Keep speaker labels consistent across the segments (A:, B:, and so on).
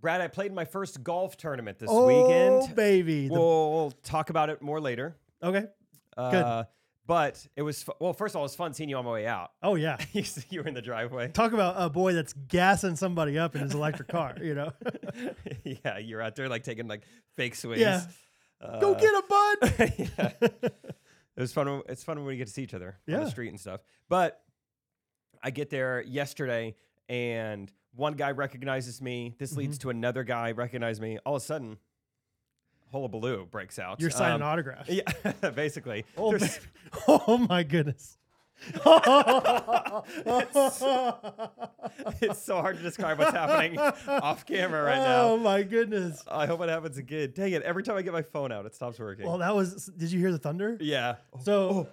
A: Brad, I played my first golf tournament this
B: oh,
A: weekend.
B: baby. The-
A: We'll, we'll talk about it more later.
B: okay.
A: Uh, But it was, fu- well, first of all, it was fun seeing you on my way out.
B: Oh yeah.
A: you see- you were in the driveway.
B: Talk about a boy that's gassing somebody up in his electric car. You know,
A: yeah, you're out there like taking like fake swings. Uh,
B: Yeah. go get a bud.
A: yeah. It was fun. when- It's fun when we get to see each other on
B: Yeah.
A: the street and stuff. But I get there yesterday, and one guy recognizes me. This leads
B: Mm-hmm.
A: to another guy recognize me. All of a sudden, hullabaloo breaks out.
B: You're signing
A: Um,
B: autographs.
A: Yeah, basically.
B: Oh,
A: There's-
B: baby. oh my goodness.
A: it's so hard to describe what's happening off camera right
B: Oh
A: now.
B: my goodness.
A: I hope it happens again. Dang it! Every time I get my phone out, it stops working.
B: Well, that was. Did you hear the thunder?
A: yeah.
B: So,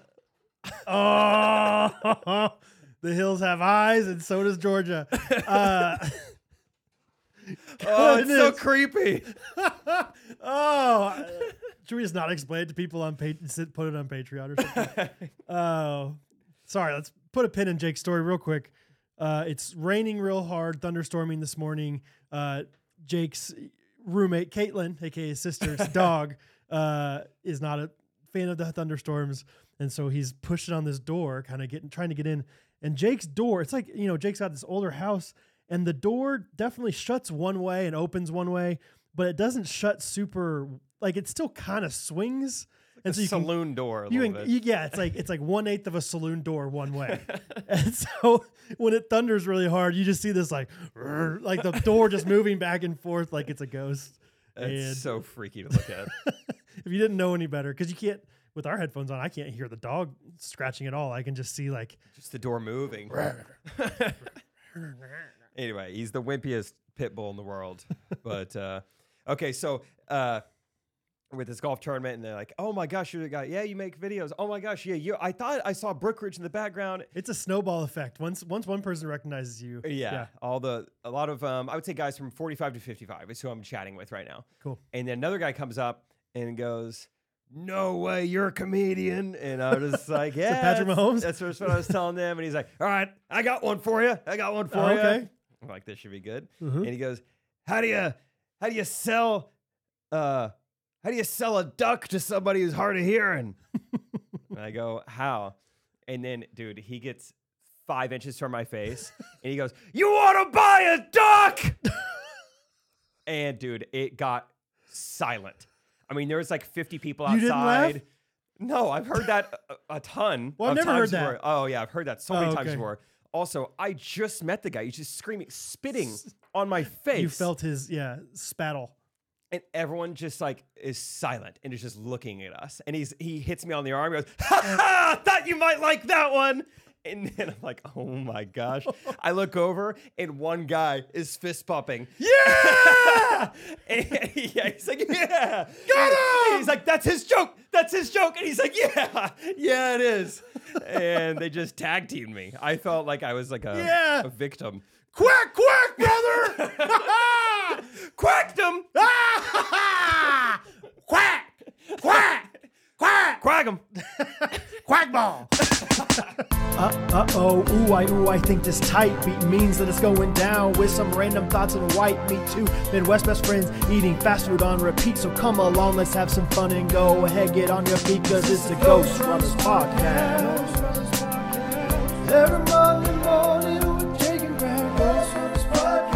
B: oh, the hills have eyes, and so does Georgia. Uh,
A: Oh, it's so
B: goodness.
A: creepy.
B: oh, uh, should we just not explain it to people on pa- sit- put it on Patreon or something? oh, sorry. Let's put a pin in Jake's story real quick. Uh, it's raining real hard, thunderstorming this morning. Uh, Jake's roommate Caitlin, aka his sister's dog, uh, is not a fan of the thunderstorms, and so he's pushing on this door, kind of getting trying to get in. And Jake's door, it's like you know, Jake's got this older house, and the door definitely shuts one way and opens one way, but it doesn't shut super. Like it still kind of swings, and so you can
A: Saloon door. A
B: you
A: little
B: can-
A: bit.
B: you- yeah, it's like it's like one eighth of a saloon door one way, and so when it thunders really hard, you just see this like "Rrr," like the door just moving back and forth like it's a ghost.
A: It's
B: and
A: so freaky to look at.
B: if you didn't know any better, because you can't with our headphones on, I can't hear the dog scratching at all. I can just see like
A: Just the door moving. anyway, he's the wimpiest pit bull in the world. But uh, okay, so uh, with this golf tournament, and they're like, "Oh my gosh, you're the guy! Yeah, you make videos. Oh my gosh, yeah, you. I thought I saw Brookridge in the background.
B: it's a snowball effect. Once once one person recognizes you,
A: Yeah, all the a lot of um, I would say guys from 45 to 55 is who I'm chatting with right now.
B: cool.
A: And then another guy comes up and goes, "No way, you're a comedian!" And I was just like, "Yeah,
B: Patrick
A: that's-
B: Mahomes?
A: That's just what I was telling them. And he's like, "All right, I got one for you. I got one for
B: Oh,
A: you."
B: okay. Mm-hmm.
A: I'm like, "This should be good." And he goes, "How do you how do you sell uh how do you sell a duck to somebody who's hard of hearing?" and I go, "How?" And then, dude, he gets five inches from my face, and he goes, "You want to buy a duck?" and dude, it got silent. I mean, there was like 50 people
B: You
A: outside.
B: didn't laugh?
A: No, I've heard that a, a ton.
B: Well, I've
A: of
B: never heard
A: times
B: that.
A: before. Oh yeah, I've heard that so many
B: Oh,
A: times
B: okay.
A: before. Also, I just met the guy. He's just screaming, spitting on my face.
B: You felt his yeah spattle.
A: and everyone just like is silent and is just looking at us. And he's he hits me on the arm. He goes, "Ha ha! I Thought you might like that one." And then I'm like, "Oh my gosh!" I look over and one guy is fist pumping. Yeah! and yeah, he's like, "Yeah, got him!" he's like, "That's his joke. That's his joke." And he's like, "Yeah, yeah, it is." and they just tag teamed me. I felt like I was like a,
B: Yeah.
A: a victim. Quick, quick, brother! Quackdom! Quack! Quack! Quack! Quack him!
B: Quackball. uh oh, ooh I ooh I think this tight beat means that it's going down with some random thoughts and white meat too. Midwest best friends eating fast food on repeat, so come along, let's have some fun and go ahead, get on your feet, cause it's the Ghost Runners Podcast. Every Monday morning with Jake and Graham, Ghost Runners Podcast.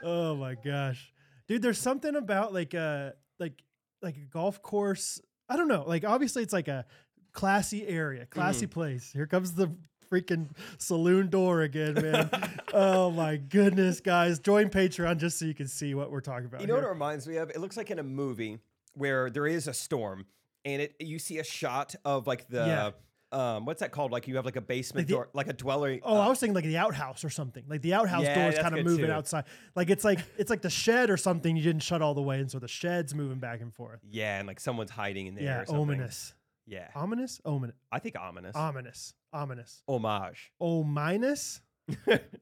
B: Oh my gosh, dude! There's something about like a like like a golf course. I don't know. Like obviously, it's like a classy area, classy
A: Mm.
B: place. Here comes the freaking saloon door again, man. oh my goodness, guys! Join Patreon just so you can see what we're talking about.
A: You know what it
B: here.
A: reminds me of? It looks like in a movie where there is a storm and it you see a shot of like the um what's that called? Like you have like a basement
B: Like the-
A: door, like a dwelling.
B: Oh, I was thinking like the outhouse or something. Like the outhouse
A: Uh, Yeah,
B: door is
A: that's
B: kind of
A: good
B: moving
A: too.
B: outside. Like it's like it's like the shed or something. You didn't shut all the way, and so the shed's moving back and forth.
A: yeah, and like someone's hiding in there.
B: Yeah,
A: or something.
B: ominous, Uh,
A: Yeah,
B: ominous, ominous,
A: I think ominous.
B: ominous, ominous.
A: Homage.
B: O minus,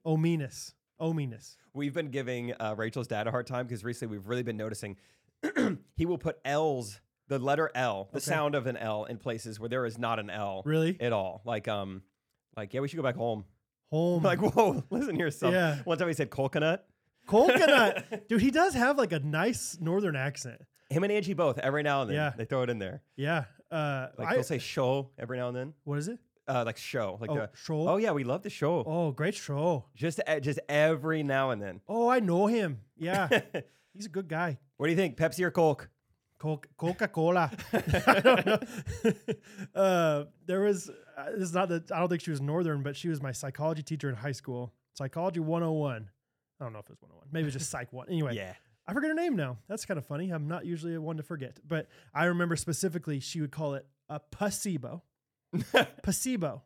B: O minus, O minus.
A: We've been giving uh, Rachel's dad a hard time because recently we've really been noticing he will put L's, the letter L, the
B: Okay.
A: sound of an L, in places where there is not an L
B: Really?
A: at all. Like um, Like, yeah, we should go back home.
B: Home.
A: Like, whoa, listen here, son.
B: Yeah.
A: One time he said coconut.
B: Coconut. Dude, he does have like a nice northern accent.
A: Him and Angie both every now and then.
B: Yeah.
A: They throw it in there.
B: Yeah. Uh,
A: Like
B: I-
A: they'll say show every now and then.
B: what is it?
A: Uh, like show. Like
B: Oh,
A: the,
B: troll.
A: oh
B: Oh,
A: yeah, we love the show.
B: great troll.
A: Just e- just every now and then.
B: Oh, I know him. Yeah. He's a good guy.
A: What do you think? Pepsi or Coke?
B: Coca Cola. I don't know. uh, there was, uh, this is not that, I don't think she was Northern, but she was my psychology teacher in high school. Psychology 101. I don't know if it was 101. Maybe it was just Psych 1. Anyway,
A: Yeah.
B: I forget her name now. That's kind of funny. I'm not usually one to forget, but I remember specifically she would call it a placebo. placebo.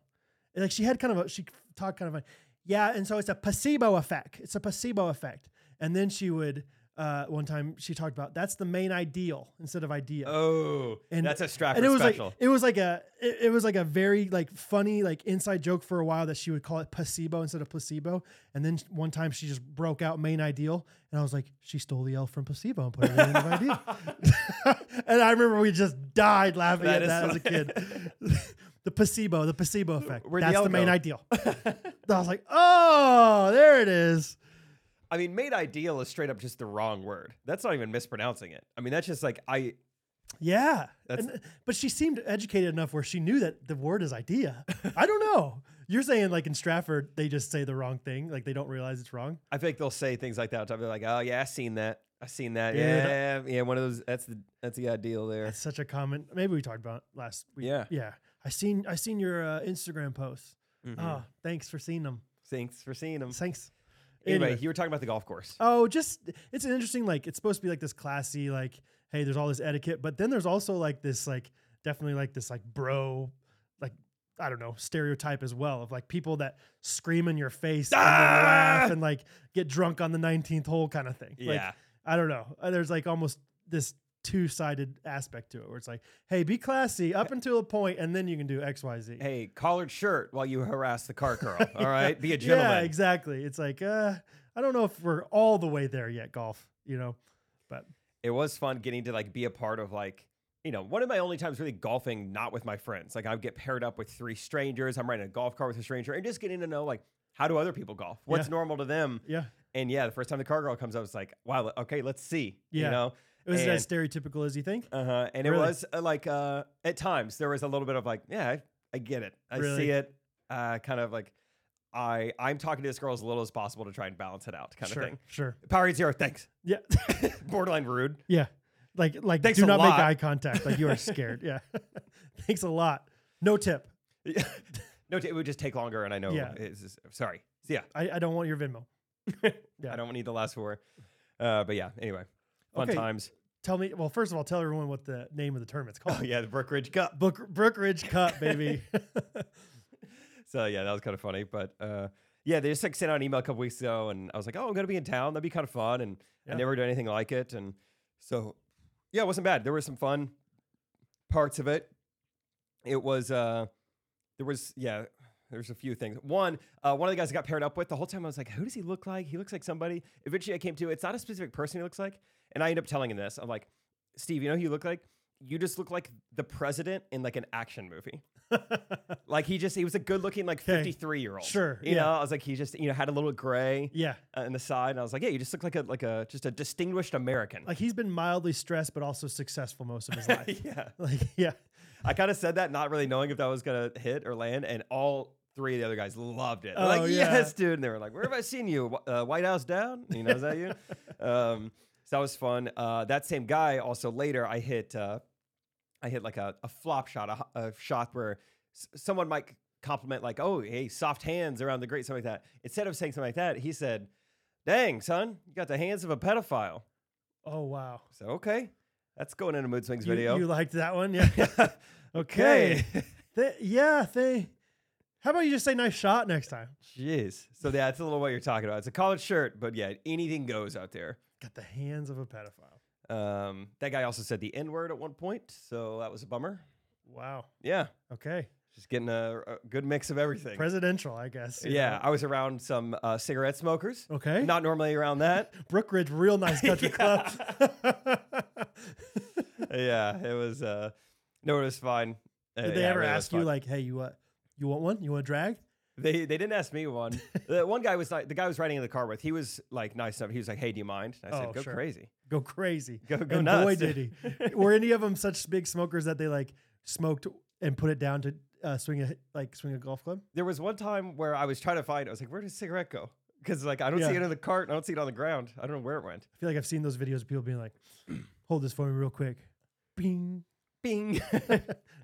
B: Like she had kind of a she talked kind of like, yeah, and so it's a placebo effect. It's a placebo effect. And then she would uh, one time she talked about that's the main ideal instead of idea.
A: Oh,
B: And-
A: that's a Stratford
B: and it was
A: special.
B: like it was like a it, it was like a very like funny like inside joke for a while that she would call it placebo instead of placebo. And then one time she just broke out main ideal, and I was like, she stole the L from placebo and put it in the ideal. and I remember we just died laughing
A: That
B: at
A: is
B: that as a
A: funny.
B: kid. the placebo, the placebo effect.
A: Where'd the
B: That's
A: L
B: the main
A: go?
B: ideal. I was like, oh, there it is.
A: I mean, made ideal is straight up just the wrong word. That's not even mispronouncing it. I mean, that's just like I.
B: Yeah.
A: That's-
B: And- uh, but she seemed educated enough where she knew that the word is idea. I don't know. You're saying like in Stratford, they just say the wrong thing, like they don't realize it's wrong.
A: I think they'll say things like that. They're like, "Oh yeah, I seen that. I seen that.
B: Dude,
A: Yeah, yeah. One of those. That's the that's the ideal there.
B: That's such a common. Maybe we talked about it last week.
A: Yeah.
B: Yeah. I seen I seen your uh, Instagram posts.
A: Mm-hmm.
B: Oh, thanks for seeing them.
A: Thanks for seeing them.
B: Thanks.
A: Mm. Anyway,
B: Anyway.
A: you were talking about the golf course.
B: Oh, just it's an interesting like it's supposed to be like this classy like hey, there's all this etiquette, but then there's also like this like definitely like this like bro like I don't know stereotype as well of like people that scream in your face and then laugh
A: Ah!
B: and like get drunk on the 19th hole kind of thing.
A: yeah.
B: Like I don't know. Uh, There's like almost this two-sided aspect to it where it's like, "Hey, be classy up until a point and then you can do XYZ."
A: hey, collared shirt while you harass the car girl. All right, be a gentleman.
B: Yeah, exactly. It's like, uh, I don't know if we're all the way there yet, golf, you know. But
A: it was fun getting to like be a part of like you know one of my only times really golfing not with my friends like i would get paired up with three strangers i'm riding a golf cart with a stranger and just getting to know like how do other people golf what's
B: Yeah.
A: normal to them
B: yeah,
A: and yeah the first time the car girl comes up it's like wow okay let's see you
B: Yeah.
A: know
B: It was
A: And-
B: as stereotypical as you think.
A: uh-huh and it
B: Really?
A: was uh, like uh at times there was a little bit of like yeah i, I get it i
B: Really?
A: see it uh kind of like i i'm talking to this girl as little as possible to try and balance it out kind
B: sure,
A: of thing
B: sure.
A: power zero thanks
B: Yeah,
A: borderline rude
B: yeah. Like, like,
A: Thanks
B: do
A: a
B: not
A: lot.
B: make eye contact. Like you are scared. yeah. Thanks a lot. No tip.
A: no, it would just take longer, and I know.
B: Yeah.
A: It's just- sorry. So, yeah,
B: I, I don't want your Venmo. Yeah.
A: I don't need the last four. Uh, but yeah, anyway, fun
B: Okay.
A: times.
B: Tell me. Well, first of all, tell everyone what the name of the tournament's called.
A: Oh yeah, the Brookridge Cup.
B: Book Brookridge Cup, baby.
A: So yeah, that was kind of funny. But uh, yeah, they just like sent out an email a couple weeks ago, and I was like, oh, I'm gonna be in town. That'd be kind of fun, and
B: Yeah.
A: I never did anything like it, and so yeah, it wasn't bad. There were some fun parts of it. It was uh, there was yeah. There's a few things. One, uh, one of the guys I got paired up with the whole time, I was like, "Who does he look like? He looks like somebody." Eventually, I came to it's not a specific person he looks like, and I end up telling him this. I'm like, "Steve, you know who you look like? You just look like the president in like an action movie." Like he just he was a good looking like
B: 'Kay.
A: 53 year old.
B: Sure,
A: You
B: yeah.
A: know, I was like he just you know had a little gray
B: yeah.
A: uh, in the side and I was like, "Yeah, you just look like a like a just a distinguished American."
B: Like he's been mildly stressed, but also successful most of his life.
A: yeah.
B: like, yeah.
A: I kind of said that not really knowing if that was going to hit or land and all three of the other guys loved it. They're
B: Oh,
A: like,
B: yeah.
A: "Yes, dude." And they were like, "Where have I seen you? Wh- Uh, White House down?" You know, is that you? um so that was fun. Uh that same guy also later I hit uh I hit like a, a flop shot, a, ho- a shot where s- someone might compliment like, "Oh, hey, soft hands around the grate," something like that. Instead of saying something like that, he said, "Dang, son, you got the hands of a pedophile."
B: Oh wow.
A: So okay, that's going in a mood swings
B: You,
A: video.
B: you liked that one? Yeah. Okay.
A: okay,
B: They- yeah. They. How about you just say nice shot next time?
A: jeez. So yeah, that's a little what you're talking about. It's a collared shirt, but yeah, anything goes out there.
B: Got the hands of a pedophile.
A: Um, that guy also said the N word at one point, so that was a bummer.
B: Wow.
A: Yeah,
B: Okay.
A: just getting a, a good mix of everything.
B: Presidential, I guess. you
A: yeah,
B: know.
A: I was around some uh, cigarette smokers.
B: Okay.
A: Not normally around that.
B: Brookridge, real nice country club.
A: yeah, it was. Uh, no, it was fine.
B: Did they ever ask you like, "Hey, you uh, you want one? You want a drag?"
A: They they didn't ask me one. the one guy was like the guy I was riding in the car with. He was like nice enough. He was like, "Hey, do you mind?" And I said,
B: Oh,
A: "Go
B: sure.
A: crazy."
B: Go crazy.
A: Go- go
B: and Boy,
A: nuts.
B: did he. Were any of them such big smokers that they like smoked and put it down to uh, swing a like swing a golf club?
A: There was one time where I was trying to find. I was like, "Where did a cigarette go?" Because like I don't see
B: Yeah.
A: it in the cart. and I don't see it on the ground. I don't know where it went.
B: I feel like I've seen those videos of people being like, "Hold this for me real quick." Bing.
A: Bing.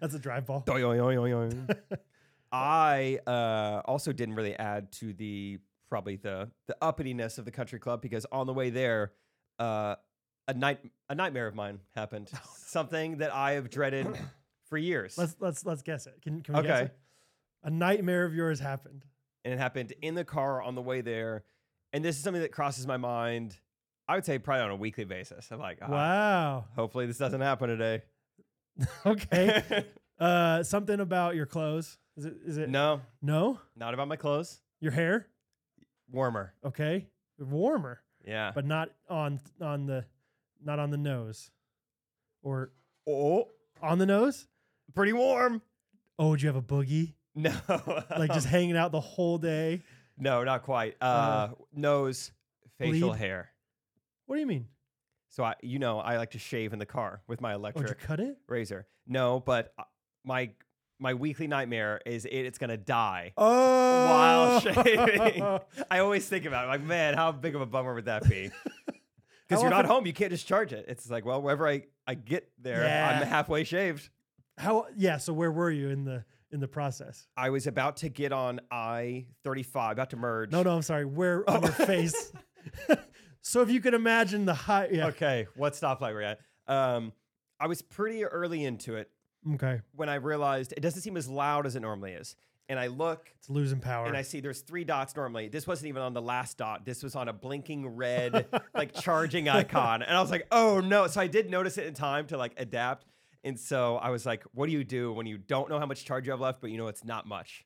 B: That's a drive ball.
A: Doi, oi, oi, oi, oi. I uh, also didn't really add to the probably the the uppityness of the country club because on the way there, uh, a night a nightmare of mine happened. Something that I have dreaded for years,
B: Let's let's let's guess it. Can can we guess
A: Okay.
B: it? A nightmare of yours happened.
A: and it happened in the car on the way there. And this is something that crosses my mind. I would say probably on a weekly basis. I'm like, ah,
B: Wow.
A: hopefully this doesn't happen today.
B: Okay. uh, something about your clothes. Is it? Is it?
A: no,
B: No?
A: not about my clothes.
B: Your hair.
A: Warmer.
B: Okay. Warmer,
A: Yeah.
B: but not on on the not on the nose, or
A: oh,
B: on the nose.
A: pretty warm.
B: Oh, did you have a boogie?
A: No.
B: Like just hanging out the whole day.
A: No, not quite. Uh,
B: Uh,
A: nose, facial
B: bleed?
A: hair.
B: What do you mean?
A: So I, you know, I like to shave in the car with my
B: Oh, did you
A: electric
B: cut it?
A: razor. No, but uh, my my weekly nightmare is it, it's gonna die.
B: Oh,
A: shaving. I always think about it, like, man, how big of a bummer would that be? Because
B: How
A: you're not
B: often-
A: home, you can't just charge it. It's like, well, wherever I, I get there,
B: Yeah.
A: I'm halfway shaved.
B: How? Yeah. So where were you in the in the process?
A: I was about to get on I 35, about to merge.
B: No, no. I'm sorry. Where on your
A: Oh.
B: face? so if you could imagine the high. Yeah.
A: Okay, what stoplight were you at? Um, I was pretty early into it.
B: okay.
A: when I realized it doesn't seem as loud as it normally is. And I look
B: It's losing power.
A: and I see there's three dots normally. This wasn't even on the last dot. This was on a blinking red, like charging icon. And I was like, oh no. So I did notice it in time to like adapt. And so I was like, what do you do when you don't know how much charge you have left, but you know it's not much?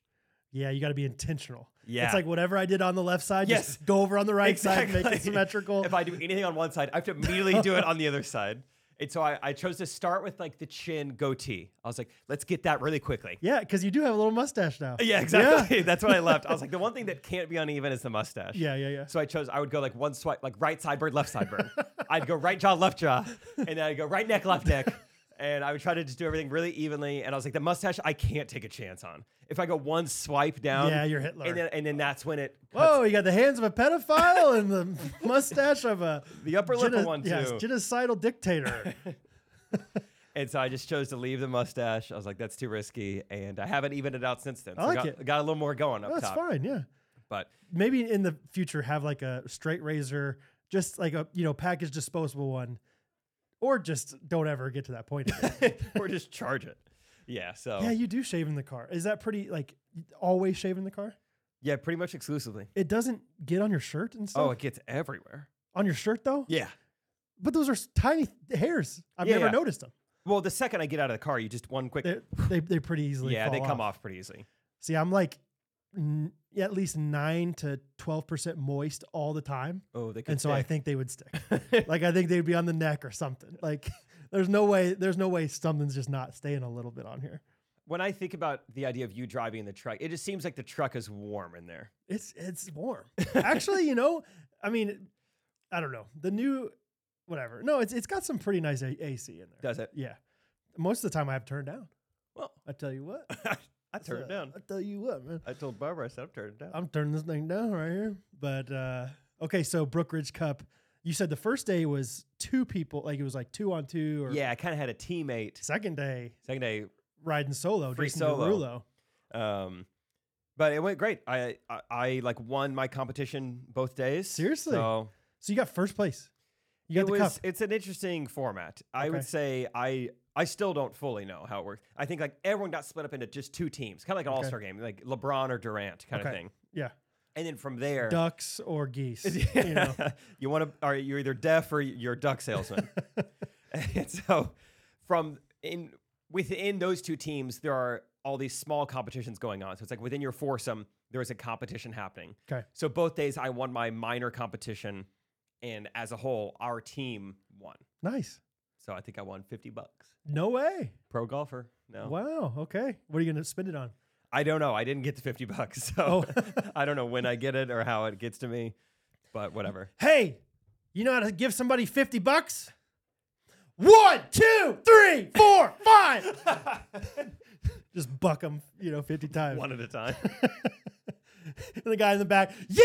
B: Yeah, you got to be intentional.
A: Yeah.
B: It's like whatever I did on the left side,
A: Yes.
B: just go over on the right side, make it
A: Exactly.
B: symmetrical.
A: If I do anything on one side, I have to immediately do it on the other side. And so I, I chose to start with like the chin goatee. I was like, let's get that really quickly.
B: yeah, because you do have a little mustache now.
A: Yeah, exactly. That's what I left. I was like, the one thing that can't be uneven is the mustache.
B: Yeah, yeah, yeah.
A: So I chose, I would go like one swipe, like right sideburn, left sideburn. I'd go right jaw, left jaw. And then I'd go right neck, left neck. And I would try to just do everything really evenly. And I was like, the mustache, I can't take a chance on. If I go one swipe down.
B: Yeah, you're Hitler.
A: And then, and then that's when it. cuts.
B: Whoa, you got the hands of a pedophile and the mustache of a
A: The upper lip
B: geno-
A: one,
B: yes,
A: too.
B: genocidal dictator.
A: And so I just chose to leave the mustache. I was like, that's too risky. And I haven't evened it out since then. So
B: like
A: got,
B: it.
A: got a little more going up
B: Oh, That's
A: top.
B: fine. Yeah,
A: But
B: maybe in the future have like a straight razor, just like a you know package disposable one, or just don't ever get to that point. again.
A: or just charge it. Yeah. So,
B: yeah, you do shave in the car. Is that pretty like always shave in the car?
A: yeah, pretty much exclusively.
B: It doesn't get on your shirt and stuff.
A: Oh, it gets everywhere.
B: on your shirt though.
A: Yeah.
B: But those are s- tiny th- hairs. I've
A: Yeah,
B: never
A: yeah.
B: noticed them.
A: Well, the second I get out of the car, you just one quick.
B: They they they pretty easily.
A: yeah, they
B: fall
A: come off. pretty easily.
B: See, I'm like n- at least nine to twelve percent moist all the time,
A: Oh, they could.
B: and so I think they would stick. like I think they'd be on the neck or something. Like there's no way there's no way something's just not staying a little bit on here.
A: when I think about the idea of you driving the truck, it just seems like the truck is warm in there.
B: It's it's warm. Actually, you know, I mean, I don't know the new whatever. No, it's it's got some pretty nice A- AC in there.
A: Does it?
B: Yeah, most of the time I have turned down.
A: Well,
B: I tell you what.
A: I turned it down.
B: I tell you what, man.
A: I told Barbara, I said I'm turning it down.
B: I'm turning this thing down right here. But uh, okay, so Brookridge Cup. You said the first day was two people, like it was like two on two, or
A: yeah, I kind of had a teammate
B: Second day
A: second day,
B: riding solo,
A: Free
B: Jason
A: solo.
B: Derulo.
A: um, but it went great. I, I I like won my competition both days.
B: Seriously?
A: So
B: So you got first place. You got
A: it
B: the
A: was,
B: cup.
A: It's an interesting format. I
B: Okay.
A: would say I I still don't fully know how it works. I think like everyone got split up into just two teams, kind of like an
B: Okay.
A: All Star game, like LeBron or Durant kind of
B: Okay.
A: thing.
B: Yeah,
A: And then from there,
B: ducks or geese. You
A: you,
B: know,
A: want to are you're either deaf or you're a duck salesman. and so from in within those two teams, there are all these small competitions going on. So it's like within your foursome, there is a competition happening.
B: okay,
A: So both days I won my minor competition and as a whole, our team won.
B: nice.
A: So I think I won 50 bucks.
B: No way.
A: Pro golfer. No.
B: Wow. Okay, what are you gonna spend it on?
A: I don't know. I didn't get the 50 bucks. So I don't know when I get it or how it gets to me, but whatever.
B: Hey, you know how to give somebody 50 bucks? One, two, three, four, five. Just buck them, you know, 50 times.
A: One at a time.
B: And the guy in the back, yeah,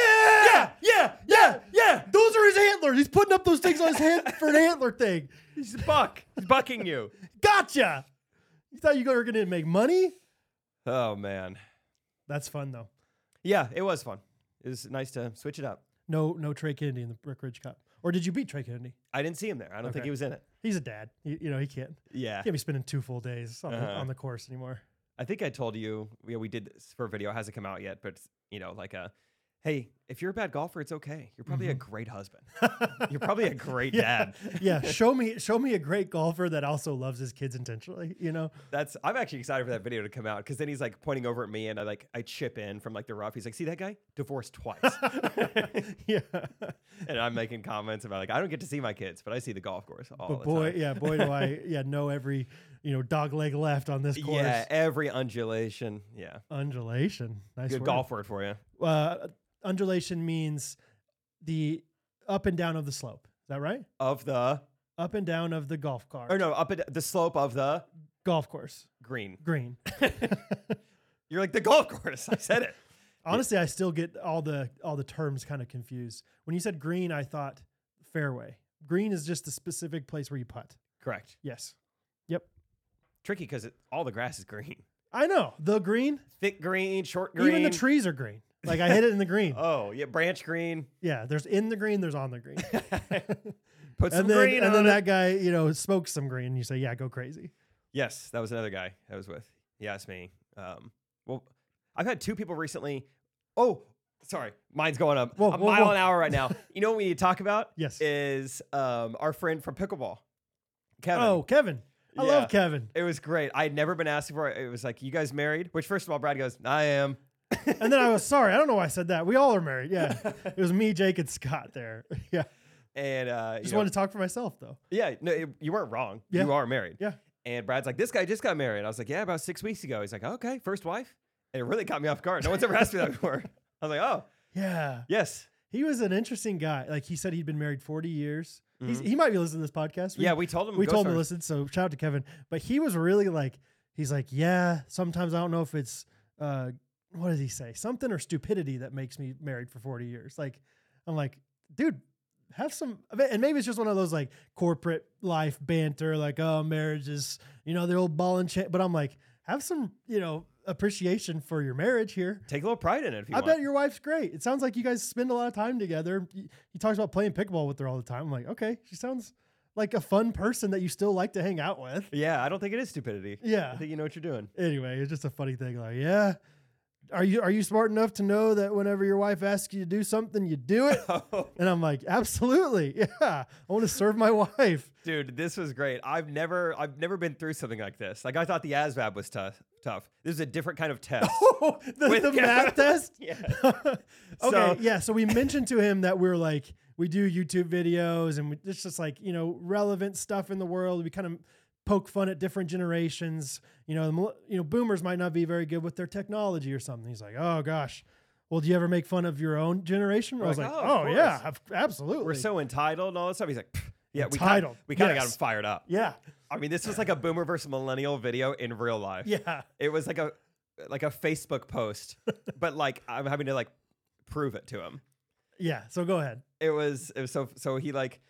B: yeah, yeah, yeah, yeah. Those are his antlers. He's putting up those things on his hand for an antler thing.
A: He's a buck. He's bucking you.
B: Gotcha. You thought you were going to make money?
A: Oh, man.
B: That's fun though.
A: Yeah, it was fun. It was nice to switch it up.
B: No, no Trey Kennedy in the Brick Ridge Cup. Or did you beat Trey Kennedy?
A: I didn't see him there. I don't think
B: Okay.
A: he was in it.
B: He's a dad. You, you know, he can't
A: Yeah.
B: can't be spending two full days on, the,
A: Uh-huh.
B: on the course anymore.
A: I think I told you, yeah, we did this for a video. It hasn't come out yet, but, you know, like a, hey, if you're a bad golfer, it's okay. You're probably a great husband. you're probably a great
B: Mm-hmm. Yeah.
A: dad.
B: yeah, show me show me a great golfer that also loves his kids intentionally, you know.
A: That's I'm actually excited for that video to come out because then he's like pointing over at me and I like I chip in from like the rough. He's like, see that guy? Divorced twice.
B: yeah.
A: and I'm making comments about like I don't get to see my kids, but I see the golf course all
B: But
A: the
B: boy,
A: time.
B: yeah, boy do I yeah, know every, you know, dog leg left on this course.
A: Yeah, every undulation. Yeah.
B: Undulation. Nice
A: Good
B: word.
A: golf word for you.
B: Uh, undulation means the up and down of the slope. Is that right?
A: Of the
B: Up and down of the golf cart.
A: or no, up at the slope of the
B: Golf course.
A: green.
B: Green.
A: You're like the golf course. I said it.
B: Honestly, I still get all the all the terms kind of confused. When you said green, I thought fairway. Green is just the specific place where you putt.
A: Correct.
B: Yes. Yep.
A: Tricky because all the grass is green.
B: I know. The green,
A: Thick green, short green.
B: even the trees are green. Like I hit it in the green.
A: Oh, yeah, branch green.
B: Yeah, there's in the green, there's on the green.
A: Put some
B: and then
A: green
B: and
A: on
B: then
A: it.
B: that guy, you know, smokes some green and you say, "Yeah, go crazy."
A: Yes, that was another guy I was with. He asked me. Um, well, I've had two people recently. Oh, sorry, mine's going up
B: Whoa,
A: a
B: whoa,
A: mile
B: whoa.
A: an hour right now. you know what we need to talk about?
B: Yes.
A: is um, our friend from pickleball, Kevin.
B: Oh, Kevin. I love
A: Yeah.
B: Kevin.
A: It was great. I had never been asked before. It was like, you guys married? Which, first of all, Brad goes, I am.
B: And then I was sorry. I don't know why I said that. We all are married. Yeah. It was me, Jake, and Scott there. Yeah.
A: And uh,
B: Just
A: you know,
B: wanted to talk for myself though.
A: yeah, no, it- you weren't wrong.
B: Yeah.
A: You are married.
B: Yeah.
A: And Brad's like, this guy just got married. I was like, yeah, about six weeks ago. He's like, okay, first wife. And it really caught me off guard. No one's ever asked me that before. I was like, oh,
B: Yeah.
A: yes.
B: He was an interesting guy. Like he said he'd been married 40 years. He's, he might be listening to this podcast.
A: Mm-hmm.
B: We,
A: yeah, we told him.
B: we
A: go
B: told him to
A: start-
B: listen, so shout out to Kevin. But he was really like he's like, "Yeah, sometimes I don't know if it's uh what does he say? Something or stupidity that makes me married for 40 years." Like I'm like, "Dude, have some and maybe it's just one of those like corporate life banter like, "Oh, marriage is, you know, the old ball and chain." But I'm like, "Have some, you know, appreciation for your marriage here."
A: Take a little pride in it if you
B: I
A: want.
B: bet your wife's great. It sounds like you guys spend a lot of time together. He he talks about playing pickleball with her all the time. I'm like, okay, she sounds like a fun person that you still like to hang out with.
A: yeah, I don't think it is stupidity. I
B: Yeah.
A: think you know what you're doing.
B: Anyway, it's just a funny thing. Like, yeah, are you are you smart enough to know that whenever your wife asks you to do something, you do it?
A: Oh.
B: and I'm like, absolutely, yeah. I want to serve my wife.
A: Dude, this was great. I've never, I've never been through something like this. Like I thought the ASVAB was tough. Tough. This is a different kind of test.
B: Oh, the,
A: With
B: the
A: Kevin.
B: math test.
A: yeah.
B: okay,
A: So-
B: yeah. So we mentioned to him that we're like we do YouTube videos and we, it's just like you know relevant stuff in the world. We kind of poke fun at different generations. You know, the, mil- you know, boomers might not be very good with their technology or something. He's like, oh gosh. Well, do you ever make fun of your own generation? I was like,
A: like, "Oh,
B: oh,
A: of
B: yeah,
A: course.
B: ab- absolutely.
A: We're so entitled and all this stuff. He's like, "Pfft." yeah, we kind
B: Entitled,
A: of, we kind of got
B: yes.
A: him fired up.
B: yeah,
A: I mean, this was like a boomer versus millennial video in real life.
B: yeah,
A: It was like a, like a Facebook post, but like I'm having to like prove it to him.
B: yeah. So go ahead.
A: it was it was so so he like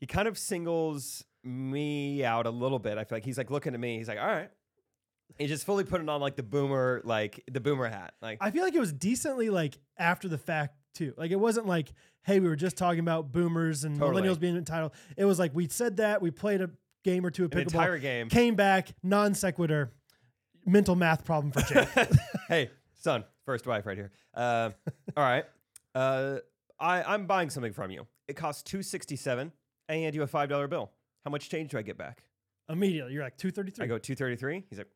A: he kind of singles me out a little bit. I feel like he's like looking at me. He's like, all right. He's just fully putting on like the boomer, like the boomer hat. Like
B: I feel like it was decently like after the fact too. Like it wasn't like, hey, we were just talking about boomers and
A: Totally.
B: millennials being entitled. It was like we said that we played a game or two of
A: an
B: pickleball,
A: entire game.
B: came back non sequitur, mental math problem for Jake.
A: hey, son, first wife right here. Uh, all right. Uh, I, I'm buying something from you. It costs two sixty seven and you have five dollar bill. How much change do I get back?
B: Immediately, you're like two thirty
A: I
B: three.
A: go two thirty three. He's like,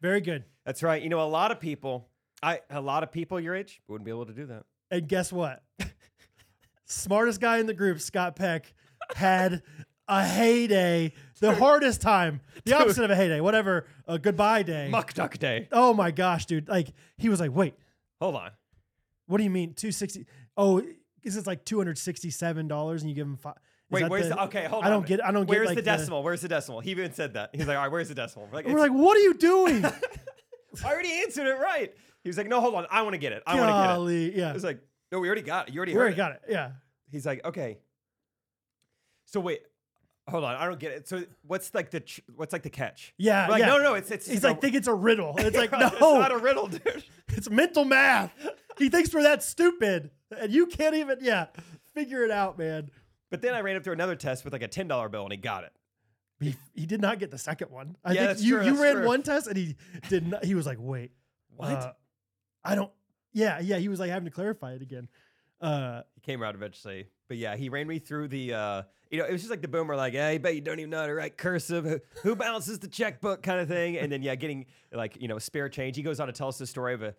B: Very good.
A: That's right. You know, a lot of people I a lot of people your age wouldn't be able to do that.
B: And guess what? Smartest guy in the group, Scott Peck, had a heyday, the hardest time, the opposite of a heyday, whatever, a goodbye day.
A: Muck Duck Day.
B: Oh my gosh, dude! Like he was like, wait,
A: Hold on.
B: what do you mean two sixty? Oh, is it like two hundred sixty-seven dollars and you give him five?
A: Wait, where's the, okay? Hold on.
B: I don't get. I don't get.
A: Where's
B: like,
A: the decimal? Where's the decimal? He even said that. He's like, all right, where's the decimal? We're like,
B: we're like, what are you doing?
A: "It's- I already answered it right. He was like, no, hold on. I want to get it. I want to get it.
B: Golly, yeah,
A: I was like, no, we already got it. You already
B: we
A: heard
B: already
A: it.
B: got it. Yeah,
A: He's like, okay. So wait, hold on. I don't get it. So what's like the tr- what's like the catch?
B: yeah,
A: We're like,
B: yeah.
A: no, no, it's it's.
B: He's
A: just a-
B: like, think it's a riddle. And it's like,
A: it's
B: no,
A: not a riddle, dude.
B: It's mental math. He thinks we're that stupid, and you can't even. Yeah, figure it out, man.
A: But then I ran up to another test with like a ten dollar bill, and he got it.
B: He, he did not get the second one. I
A: Yeah,
B: think
A: that's
B: you
A: true,
B: you
A: that's
B: ran
A: true.
B: one test and he did not. He was like, wait,
A: What?
B: uh, I don't. Yeah, yeah. He was like having to clarify it again. Uh,
A: he came around eventually. But yeah, he ran me through the. uh you know, it was just like the boomer, like, hey, bet you don't even know how to write cursive. Who, who balances the checkbook kind of thing? And then, yeah, getting like, you know, spare change. He goes on to tell us the story of a,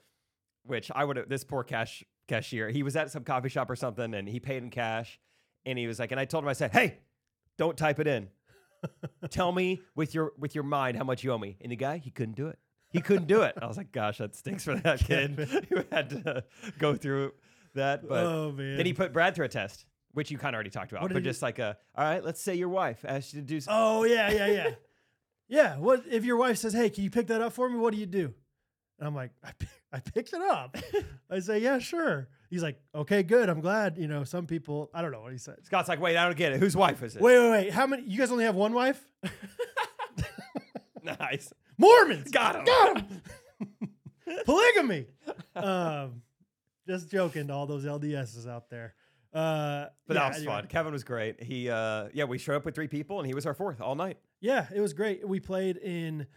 A: which I would have, this poor cash cashier, he was at some coffee shop or something and he paid in cash. And he was like, and I told him, I said, hey, don't type it in. tell me with your with your mind how much you owe me. And the guy, he couldn't do it. He couldn't do it. I was like, gosh, that stinks for that kid who had to go through that. But
B: oh man.
A: then he put Brad through a test, which you kind of already talked about,
B: What did
A: but
B: he-
A: just like a, all right, let's say your wife asked you to do something.
B: oh yeah, yeah, yeah, yeah. What if your wife says, hey, can you pick that up for me? What do you do? And I'm like, I, pick, I picked it up. I say, yeah, sure. He's like, okay, good. I'm glad. You know, some people, I don't know what he said.
A: Scott's like, wait, I don't get it. Whose wife is it?
B: Wait, wait, wait. How many? You guys only have one wife?
A: Nice.
B: Mormons.
A: Got him.
B: Got him. Polygamy. Um, just joking to all those LDSs out there. Uh,
A: But
B: yeah,
A: that was
B: anyway.
A: fun. Kevin was great. He, uh, yeah, we showed up with three people and he was our fourth all night.
B: Yeah, it was great. We played in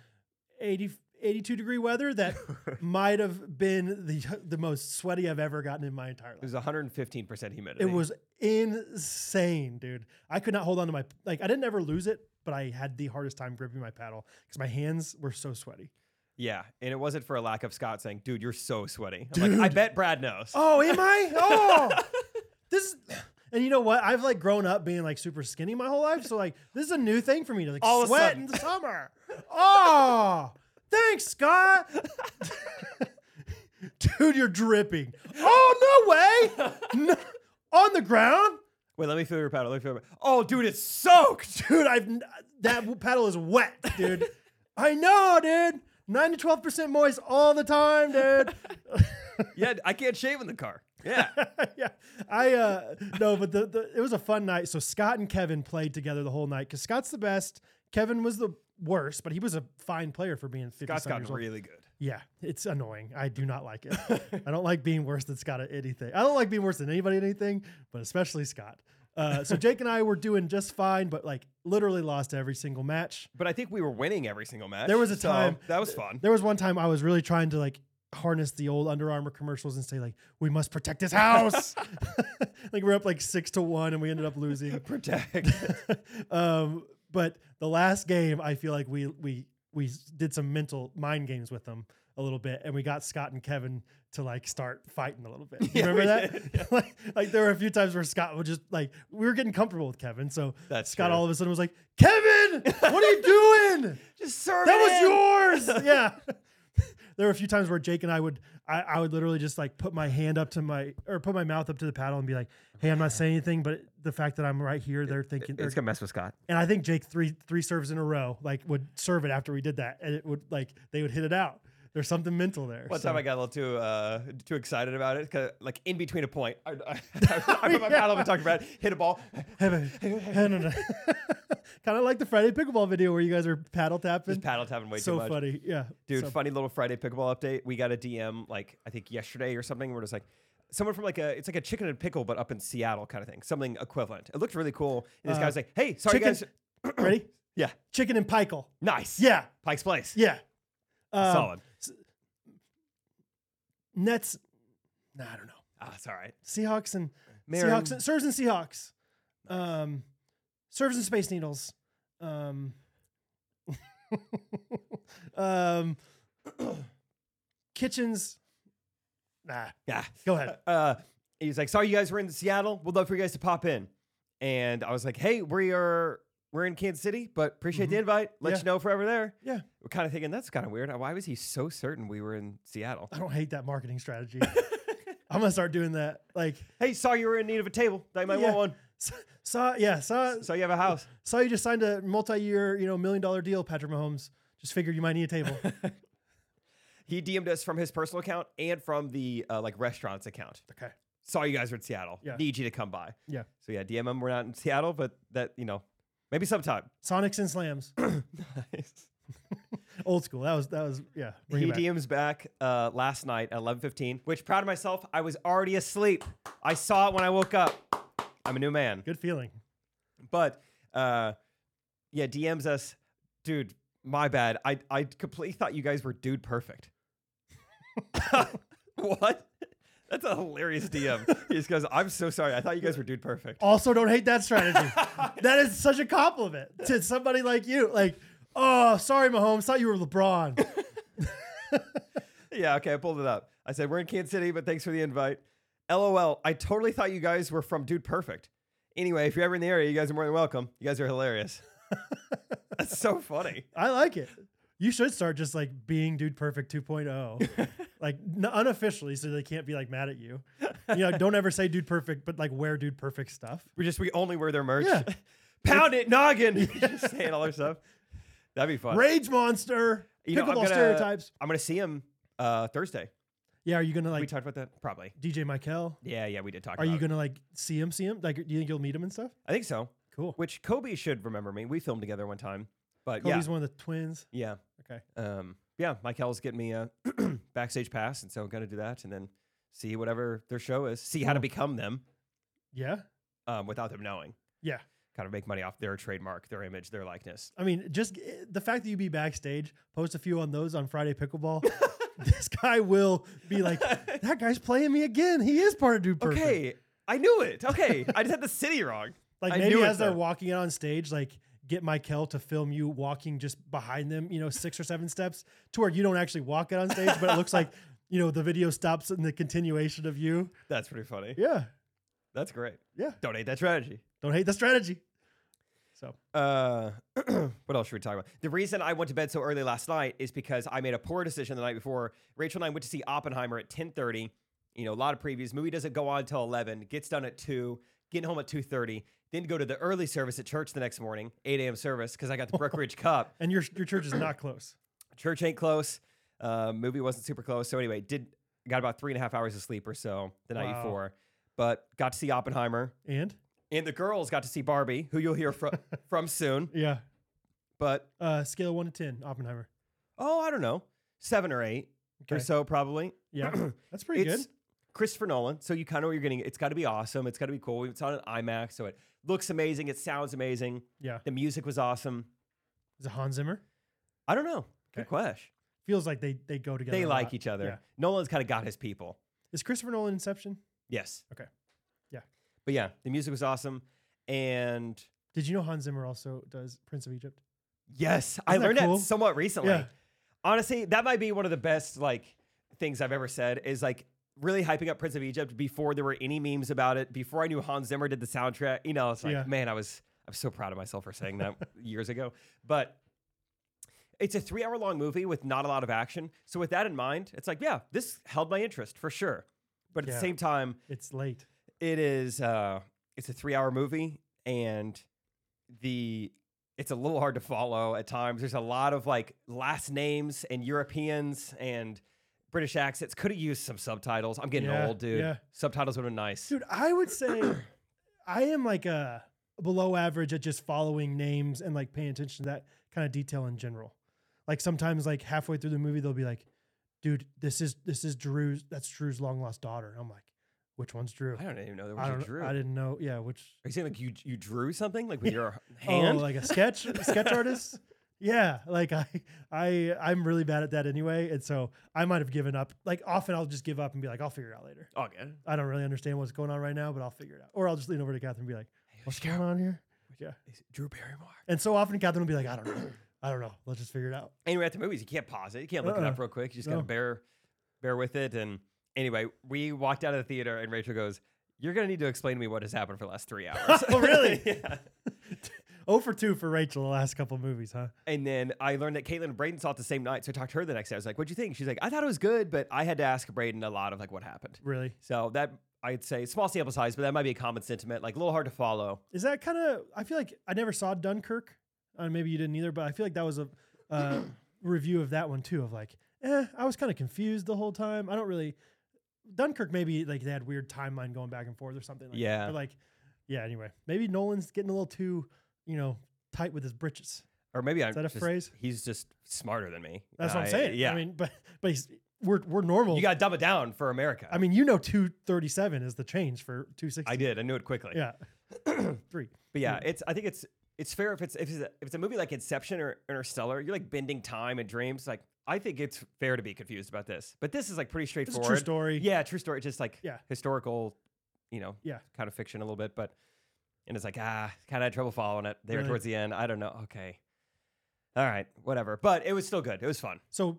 B: 80, 82 degree weather that might have been the the most sweaty I've ever gotten in my entire
A: It
B: life.
A: was 115% humidity.
B: It was insane, dude. I could not hold on to my like. I didn't ever lose it, but I had the hardest time gripping my paddle because my hands were so sweaty.
A: Yeah. And it wasn't for a lack of Scott saying, dude, you're so sweaty. I'm like, I bet Brad knows.
B: Oh, am I? Oh, this. Is, and you know what? I've like grown up being like super skinny my whole life, so like this is a new thing for me to like
A: All of a
B: sweat
A: sudden.
B: in the summer. Oh, thanks, Scott. Dude, you're dripping. Oh no way! No, on the ground,
A: Wait, let me feel your paddle. Let me feel your Oh, dude, it's soaked.
B: dude. I've n- that paddle is wet, dude. I know, dude. Nine to twelve percent moist all the time, dude.
A: yeah, I can't shave in the car. Yeah.
B: yeah, I uh no, but the, the it was a fun night. So Scott and Kevin played together the whole night because Scott's the best. Kevin was the worst, but he was a fine player for being fifty
A: Scott's
B: some
A: gotten
B: years old.
A: really good.
B: yeah, it's annoying. I do not like it. I don't like being worse than Scott at anything. I don't like being worse than anybody at anything, but especially Scott. Uh, so Jake and I were doing just fine, but like literally lost every single match.
A: But I think we were winning every single match.
B: There was a
A: so
B: time-
A: That was fun.
B: There was one time I was really trying to like harness the old Under Armour commercials and say like, "We must protect this house." like we're up like six to one, and we ended up losing.
A: Protect.
B: um, but the last game, I feel like we we we s- did some mental mind games with them a little bit, and we got Scott and Kevin to like start fighting a little bit. You
A: Yeah,
B: remember
A: we
B: that?
A: did,
B: like, like there were a few times where Scott would just like we were getting comfortable with Kevin, so
A: That's
B: Scott
A: true.
B: all of a sudden was like, "Kevin, what are you doing?"
A: Just serve
B: That
A: it in.
B: was yours. yeah. There were a few times where Jake and I would I, I would literally just like put my hand up to my or put my mouth up to the paddle and be like, "Hey, I'm not saying anything, but the fact that I'm right here, they're thinking." they're-"
A: It's gonna mess with Scott.
B: and I think Jake three three serves in a row like would serve it after we did that, and it would like they would hit it out. There's something mental there.
A: One
B: so-
A: time I got a little too uh, too excited about it, 'cause, like in between a point, I, I, I put my paddle up and talked about it, hit a ball.
B: Hey, baby. Hey, no, no. kind of like the Friday pickleball video where you guys are paddle tapping.
A: Just paddle tapping way
B: so
A: too much.
B: funty, yeah,
A: Dude,
B: So-
A: funny little Friday pickleball update. We got a DM like I think yesterday or something. We're just like someone from like a it's like a chicken and pickle, but up in Seattle kind of thing. Something equivalent. It looked really cool. And this
B: Uh,
A: guy was like, "Hey, sorry
B: chicken-
A: guys,
B: ready?
A: Yeah.
B: chicken and pikel.
A: nice,
B: Yeah,
A: Pike's Place,
B: yeah. Um,
A: solid."
B: Nets. Nah, I don't know.
A: Ah, it's all right.
B: Seahawks and
A: Marin-
B: Seahawks and serves and Seahawks. Um, serves and Space Needles. Um, um, kitchens. Nah,
A: yeah.
B: go ahead.
A: uh, he's like, sorry, you guys were in Seattle. We'd love for you guys to pop in. And I was like, hey, we are we're in Kansas City, but appreciate the
B: Mhm.
A: invite. Let
B: Yeah.
A: you know if we're ever there.
B: Yeah.
A: We're kind of thinking that's kind of weird. Why was he so certain we were in Seattle?
B: I don't hate that marketing strategy. I'm gonna start doing that. Like,
A: Hey, saw you were in need of a table. They might
B: Yeah.
A: want one.
B: saw, yeah, saw,
A: So you have a house.
B: saw you just signed a multi-year, you know, million-dollar deal, Patrick Mahomes. Just figured you might need a table.
A: He DM'd us from his personal account and from the uh, like restaurants account.
B: okay.
A: Saw you guys were in Seattle.
B: Yeah.
A: Need you to come by.
B: Yeah.
A: So yeah, DM him. We're not in Seattle, but that you know, maybe sometime.
B: Sonics and slams.
A: nice.
B: Old school. That was that was yeah. Bring
A: he
B: it back.
A: DMs back uh, last night at 11:15, which proud of myself, I was already asleep. I saw it when I woke up. I'm a new man.
B: Good feeling.
A: But uh, yeah, DMs us, dude. My bad. I I completely thought you guys were dude perfect. what? That's a hilarious DM. He just goes, I'm so sorry. I thought you guys were dude perfect.
B: Also, don't hate that strategy. that is such a compliment to somebody like you. Like, oh, sorry, Mahomes. Thought you were LeBron.
A: Yeah, okay, I pulled it up. I said, We're in Kansas City, but thanks for the invite. LOL, I totally thought you guys were from Dude Perfect. Anyway, if you're ever in the area, you guys are more than welcome. You guys are hilarious. That's so funny.
B: I like it. You should start just like being Dude Perfect 2.0, like n- unofficially, so they can't be like mad at you. You know, don't ever say Dude Perfect, but like wear Dude Perfect stuff.
A: We just, we only wear their merch.
B: Yeah.
A: Pound it, noggin. just saying all our stuff. That'd be fun.
B: Rage monster,
A: You know, I'm
B: pickleball
A: gonna-
B: stereotypes.
A: I'm going to see him uh, Thursday.
B: Yeah, are you gonna
A: we
B: like
A: talked about that? Probably.
B: DJ Michael?
A: Yeah, yeah, we did talk
B: Are
A: about
B: you
A: it.
B: gonna like see him? See him? Like, do you think you'll meet him and stuff?
A: I think so.
B: Cool.
A: Which Kobe should remember me. We filmed together one time. But yeah.
B: Kobe's one of the twins.
A: Yeah.
B: Okay.
A: Um, yeah, Michael's getting me a backstage pass, and so I'm gonna do that, and then see whatever their show is, see how to become them
B: Yeah.
A: um, without them knowing.
B: Yeah.
A: Kind of make money off their trademark, their image, their likeness.
B: I mean, just eh, the fact that you be backstage, post a few on those on Friday pickleball. this guy will be like, that guy's playing me again. He is part of Dude Perfect.
A: Okay, I knew it. Okay, I just had the city wrong.
B: Like
A: I
B: maybe
A: knew it,
B: as they're
A: though.
B: walking out on stage, like get Michael to film you walking just behind them, you know, six or seven steps to where you don't actually walk it on stage, but it looks like you know the video stops in the continuation of you.
A: That's pretty funny.
B: Yeah,
A: That's great.
B: yeah.
A: Donate that strategy.
B: Don't hate the strategy. So
A: Uh, what else should we talk about? The reason I went to bed so early last night is because I made a poor decision the night before. Rachel and I went to see Oppenheimer at 10:30. You know, a lot of previews. Movie doesn't go on until 11. Gets done at 2. Getting home at 2:30. Then go to the early service at church the next morning, 8 a.m. service because I got the Brookridge Cup.
B: and your your church is not close.
A: Church ain't close. Uh, movie wasn't super close. So anyway, did got about three and a half hours of sleep or so the night
B: Wow.
A: before, but got to see Oppenheimer.
B: And
A: And the girls got to see Barbie, who you'll hear from from soon.
B: yeah,
A: But
B: uh, scale of one to ten, Oppenheimer.
A: oh, I don't know, seven or eight or
B: Okay.
A: so, probably.
B: Yeah, that's pretty
A: it's
B: good.
A: Christopher Nolan, so you kind of know what you're getting. It's got to be awesome. It's got to be cool. It's on an IMAX, so it looks amazing. It sounds amazing.
B: Yeah,
A: The music was awesome.
B: is it Hans Zimmer?
A: I don't know. Good
B: Okay.
A: question.
B: Feels like they they go together.
A: they
B: a
A: like
B: lot.
A: each other.
B: Yeah.
A: Nolan's kind of got his people.
B: Is Christopher Nolan Inception?
A: Yes.
B: Okay. Yeah.
A: But yeah, the music was awesome, and
B: Did you know Hans Zimmer also does Prince of Egypt?
A: yes, I
B: Isn't that
A: learned
B: cool?
A: that somewhat recently.
B: Yeah.
A: Honestly, that might be one of the best like things I've ever said is like really hyping up Prince of Egypt before there were any memes about it, before I knew Hans Zimmer did the soundtrack. You know, it's like,
B: Yeah.
A: man, I was I'm so proud of myself for saying that years ago. But it's a three hour long movie with not a lot of action. So with that in mind, it's like, yeah, this held my interest for sure. But at
B: Yeah.
A: the same time,
B: It's late.
A: it is uh it's a three hour movie and the it's a little hard to follow at times there's a lot of like last names and europeans and british accents could have used some subtitles i'm getting
B: Yeah,
A: old dude
B: yeah.
A: subtitles would have been nice
B: Dude, I would say I am like a below average at just following names and like paying attention to that kind of detail in general. Like sometimes like halfway through the movie they'll be like, dude, this is this is Drew's that's Drew's long lost daughter. And I'm like, which one's Drew?
A: i don't even know there
B: I
A: was a
B: don't-
A: drew
B: I
A: are
B: didn't know. Yeah, which
A: you saying like you you drew something like with your
B: Oh,
A: hand
B: like a sketch, a sketch artist. Yeah, like I, I, I'm really bad at that anyway, and so I might have given up. Like often, I'll just give up and be like, I'll figure it out later.
A: oh good
B: I don't really understand what's going on right now, but I'll figure it out. Or I'll just lean over to Catherine and be like, what's going on here? Yeah.
A: drew barrymore
B: And so often Catherine will be like, I don't know. I don't know. Let's just figure it out.
A: anyway, at the movies, you can't pause it. You can't look it
B: Uh-uh.
A: up real quick. You just
B: No.
A: gotta bear bear with it. And anyway, we walked out of the theater, and Rachel goes, "You're gonna need to explain to me what has happened for the last three hours."
B: Oh, really?
A: yeah.
B: 0 for 2 for Rachel the last couple movies, huh?
A: And then I learned that Caitlin and Braden saw it the same night. So I talked to her the next day. I was like, what'd you think? She's like, I thought it was good, but I had to ask Braden a lot of like what happened.
B: Really?
A: So that I'd say small sample size, but that might be a common sentiment, like a little hard to follow.
B: Is that kind of? I feel like I never saw Dunkirk. Uh, maybe you didn't either, but I feel like that was a uh, review of that one too. Of like, eh, I was kind of confused the whole time. I don't really. Dunkirk maybe like they had weird timeline going back and forth or something. Like
A: Yeah.
B: That. Or like, yeah. Anyway, maybe Nolan's getting a little too, you know, tight with his britches.
A: Or maybe I'm
B: that a
A: just-
B: phrase?
A: He's just smarter than me.
B: That's
A: And
B: what I'm
A: I-
B: saying.
A: Yeah.
B: I mean, but but he's, we're we're normal.
A: you got to dumb it down for America.
B: I mean, you know, two thirty seven is the change for two sixty.
A: I did. I knew it quickly.
B: Yeah. Three.
A: But yeah,
B: Hmm.
A: it's. I think it's. It's fair if it's if it's a, if it's a movie like Inception or Interstellar, you're like bending time and dreams. Like I think it's fair to be confused about this, but this is like pretty
B: It's a
A: straightforward.
B: true story.
A: Yeah, true story. Just like
B: Yeah.
A: historical, you know,
B: Yeah.
A: kind of fiction a little bit, but and it's like ah, kind of had trouble following it there
B: Really?
A: towards the end. I don't know. Okay, all right, whatever. But it was still good. It was fun.
B: So,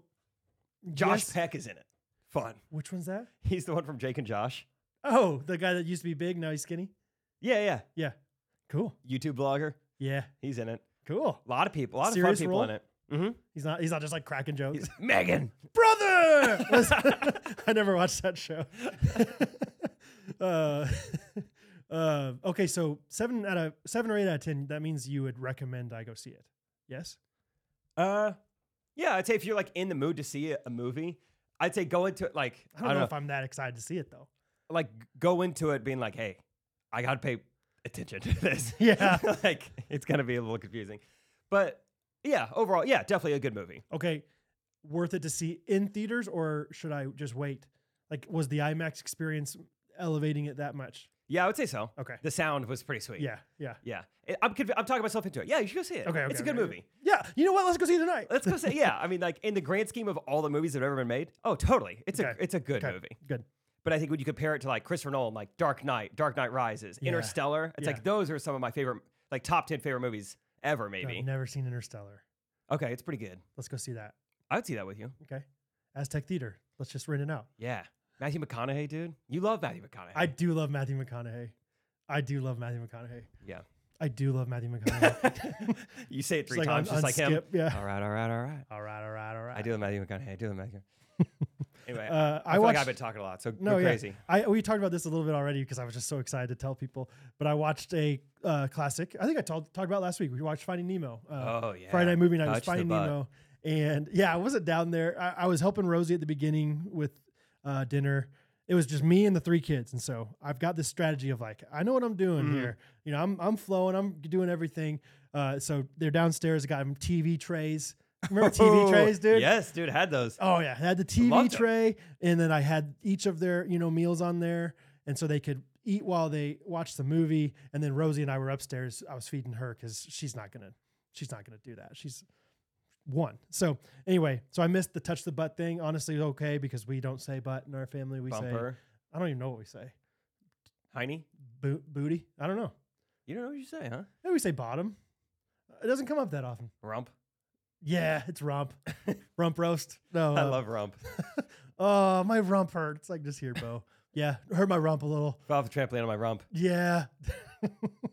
A: Josh
B: yes-
A: Peck is in it. Fun.
B: Which one's that?
A: He's the one from Jake and Josh.
B: Oh, the guy that used to be big, now he's skinny.
A: Yeah, yeah.
B: Yeah. Cool.
A: YouTube blogger.
B: Yeah.
A: He's in it.
B: Cool.
A: A lot of people. A lot
B: Serious
A: of fun people in
B: role?
A: it. Mm-hmm.
B: He's not he's not just like cracking jokes.
A: He's Megan.
B: Brother Listen, I never watched that show. uh, uh, okay, so seven out of seven or eight out of ten, that means you would recommend I go see it. Yes?
A: Uh, yeah, I'd say if you're like in the mood to see a, a movie, I'd say go into it like
B: I don't, know, if I'm that excited to see it though.
A: like go into it being like, hey, I gotta pay attention to this.
B: Yeah.
A: like it's gonna be a little confusing, but yeah, overall, yeah, definitely a good movie.
B: Okay, worth it to see in theaters or should I just wait? Like, was the IMAX experience elevating it that much?
A: Yeah, I would say so.
B: Okay.
A: The sound was pretty sweet.
B: Yeah, yeah.
A: yeah. I- I'm conv- I'm talking myself into it. Yeah, you should go see it.
B: Okay,
A: it's a
B: okay,
A: good
B: okay.
A: movie.
B: Yeah, you know what? Let's go see it tonight.
A: Let's go say yeah. I mean, like in the grand scheme of all the movies that have ever been made, oh, totally, it's
B: Okay.
A: a it's a good
B: Okay,
A: movie.
B: Good.
A: But I think when you compare it to like Christopher Nolan, like Dark Knight, Dark Knight Rises,
B: Yeah.
A: Interstellar, it's
B: Yeah.
A: like those are some of my favorite, like top 10 favorite movies ever,
B: God,
A: maybe.
B: never seen Interstellar.
A: Okay, it's pretty good.
B: Let's go see that.
A: I would see that with you.
B: Okay. Aztec Theater. Let's just rent it out.
A: Yeah. Matthew McConaughey, dude. You love Matthew McConaughey.
B: I do love Matthew McConaughey. I do love Matthew McConaughey.
A: yeah.
B: I do love Matthew McConaughey.
A: you say it three
B: like on-
A: times,
B: on
A: just like him.
B: skip, yeah.
A: All right, all right, all right.
B: all right, all right, all right.
A: I do the Matthew McConaughey. I do the Matthew. anyway,
B: Uh,
A: I,
B: I
A: feel like
B: watched-
A: I've been talking a lot, so
B: No,
A: go
B: yeah.
A: crazy.
B: I we talked about this a little bit already because I was just so excited to tell people. But I watched a uh, classic. I think I told, talked about it last week. We watched Finding Nemo. Uh,
A: Oh, yeah.
B: Friday night movie night was
A: Touch the
B: Finding
A: bug.
B: Nemo, and yeah, I wasn't down there. I, I was helping Rosie at the beginning with uh, dinner. It was just me and the three kids, and so I've got this strategy of like I know what I'm doing
A: Mm-hmm.
B: here. You know, I'm I'm flowing. I'm doing everything. Uh, so they're downstairs. I got them TV trays. Remember TV
A: Ooh,
B: trays, dude?
A: Oh, Yes, dude, had those.
B: Oh yeah, I had the TV
A: Loved 'em.
B: tray, and then I had each of their you know meals on there, and so they could eat while they watched the movie. And then Rosie and I were upstairs. I was feeding her because she's not gonna she's not gonna do that. She's one. So anyway, so I missed the touch the butt thing. Honestly, okay because we don't say butt in our family. We say
A: Bumper.
B: I don't even know what we say.
A: Heine.
B: Bo- booty. I don't know.
A: You don't know what you say, huh?
B: Maybe we say bottom. It doesn't come up that often.
A: Rump.
B: Yeah, it's rump, rump roast. No,
A: I
B: uh,
A: love rump.
B: Oh, my rump hurt. It's like just here, Bo. yeah, hurt my rump a little.
A: Fell off the trampoline on my rump.
B: Yeah.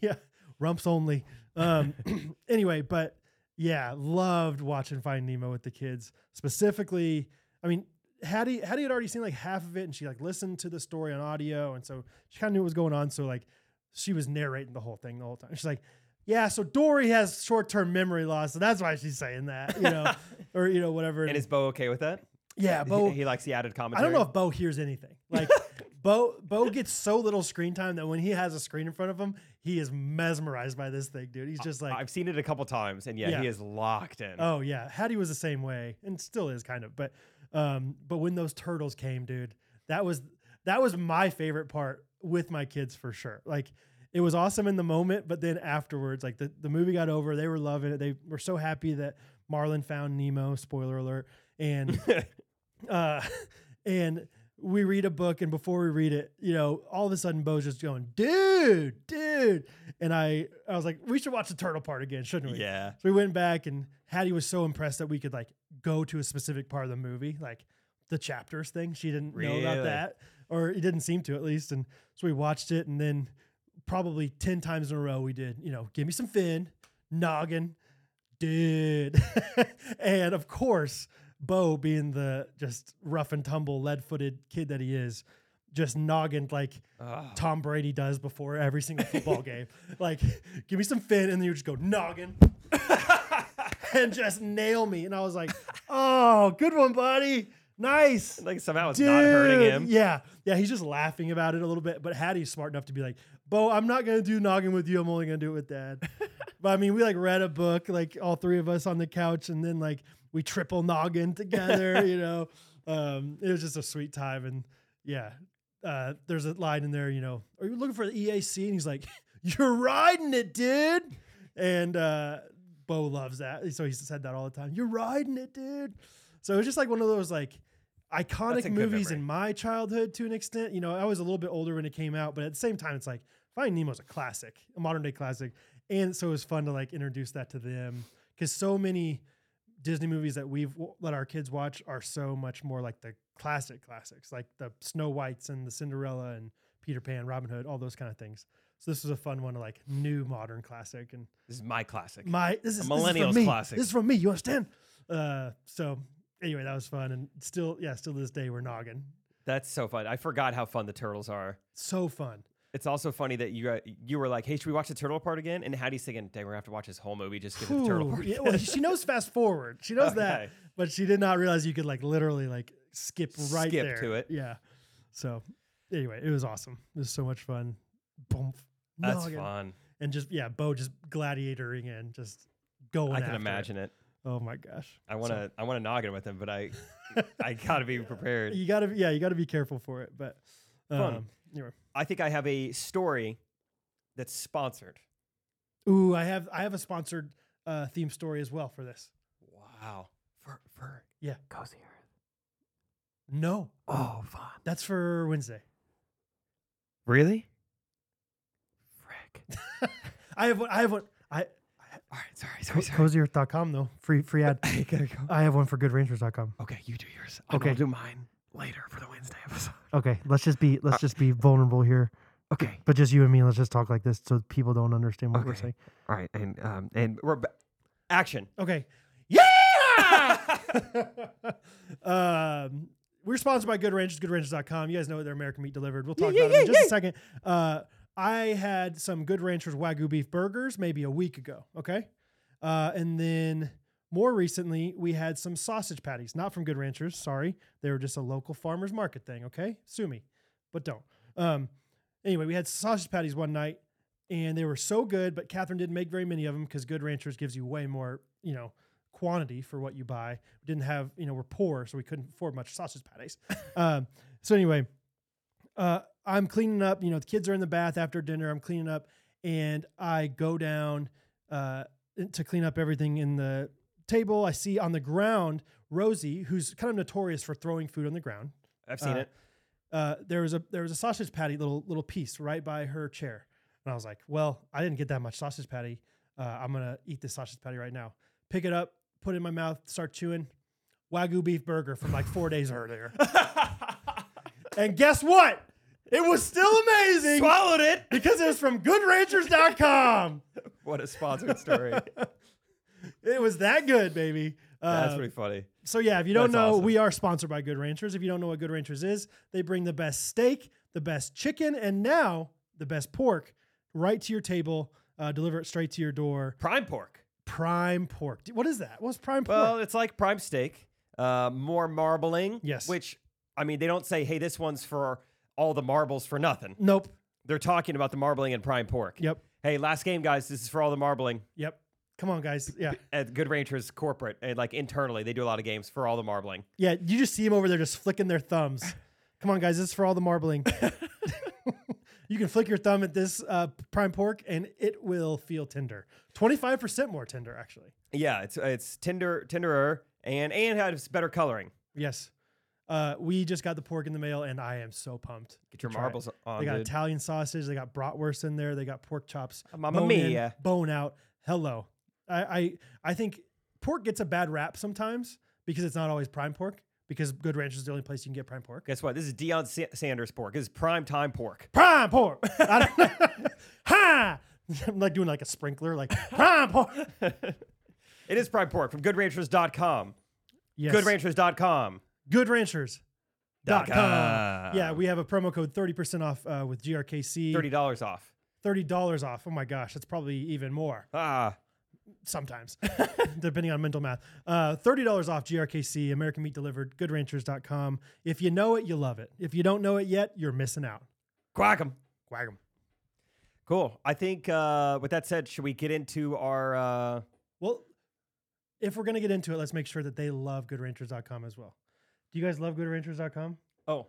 B: yeah. Rumps only. Um anyway, but yeah, loved watching Find Nemo with the kids. Specifically, I mean, Hattie Hattie had already seen like half of it and she like listened to the story on audio and so she kind of knew what was going on. So like she was narrating the whole thing the whole time. She's like, Yeah, so Dory has short-term memory loss, so that's why she's saying that, you know, or you know, whatever.
A: And is Bo okay with that?
B: yeah,
A: He-
B: Bo
A: he, likes the added
B: I
A: commentary.
B: don't know if Bo hears anything. Like Bo Bo gets so little screen time that when he has a screen in front of him, he is mesmerized by this thing, dude. He's just like,
A: I've seen it a couple times, and yeah,
B: Yeah.
A: he is locked in.
B: oh yeah. Hattie was the same way and still is kind of, but um, but when those turtles came, dude, that was that was my favorite part with my kids for sure. Like it was awesome in the moment, but then afterwards, like the, the movie got over, they were loving it. They were so happy that Marlin found Nemo, spoiler alert. And uh, and we read a book, and before we read it, you know, all of a sudden Bo's just going, dude, dude, and I, I was like, we should watch the turtle part again, shouldn't we?
A: yeah,
B: So we went back, and Hattie was so impressed that we could like go to a specific part of the movie, like the chapters thing. She didn't know about
A: Really?
B: that, or it didn't seem to at least. And so we watched it, and then probably 10 times in a row we did, you know, give me some Finn, noggin, did. and of course, Bo being the just rough and tumble, lead footed kid that he is, just noggin like
C: Ugh.
B: Tom Brady does before every single football game. Like, give me some Finn, and then you just go noggin and just nail me. And I was like, oh, good one, buddy. Nice.
C: like somehow it's not hurting
B: Dude,
C: him.
B: Yeah. Yeah. He's just laughing about it a little bit. But Hattie's smart enough to be like, Bo, I'm not going to do noggin with you. I'm only going to do it with dad. but I mean, we like read a book, like all three of us on the couch, and then like we triple noggin together, you know. Um, it was just a sweet time. And yeah, uh, there's a line in there, you know, are you looking for the EAC? And he's like, you're riding it, dude. And uh, Bo loves that. So he said that all the time. You're riding it, dude. So it was just like one of those like
C: That's a
B: iconic
C: good
B: movies
C: memory.
B: in my childhood to an extent. You know, I was a little bit older when it came out, but at the same time, it's like Finding Nemo's a classic, a modern day classic. And so it was fun to like introduce that to them because so many Disney movies that we've w- let our kids watch are so much more like the classic classics, like the Snow Whites and the Cinderella and Peter Pan, Robin Hood, all those kind of things. So this was a fun one, to like new modern classic, and
C: This is my classic.
B: my this is this is from
C: millennials
B: me.
C: classic.
B: This is from me. You understand? Uh, so anyway, that was fun, and still, yeah, still to this day, we're noggin.
C: That's so fun. I forgot how fun the turtles are.
B: So fun.
C: It's also funny that you uh, you were like, "Hey, should we watch the turtle part again?" And Hattie's thinking, "Dang, we're gonna have to watch this whole movie just because of the turtle
B: Ooh,
C: part."
B: yeah, well, she knows fast forward. She knows that,
C: Okay.
B: but she did not realize you could like literally like skip right
C: Skip
B: there.
C: to it.
B: Yeah. So anyway, it was awesome. It was so much fun. Boom.
C: That's
B: Noggin.
C: fun.
B: And just yeah, Bo just gladiatoring and just going.
C: I
B: after
C: can
B: it.
C: imagine it.
B: Oh my gosh.
C: I want to I want to noggin with him, but I I gotta be prepared.
B: You gotta yeah, you gotta be careful for it. But
C: Fun.
B: um, anyway.
C: I think I have a story that's sponsored.
B: Ooh, I have I have a sponsored uh, theme story as well for this.
C: Wow. For for
B: Yeah.
C: cozy earth.
B: No,
C: Oh, fun.
B: that's for Wednesday.
C: Really? Frick.
B: I have one. I have one. I
C: All right. Sorry. Sorry. Sorry.
B: cozyearth.com though. Free free ad.
C: I gotta go.
B: I have one for goodrangers.com.
C: Okay, you do yours. and
B: Okay.
C: I'll do mine later for the Wednesday episode.
B: Okay, let's just be
C: Uh
B: let's just be vulnerable here.
C: Okay.
B: But just you and me, let's just talk like this so people don't understand what we're
C: Okay.
B: saying.
C: All right. And um and we're ba- action.
B: Okay. Yeah. um, we're sponsored by Good Ranchers, goodranchers.com. You guys know they're American meat delivered. We'll talk
C: Yeah,
B: about
C: yeah,
B: it in
C: yeah,
B: just a second. Uh, I had some Good Ranchers Wagyu beef burgers maybe a week ago. Okay. Uh, and then more recently, we had some sausage patties, not from Good Ranchers. Sorry. They were just a local farmer's market thing. Okay. Sue me, but don't. Um, anyway, we had sausage patties one night and they were so good, but Catherine didn't make very many of them because Good Ranchers gives you way more, you know, quantity for what you buy. We didn't have, you know, we're poor, so we couldn't afford much sausage patties. um, so anyway, uh, I'm cleaning up. You know, the kids are in the bath after dinner. I'm cleaning up, and I go down uh, to clean up everything in the table. I see on the ground Rosie, who's kind of notorious for throwing food on the ground
C: I've
B: Uh,
C: seen it.
B: uh, there was a there was a sausage patty little little piece right by her chair, and I was like, "Well, I didn't get that much sausage patty. Uh, I'm gonna eat this sausage patty right now. Pick it up, put it in my mouth, start chewing. Wagyu beef burger from like four days earlier, and guess what? It was still amazing
C: Swallowed it.
B: because it was from GoodRanchers.com.
C: What a sponsored story.
B: It was that good, baby. Uh,
C: That's pretty funny.
B: So yeah, if you don't
C: That's
B: know,
C: awesome.
B: we are sponsored by Good Ranchers. If you don't know what Good Ranchers is, they bring the best steak, the best chicken, and now the best pork right to your table. Uh, deliver it straight to your door.
C: Prime pork.
B: Prime pork. What is that? What's prime pork?
C: Well, it's like prime steak. Uh, more marbling.
B: Yes.
C: Which I mean, they don't say, "Hey, this one's for all the marbles for nothing."
B: nope.
C: They're talking about the marbling and prime pork.
B: Yep.
C: Hey, last game, guys. This is for all the marbling.
B: Yep. Come on, guys. Yeah.
C: at Good Ranchers corporate and like internally, they do a lot of games for all the marbling.
B: Yeah. You just see them over there just flicking their thumbs. Come on, guys. This is for all the marbling. you can flick your thumb at this uh, prime pork and it will feel tender. 25% more tender, actually.
C: Yeah, it's it's tender, tenderer, and and has better coloring.
B: Yes. Uh, we just got the pork in the mail, and I am so pumped.
C: Get your
B: Try it.
C: marbles on.
B: They got
C: dude. Uh,
B: Italian sausage. They got bratwurst in there. They got pork chops.
C: Mamma
B: bone in,
C: mia.
B: bone out. Hello. I, I I think pork gets a bad rap sometimes because it's not always prime pork, because Good Ranch is the only place you can get prime pork.
C: Guess what? This is Deion Sa- Sanders pork. This is prime time pork.
B: Prime pork. I don't know. ha! I'm like doing like a sprinkler, like prime pork.
C: It is prime pork from goodranchers.com.
B: Yes.
C: Goodranchers.com.
B: Goodranchers. Dot
C: Dot
B: com.
C: com.
B: Yeah, we have a promo code 30% off uh, with GRKC.
C: $30 off.
B: $30 off. Oh my gosh, that's probably even more.
C: Ah,
B: sometimes, depending on mental math. Uh, $30 off GRKC, American Meat Delivered, goodranchers.com. If you know it, you love it. If you don't know it yet, you're missing out.
C: quack 'em.
B: Wag 'em.
C: Cool. I think uh, with that said, should we get into our. Uh,
B: Well, if we're going to get into it, let's make sure that they love goodranchers.com as well. Do you guys love goodranchers.com?
C: oh,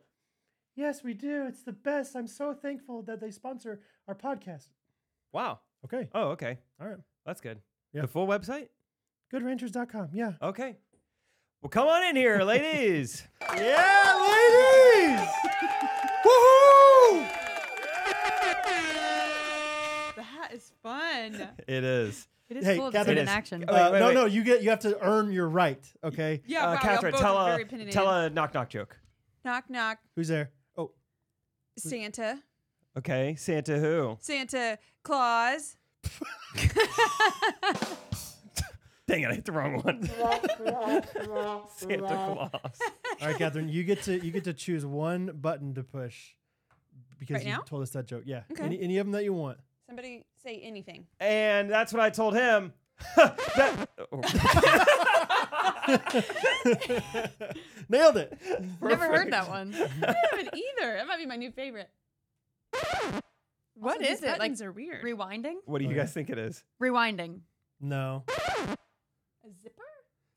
B: Yes, we do. It's the best. I'm so thankful that they sponsor our podcast.
C: wow.
B: Okay.
C: Oh, okay.
B: All right.
C: That's good.
B: Yeah.
C: The full website?
B: Goodranchers.com. Yeah.
C: Okay. Well, come on in here, ladies.
B: Yeah, ladies. Woohoo!
D: That is fun.
C: it is.
D: It is
B: Hey,
D: cool to see
B: Catherine
D: it in
C: is-
D: action.
C: Wait,
B: Uh,
C: wait,
B: no,
C: wait.
B: no, you get you have to earn your right. Okay,
D: yeah, wow,
C: Oh, uh,
D: y'all
C: Catherine,
D: both
C: tell
D: are
C: a
D: very opinionated.
C: tell uh, a knock knock joke.
D: knock knock.
B: who's there? Oh,
D: Santa,
C: Okay, Santa who?
D: Santa Claus.
C: Dang it, I hit the wrong one. Santa Claus.
B: all right, Catherine, you get to you get to choose one button to push because
D: Right
B: you
D: now?
B: told us that joke. Yeah,
D: Okay.
B: any, any of them that you want.
D: Somebody say anything.
C: And that's what I told him. That- oh,
B: Nailed it.
D: Never heard that one. I haven't either. That might be my new favorite. What
E: Also,
D: is
E: these
D: it? Like
E: buttons are weird.
D: rewinding?
C: what do you
B: Okay.
C: guys think it is?
E: Rewinding.
B: No,
D: A zipper?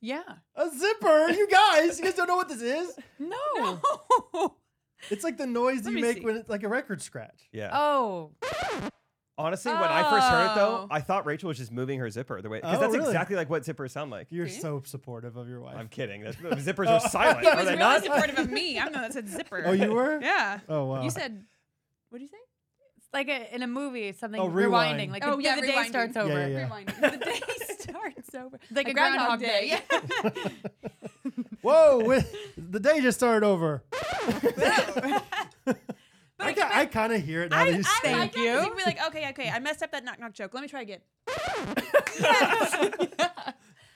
E: Yeah.
B: a zipper. You guys, you guys don't know what this is.
E: No.
D: No.
B: It's like the noise
D: Let
B: you
D: me
B: make
D: see.
B: when it's like a record scratch.
C: Yeah.
E: Oh.
C: Honestly, when I first heard it though,
D: Oh.
C: I thought Rachel was just moving her zipper the way because
B: Oh,
C: that's
B: really?
C: exactly like what zippers sound like.
B: You're
D: See?
B: so supportive of your wife.
C: I'm kidding. That- the zippers are silent.
D: I
C: Are
D: was
C: they
D: really
C: not?
D: supportive of me. I'm the one that said zipper.
B: oh, you were?
D: Yeah.
B: Oh wow.
D: You said, what did you say?
E: It's like a, in a movie, something
B: Oh, rewind.
E: rewinding. Like
D: Oh,
E: the,
D: yeah,
E: the
D: rewinding.
E: day starts
D: Yeah,
E: over.
B: yeah, yeah.
D: Rewinding. The day starts over.
E: Like a Groundhog Day.
B: Whoa, wi- the day just started over. I,
D: I
B: ca- I kind of hear it now
D: I,
B: that you
D: I,
B: say
D: I
B: it.
E: Thank you.
D: You'd be like, okay, okay, I messed up that knock knock joke. Let me try again.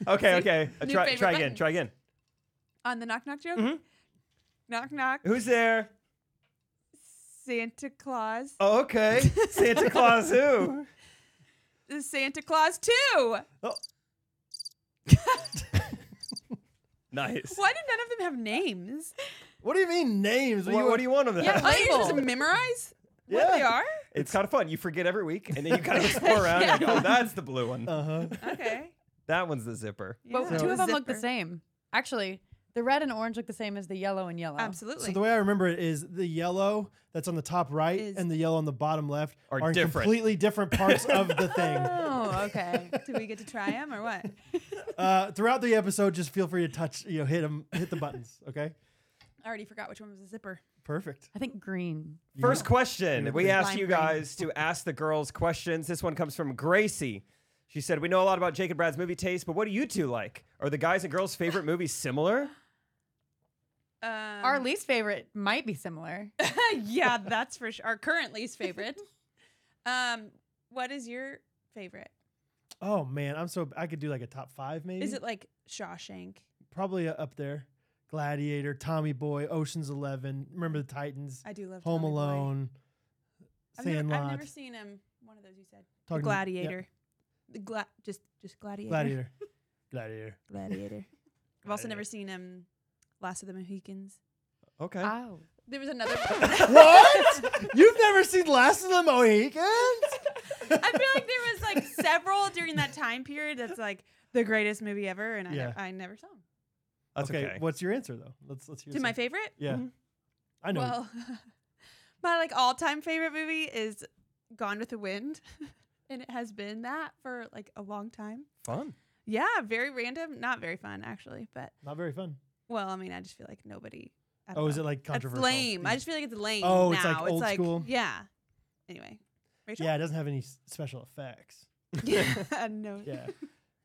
C: Okay, okay. Uh,
D: New
C: try
D: favorite
C: try again.
D: button.
C: Try again.
D: On the knock knock joke,
B: Mm-hmm.
D: knock knock,
C: Who's there?
D: Santa Claus,
C: Oh, okay. Santa Claus who?
D: The uh, Santa Claus too.
C: Nice.
D: Why do none of them have names?
B: What do you mean names?
C: What, what do you want of that?
D: Yeah, why don't you just
E: Label.
D: memorize what they
B: Yeah.
D: are?
C: It's kind of fun. You forget every week, and then you kind of explore around. and you go, oh, that's the blue one.
B: Uh huh.
D: Okay.
C: That one's the zipper.
E: But
D: Yeah.
E: two of them look the
D: Zipper.
E: same. Actually, the red and orange look the same as the yellow and yellow.
D: Absolutely.
B: So the way I remember it is the yellow that's on the top right
D: Is-
B: and the yellow on the bottom left
C: Are
B: in
C: different.
B: completely different parts of the thing.
E: Oh, okay.
D: do we get to try them or what?
B: Uh, throughout the episode, just feel free to touch, you know, hit them, hit the buttons. Okay,
D: I already forgot which one was a zipper.
B: perfect.
E: I think green.
C: First question. We asked
D: Lime
C: you
D: green.
C: guys to ask the girls questions. This one comes from Gracie. She said, We know a lot about Jake and Brad's movie taste, but what do you two like? Are the guys and girls' favorite movies similar?
D: Um,
E: Our least favorite might be similar.
D: yeah, that's for sure. Our current least favorite. um, what is your favorite?
B: Oh man, I'm so I could do like a top five maybe.
D: Is it like Shawshank?
B: probably uh, up there? Gladiator, Tommy Boy, Ocean's Eleven. Remember the Titans,
D: I do love
B: Home
D: Tommy Boy.
B: Alone,
D: I've never,
B: Sandlot.
D: I've never seen him. One of those you said.
B: Talking- yeah,
D: Gladiator. The gla- just just gladiator.
B: Gladiator. Gladiator.
D: Gladiator. I've
B: Gladiator.
D: also never seen um, Last of the Mohicans.
C: Okay.
D: Um,
E: Oh.
D: There was another.
B: What? You've never seen Last of Oh, the Mohicans?
D: I feel like there was like several during that time period. That's like the greatest movie ever, and I,
B: Yeah.
D: nev- I never saw 'em.
C: that's okay.
B: What's your answer though? Let's let's hear.
D: To my
B: some-
D: favorite. Mm-hmm.
B: Yeah, I know.
D: Well, my like all time favorite movie is Gone with the Wind, and it has been that for like a long time.
C: Fun.
D: Yeah, very random, not very fun actually. But
B: Not very fun.
D: well, I mean, I just feel like nobody. I don't
B: Oh, is
D: know.
B: it like
D: uh, That's
B: controversial?
D: lame. I
B: Yeah.
D: just feel like it's lame.
B: Oh,
D: now.
B: it's, like, old school?
D: Yeah. Anyway, Rachel.
B: yeah, it doesn't have any s- special effects.
D: Yeah. no.
B: Yeah,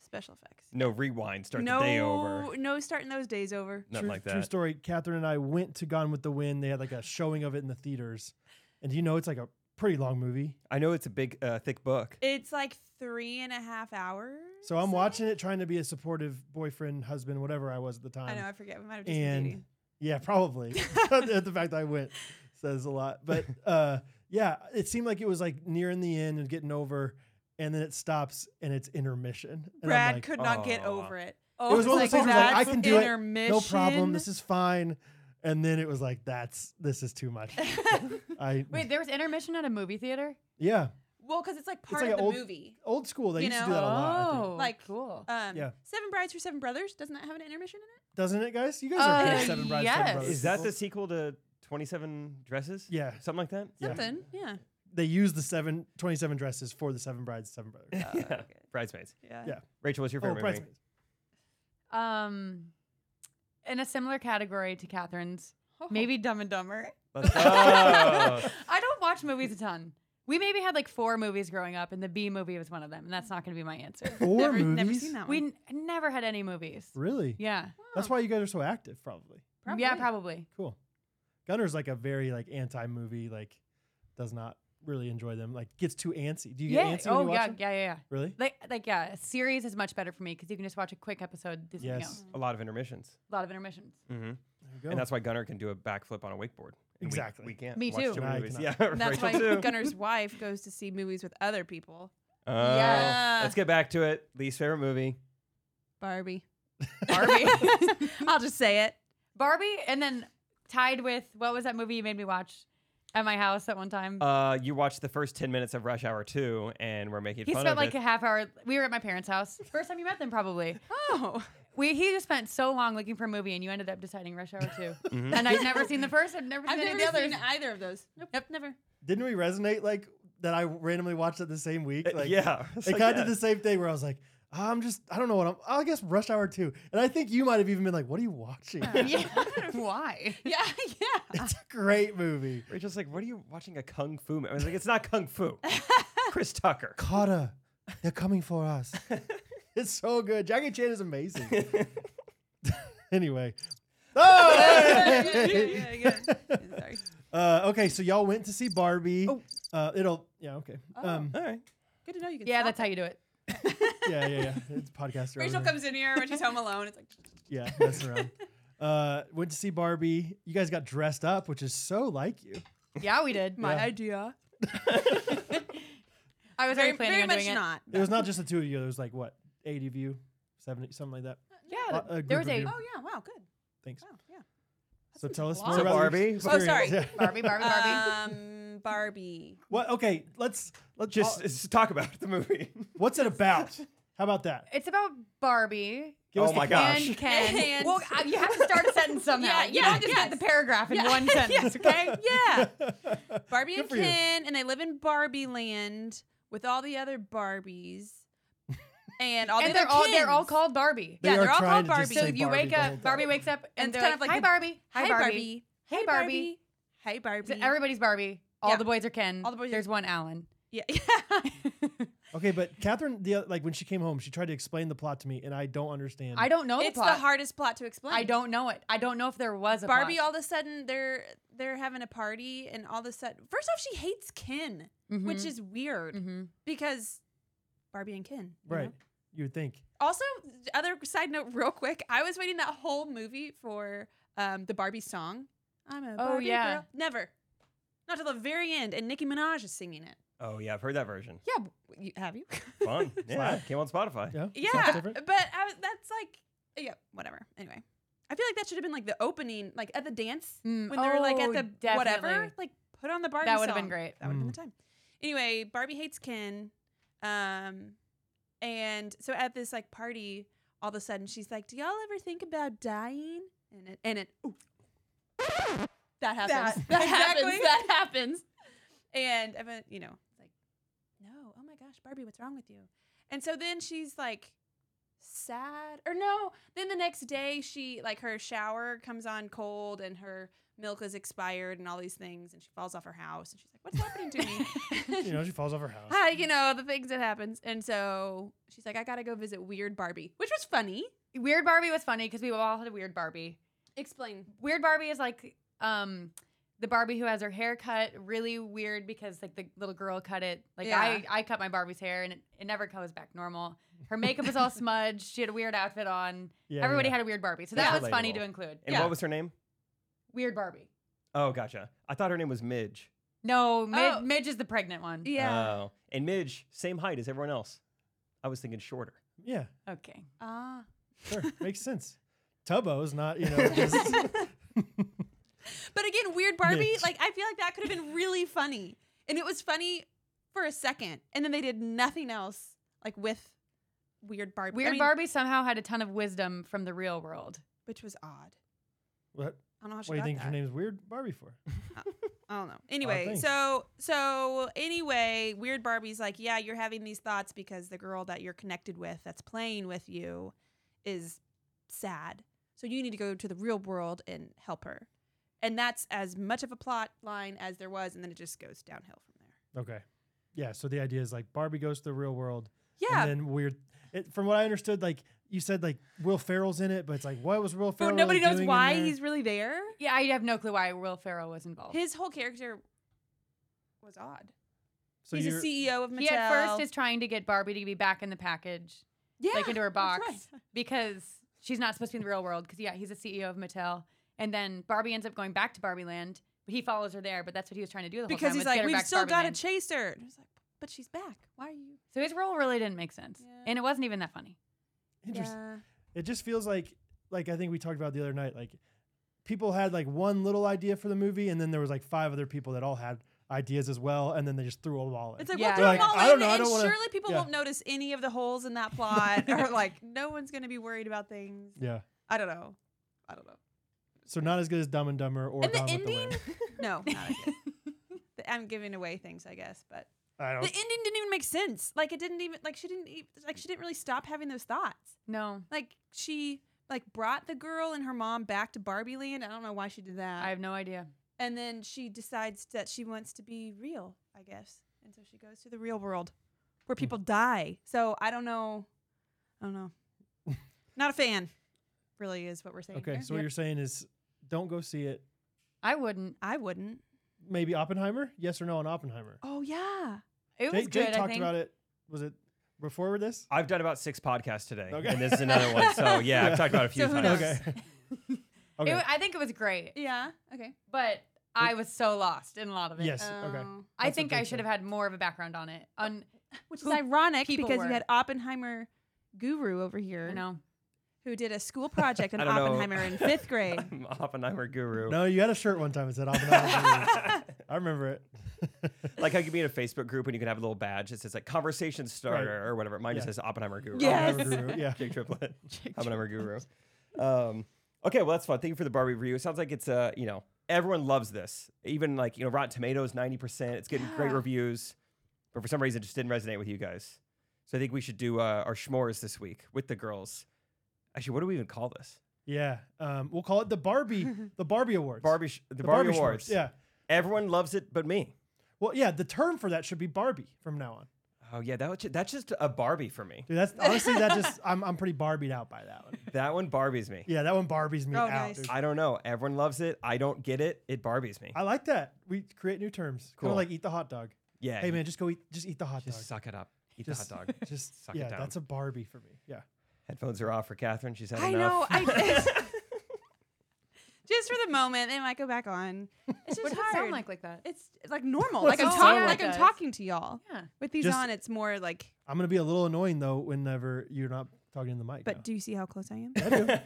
D: special effects.
C: No rewind. Start
D: no,
C: the day over.
D: no, starting those days over.
C: Nothing
B: true,
C: like
B: True
C: that.
B: story. Catherine and I went to Gone with the Wind. They had like a showing of it in the theaters, and you know it's like a pretty long movie.
C: I know it's a big, uh, thick book.
D: It's like three and a half hours.
B: So I'm watching it, trying to be a supportive boyfriend, husband, whatever I was at the time.
D: I know I forget. We might have just been
B: and
D: dating.
B: yeah, probably the fact that I went says a lot. But uh, yeah, it seemed like it was like nearing the end and getting over, and then it stops and it's intermission. And I'm
D: Brad
B: like,
D: could not get
C: "Aw."
D: over it. Oh,
B: It was
D: it's
B: one of those things where it's like, I
D: that's
B: can do it.
D: intermission.
B: no problem, this is fine. And then it was like, that's this is too much. I
E: Wait, there was intermission at a movie theater.
B: yeah,
D: well, because it's like part
B: like an
D: of the
B: old-
D: movie.
B: old school. They
D: You
B: used to do
D: know?
B: that a lot. I think.
E: Oh,
D: Like,
E: cool.
D: Um,
B: Yeah.
D: Seven Brides for Seven Brothers doesn't that have an intermission in it?
B: Doesn't it, guys? You guys are
E: Uh,
B: big Seven Brides, Seven
E: yes.
B: Brothers.
C: Is that
B: people.
C: the sequel to 27 Dresses?
B: Yeah,
C: Something like that?
B: Yeah.
D: Something, yeah.
B: they use the seven 27 dresses for the Seven Brides, Seven Brothers.
C: Yeah.
D: okay.
C: Bridesmaids.
D: Yeah.
B: Yeah.
C: Rachel, what's your
B: oh,
C: favorite movie?
B: bridesmaids.
E: Um, in a similar category to Catherine's, maybe Dumb and Dumber.
C: Let's go.
B: Oh.
E: I don't watch movies a ton. We maybe had like four movies growing up, and the B movie was one of them, and that's not going to be my answer.
B: Four
D: never,
B: movies.
D: never seen that
E: we
D: one.
E: n- never had any movies.
B: Really?
E: Yeah,
B: That's why you guys are so active, probably.
E: yeah, probably.
B: Cool. Gunner's like a very like anti movie, like does not really enjoy them. Like gets too antsy. Do you
E: yeah.
B: get antsy when
E: Oh
B: you watch
E: yeah,
B: them?
E: yeah, yeah, yeah.
B: Really?
E: Like, like yeah, a series is much better for me because you can just watch a quick episode. Do something
B: Yes.
E: else.
C: a lot of intermissions.
E: A lot of intermissions.
C: hmm
B: There you go.
C: And that's why Gunnar can do a backflip on a wakeboard. And we-
B: Exactly.
C: We, can't.
E: Me
C: watch
E: too.
C: two
B: No, I
C: movies. Yeah,
B: cannot.
D: And that's
C: Rachel
D: why
C: too.
D: Gunner's wife goes to see movies with other people.
C: Oh,
E: Yeah.
C: Let's get back to it. Least favorite movie.
D: Barbie.
E: Barbie.
D: I'll just say it.
E: Barbie, and then tied with what was that movie you made me watch at my house at one time?
C: Uh, you watched the first 10 minutes of Rush Hour 2 and we're making
E: he
C: fun
E: spent
C: of
E: like
C: it.
E: a half hour. We were at my parents' house. First time you met them, probably.
D: Oh,
E: We he just spent so long looking for a movie, and you ended up deciding Rush Hour 2
B: Mm-hmm.
E: And I've never seen the first. I've never seen
D: I've
E: any
D: never
E: of the others.
D: seen either of those. Nope, never.
B: Didn't we resonate like that? I randomly watched it the same week. Like,
C: Uh, yeah.
B: It
C: It's like,
B: kind of
C: yeah.
B: did the same thing where I was like, I'm just, I don't know what I'm, I guess Rush Hour 2. And I think you might have even been like, what are you watching?
E: yeah. Why?
D: Yeah, yeah.
B: it's a great movie.
C: Rachel's like, what are you watching a kung fu movie? I was like, it's not kung fu. Chris Tucker.
B: Kata, they're coming for us. it's so good. Jackie Chan is amazing. anyway. Oh!
D: yeah, yeah, yeah, yeah. Sorry.
B: Uh, okay, so y'all went to see Barbie.
D: Oh.
B: Uh, it'll, yeah, okay. Um,
C: All right.
D: Good to know you can.
E: Yeah,
D: stop
E: that's how
D: it.
E: you do it.
B: yeah, yeah, yeah. It's podcast.
D: Rachel
B: over there.
D: comes in here when she's home alone. It's like
B: Yeah, messing around. Uh, went to see Barbie. You guys got dressed up, which is so like you.
E: Yeah, we did.
B: Yeah.
D: idea.
E: I was
D: Very, very
E: already planning on
D: much
E: doing
D: not.
B: It was not just the two of you. There was like what, eighty of you, seventy, something like that.
E: it.
B: A-
E: Yeah,
B: a
E: there
B: group
E: was
B: of
E: a
B: you.
D: Oh yeah. Wow. Good.
B: Thanks.
D: Wow. Yeah.
B: So tell us
E: lot.
B: more
E: So
B: about
C: Barbie?
B: your experience.
D: Oh, sorry.
B: Yeah.
E: Barbie, Barbie, Barbie.
D: Um, Barbie.
B: What? Okay, let's let's
C: Just,
B: just.
C: just talk about the movie.
B: what's it about? How about that?
E: it's about Barbie
B: Give us
C: oh
B: the
C: my gosh.
E: and Ken.
D: And-
E: well, I- you have to start a sentence somehow.
D: Yeah,
E: you
D: yeah,
E: don't just
D: yes.
E: get the paragraph in
D: Yeah.
E: one sentence, okay?
D: Yeah. Barbie
B: Good
D: and
B: for you.
D: Ken, and they live in Barbie Land with all the other Barbies, and all
E: and
D: the
E: they're
D: other
E: all they're all
D: Kens.
E: called Barbie.
D: Yeah,
B: They
D: they're
B: are
D: all
B: trying
D: called
B: to just
D: Barbie.
E: So
B: say
E: you wake
B: the
E: up,
B: whole time.
E: Barbie wakes up, and,
D: And
E: they're
D: it's kind
E: like,
D: of like
E: "Hi,
D: the-
E: Barbie.
D: Hi Barbie.
E: Hey, Barbie.
D: Hey Barbie.
E: So everybody's Barbie. All
D: Yeah.
E: the boys are Ken.
D: All the boys are-
E: There's one Alan.
D: Yeah. yeah.
B: Okay, but Catherine, the like when she came home, she tried to explain the plot to me, and I don't understand.
E: I don't know
D: it's
E: the
D: the
E: plot.
D: hardest plot to explain.
E: I don't know it. I don't know if there was a
D: Barbie
E: Plot.
D: all of a sudden they're they're having a party and all of a sudden first off she hates Ken,
E: Mm-hmm.
D: which is weird
E: Mhm.
D: because Barbie and Ken. you
B: Right?
D: know?
B: You would think.
D: Also, the other side note real quick, I was waiting that whole movie for um, the Barbie song. I'm a Barbie
E: Oh, yeah.
D: girl. Never. Not till the very end and Nicki Minaj is singing it.
C: Oh, yeah. I've heard that version.
D: Yeah, w- you, have you?
C: Fun. Yeah.
B: Slap.
C: Came on Spotify.
B: Yeah. Sounds
D: yeah.
B: different.
D: But I, was- that's like yeah, whatever. Anyway. I feel like that should have been like the opening, like at the dance.
E: Mm,
D: when they're like
E: oh,
D: at the whatever,
E: definitely.
D: like put on the Barbie.
E: That would've been
D: song.
E: great.
D: That would have
B: Mm.
D: been the time. Anyway, Barbie hates Ken, um, and so at this like party, all of a sudden she's like, "Do y'all ever think about dying?" And it and it ooh, that happens. That,
E: exactly.
D: happens. That happens. And Evan, you know, it's like, no, oh my gosh, Barbie, what's wrong with you? And so then she's like sad or no then the next day she like her shower comes on cold and her milk is expired and all these things, and she falls off her house, and she's like, "What's happening to me?"
B: You know, she falls off her house.
D: Ah, you know the things that happens, and so she's like, "I gotta go visit Weird Barbie," which was funny.
E: Weird Barbie was funny because we all had a Weird Barbie.
D: Explain.
E: Weird Barbie is like um the Barbie who has her hair cut really weird because like the little girl cut it. Like I,
D: Yeah.
E: I cut my Barbie's hair and it, it never goes back normal. Her makeup is all smudged. She had a weird outfit on.
B: Yeah,
E: Everybody
B: yeah.
E: had a weird Barbie, so
C: Yeah.
E: that was funny
C: Relatable.
E: to include.
C: And
E: yeah,
C: what was her name?
E: weird Barbie.
C: Oh, gotcha. I thought her name was Midge.
E: No, Mid-
D: Oh.
E: Midge is the pregnant one.
D: Yeah.
C: Oh. And Midge, same height as everyone else. I was thinking shorter.
B: Yeah,
E: Okay.
D: Ah.
B: sure, makes sense. Tubbo's not, you know, just,
D: But again, Weird Barbie,
B: Mitch.
D: like I feel like that could have been really funny. And it was funny for a second. And then they did nothing else like with Weird Barbie. I
E: Weird
D: mean,
E: Barbie somehow had a ton of wisdom from the real world.
D: which was odd.
B: what?
D: I don't know how she
B: What do you
D: got
B: think
D: that.
B: her name's weird Barbie for?
D: I don't know. Anyway,
B: thing.
D: so so anyway, Weird Barbie's like, "Yeah, you're having these thoughts because the girl that you're connected with that's playing with you is sad. So you need to go to the real world and help her." And that's as much of a plot line as there was and then it just goes downhill from there.
B: Okay, yeah. So the idea is like Barbie goes to the real world,
D: Yeah,
B: and then weird. It, from what I understood, like you said, like Will Ferrell's in it, but it's like what was Will
D: But
B: Ferrell?
D: nobody
B: really
D: knows
B: doing in
D: why
B: there? Oh.
D: he's really there.
E: Yeah, I have no clue why Will Ferrell was involved.
D: His whole character was odd.
B: So
D: He's a
B: you're-
D: CEO of Mattel.
E: he at first is trying to get Barbie to be back in the package.
D: yeah,
E: like into her box
D: that's right.
E: because she's not supposed to be in the real world because yeah he's a ceo of mattel and then barbie ends up going back to barbie land but he follows her there but that's what he was trying to do the whole
D: because
E: time
D: he's
E: was get
D: like,
E: her
D: we've
E: back to
D: still
E: Barbie
D: got to
E: Land."
D: chase her. And it's like, but she's back. Why are you?
E: so his role really didn't make sense
D: Yeah.
E: and it wasn't even that funny
B: Interesting.
D: Yeah.
B: It just feels like like I think we talked about the other night. Like people had like one little idea for the movie, and then there was like five other people that all had ideas as well, and then they just threw them all in.
D: It's like
E: Yeah.
D: we'll throw
E: Like,
D: them all
B: I
D: in,
B: don't know, I
D: and
B: don't wanna-
D: surely people
B: yeah.
D: won't notice any of the holes in that plot, or like no one's gonna be worried about things.
B: yeah.
D: I don't know. I don't know.
B: So not as good as Dumb and Dumber or
D: And the
B: Gone with
D: ending?
B: Wind.
D: No, not as good. I'm giving away things, I guess, but
B: I
D: the
B: don't.
D: ending didn't even make sense. Like it didn't even like she didn't even, like she didn't really stop having those thoughts.
E: no
D: like she like brought the girl and her mom back to Barbie Land. I don't know why she did that.
E: i have no idea
D: and then she decides that she wants to be real, I guess. And so she goes to the real world
B: Hmm.
D: where people die. So I don't know. I don't know. Not a fan, really, is what we're saying.
B: Okay,
D: here.
B: so what you're saying is don't go see it.
E: i wouldn't
D: I wouldn't.
B: Maybe Oppenheimer? Yes or no on Oppenheimer?
D: Oh, yeah.
E: it was
B: Jake,
E: good
B: Jake
E: i
B: talked
E: think
B: about it. Was it before this?
C: I've done about six podcasts today,
B: Okay.
C: and this is another one. So yeah, I've talked about it a few
D: So who
C: times.
D: knows?
B: Okay.
E: It
B: okay.
E: wa- i think it was great
D: Yeah. Okay.
E: but i was so lost in a lot of it
B: Yes. okay.
D: Oh.
E: i
B: That's a
E: think i
B: big
E: should have
B: thing.
E: had more of a background on it on
D: Which is
E: Who
D: ironic
E: people
D: because
E: were.
D: you had Oppenheimer guru over
E: you
D: here
E: know
D: who did a school project on
C: I don't know.
D: Oppenheimer in fifth grade.
C: I'm Oppenheimer guru.
B: No, you had a shirt one time that said Oppenheimer. I remember it.
C: Like how you can be in a Facebook group and you can have a little badge that says like conversation starter or whatever. Mine just
B: Yeah.
C: says Oppenheimer guru.
D: Yes.
B: Oppenheimer guru, Yeah.
C: Jake Triplet. Oppenheimer guru. Um, okay, well that's fun. Thank you for the Barbie review. It sounds like it's uh, you know, everyone loves this. Even like, you know, Rotten Tomatoes, 90%. It's getting great
D: Yeah.
C: reviews. But for some reason it just didn't resonate with you guys. So I think we should do uh, our s'mores this week with the girls. Actually, what do we even call this?
B: Yeah. Um, we'll call it the Barbie, the Barbie Awards.
C: Barbie, sh- the, Barbie,
B: Schmorz,
C: Awards.
B: Yeah.
C: Everyone loves it but me.
B: Well, yeah, the term for that should be Barbie from now on.
C: Oh yeah, that was ju- that's just a Barbie for me.
B: Dude, that's honestly that just I'm I'm pretty Barbied out by that one.
C: That one Barbies me.
B: Yeah, that one Barbies me
D: Oh,
B: out.
D: nice.
B: dude.
C: I don't know. Everyone loves it. I don't get it. It Barbies me.
B: I like that. We create new terms. Kind
C: Cool.
B: of like eat the hot dog.
C: yeah.
B: Hey
C: you
B: man, just go eat. Just eat the hot
C: just
B: dog.
C: suck it up. Eat
B: just
C: the hot dog.
B: Just
C: suck it
B: yeah,
C: down.
B: that's a Barbie for me. Yeah.
C: Headphones are off for Catherine. She's had
D: I
C: enough.
D: know. I just, just for the moment, they might go back on. It's just
E: what does it
D: hard.
E: sound like like that
D: It's like normal.
B: What's
D: Like I'm
E: it
D: talking.
E: sound
D: Like
E: like?
D: I'm
E: Does.
D: talking to y'all.
E: yeah
D: With these
B: Just-
D: on, it's more like.
B: I'm gonna be a little annoying though whenever you're not talking in the mic.
D: But
B: now.
D: do you see how close I am?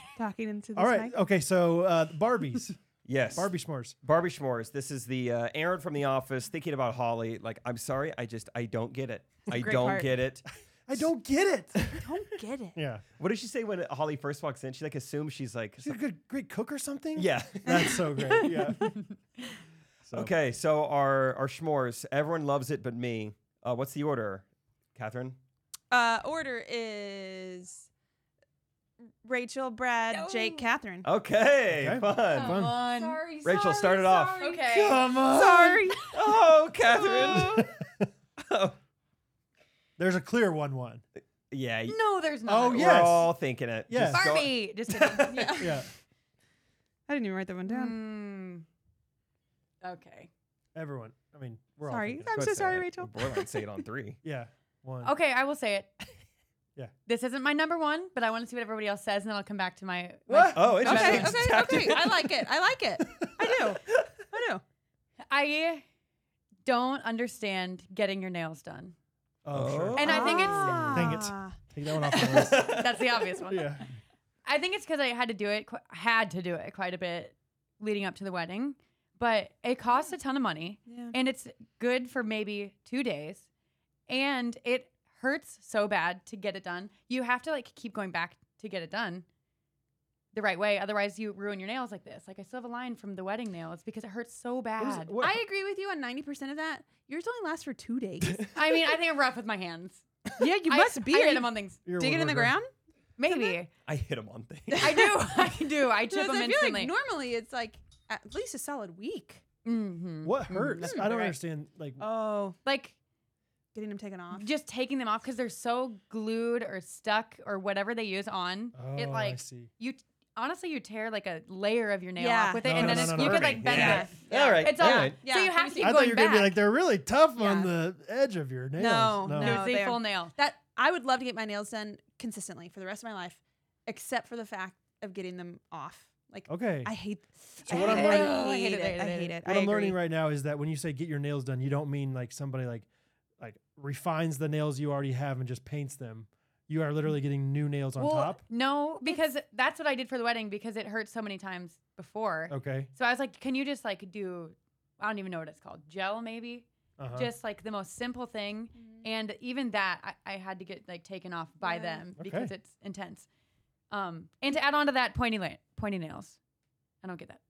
D: talking into this
B: all right.
D: mic.
B: Okay. So uh, Barbies,
C: yes. Barbie.
B: Barbie s'mores.
C: Barbie Schmores. This is the uh, Aaron from the office thinking about Holly. Like, I'm sorry. I just I don't get it. I
D: great
C: don't
D: part.
C: get it.
B: I don't get it.
D: Don't get it.
B: yeah.
C: What does she say when Holly first walks in? She like assumes she's like.
B: She's a good great cook or something.
C: yeah.
B: That's so great. Yeah. So-
C: Okay. So our our Schmores. Everyone loves it but me. Uh, what's the order, Catherine?
D: Uh, order is Rachel, Brad, Jake,
E: No.
D: Catherine.
C: Okay,
B: Okay.
C: fun.
B: Fun.
E: on. Sorry,
C: Rachel,
E: sorry,
C: start it off.
E: sorry.
F: Okay.
B: Come on.
D: Sorry.
C: Oh, Catherine.
B: There's a clear one-one.
C: yeah. y-
E: No, there's not.
B: Oh,
C: We're
B: yeah. yes.
C: all thinking it.
B: Yes.
C: Just go-
E: Barbie. Just kidding.
F: Yeah.
B: Yeah.
D: I didn't even write that one down.
E: Mm. Okay.
B: Everyone. I mean, we're all.
D: Sorry.
B: thinking it.
D: I'm
C: Go
D: so
C: ahead, say
D: sorry,
C: it.
D: Rachel.
C: Borderline, say it on three.
B: Yeah. One.
E: Okay, I will say it.
B: Yeah.
E: This isn't my number one, but I want to see what everybody else says, and then I'll come back to my. my-
C: What? Oh,
E: Okay,
C: interesting.
D: Okay,
E: Just
D: okay,
C: Tapped
D: okay.
C: it.
D: I like it. I like it. I do. I do.
E: I don't understand getting your nails done.
B: Oh, sure.
E: And I think it's-
B: Dang it.
D: Ah.
B: Take that one off the list.
E: That's the obvious one.
B: yeah.
E: I think it's because I had to do it, qu- had to do it quite a bit leading up to the wedding, but it costs a ton of money,
D: Yeah.
E: and it's good for maybe two days, and it hurts so bad to get it done. You have to like keep going back to get it done the right way, otherwise you ruin your nails like this. Like I still have a line from the wedding nails because it hurts so bad.
C: What-
D: I agree with you on 90% of that. Yours only lasts for two days.
E: I mean, I think I'm rough with my hands.
D: yeah, you
E: I-
D: must be.
E: I hit
D: Are
E: 'em
D: you
E: on things.
B: You're a
D: digging in the
B: woodworker.
D: ground?
E: Maybe
C: I hit him on things.
E: I do. I do. I chip
D: Because I
E: them
D: feel
E: instantly.
D: like normally it's like at least a solid week.
E: Mhm.
B: What
E: Mhm.
B: hurts?
E: That's
B: I don't
E: right.
B: understand. Like,
D: Oh.
E: Like
D: Getting them taken off.
E: just taking them off because they're so glued or stuck or whatever they use on
B: oh,
E: it.
B: I
E: Like
B: see.
E: you, honestly, you tear like a layer of your nail
D: Yeah.
E: off with it,
B: No,
E: and
B: no,
E: then
B: no,
E: it's,
B: no,
E: you
B: no.
E: could like bend
D: Yeah.
E: it.
D: Yeah.
C: All right.
E: It's
C: all
E: all-
C: right.
E: So you
D: Yeah,
E: have
D: let
E: to
D: me
E: keep
B: I
E: going
B: thought you were
E: back.
B: gonna be like they're really tough on
D: Yeah.
B: the edge of your nails.
D: No,
E: it
B: um,
D: no.
E: was a
D: they're-
E: full nail.
D: That I would love to get my nails done consistently for the rest of my life, except for the fact of getting them off. Like
B: Okay.
D: I hate.
B: So
D: I
B: what I'm
D: hate-
B: learning-
D: I hate it. I hate it. I hate it.
B: what
D: I
B: I'm learning
D: agree.
B: right now is that when you say get your nails done, you don't mean like somebody like like refines the nails you already have and just paints them. You are literally getting new nails on
E: well,
B: top.
E: no, because that's what I did for the wedding because it hurt so many times before.
B: Okay.
E: So I was like, can you just like do? I don't even know what it's called. Gel, maybe.
B: Uh-huh.
E: Just like the most simple thing. and even that I, I had to get like taken off by
D: Yeah.
E: them
B: Okay.
E: because it's intense um and to add on to that pointy la- pointy nails i don't get that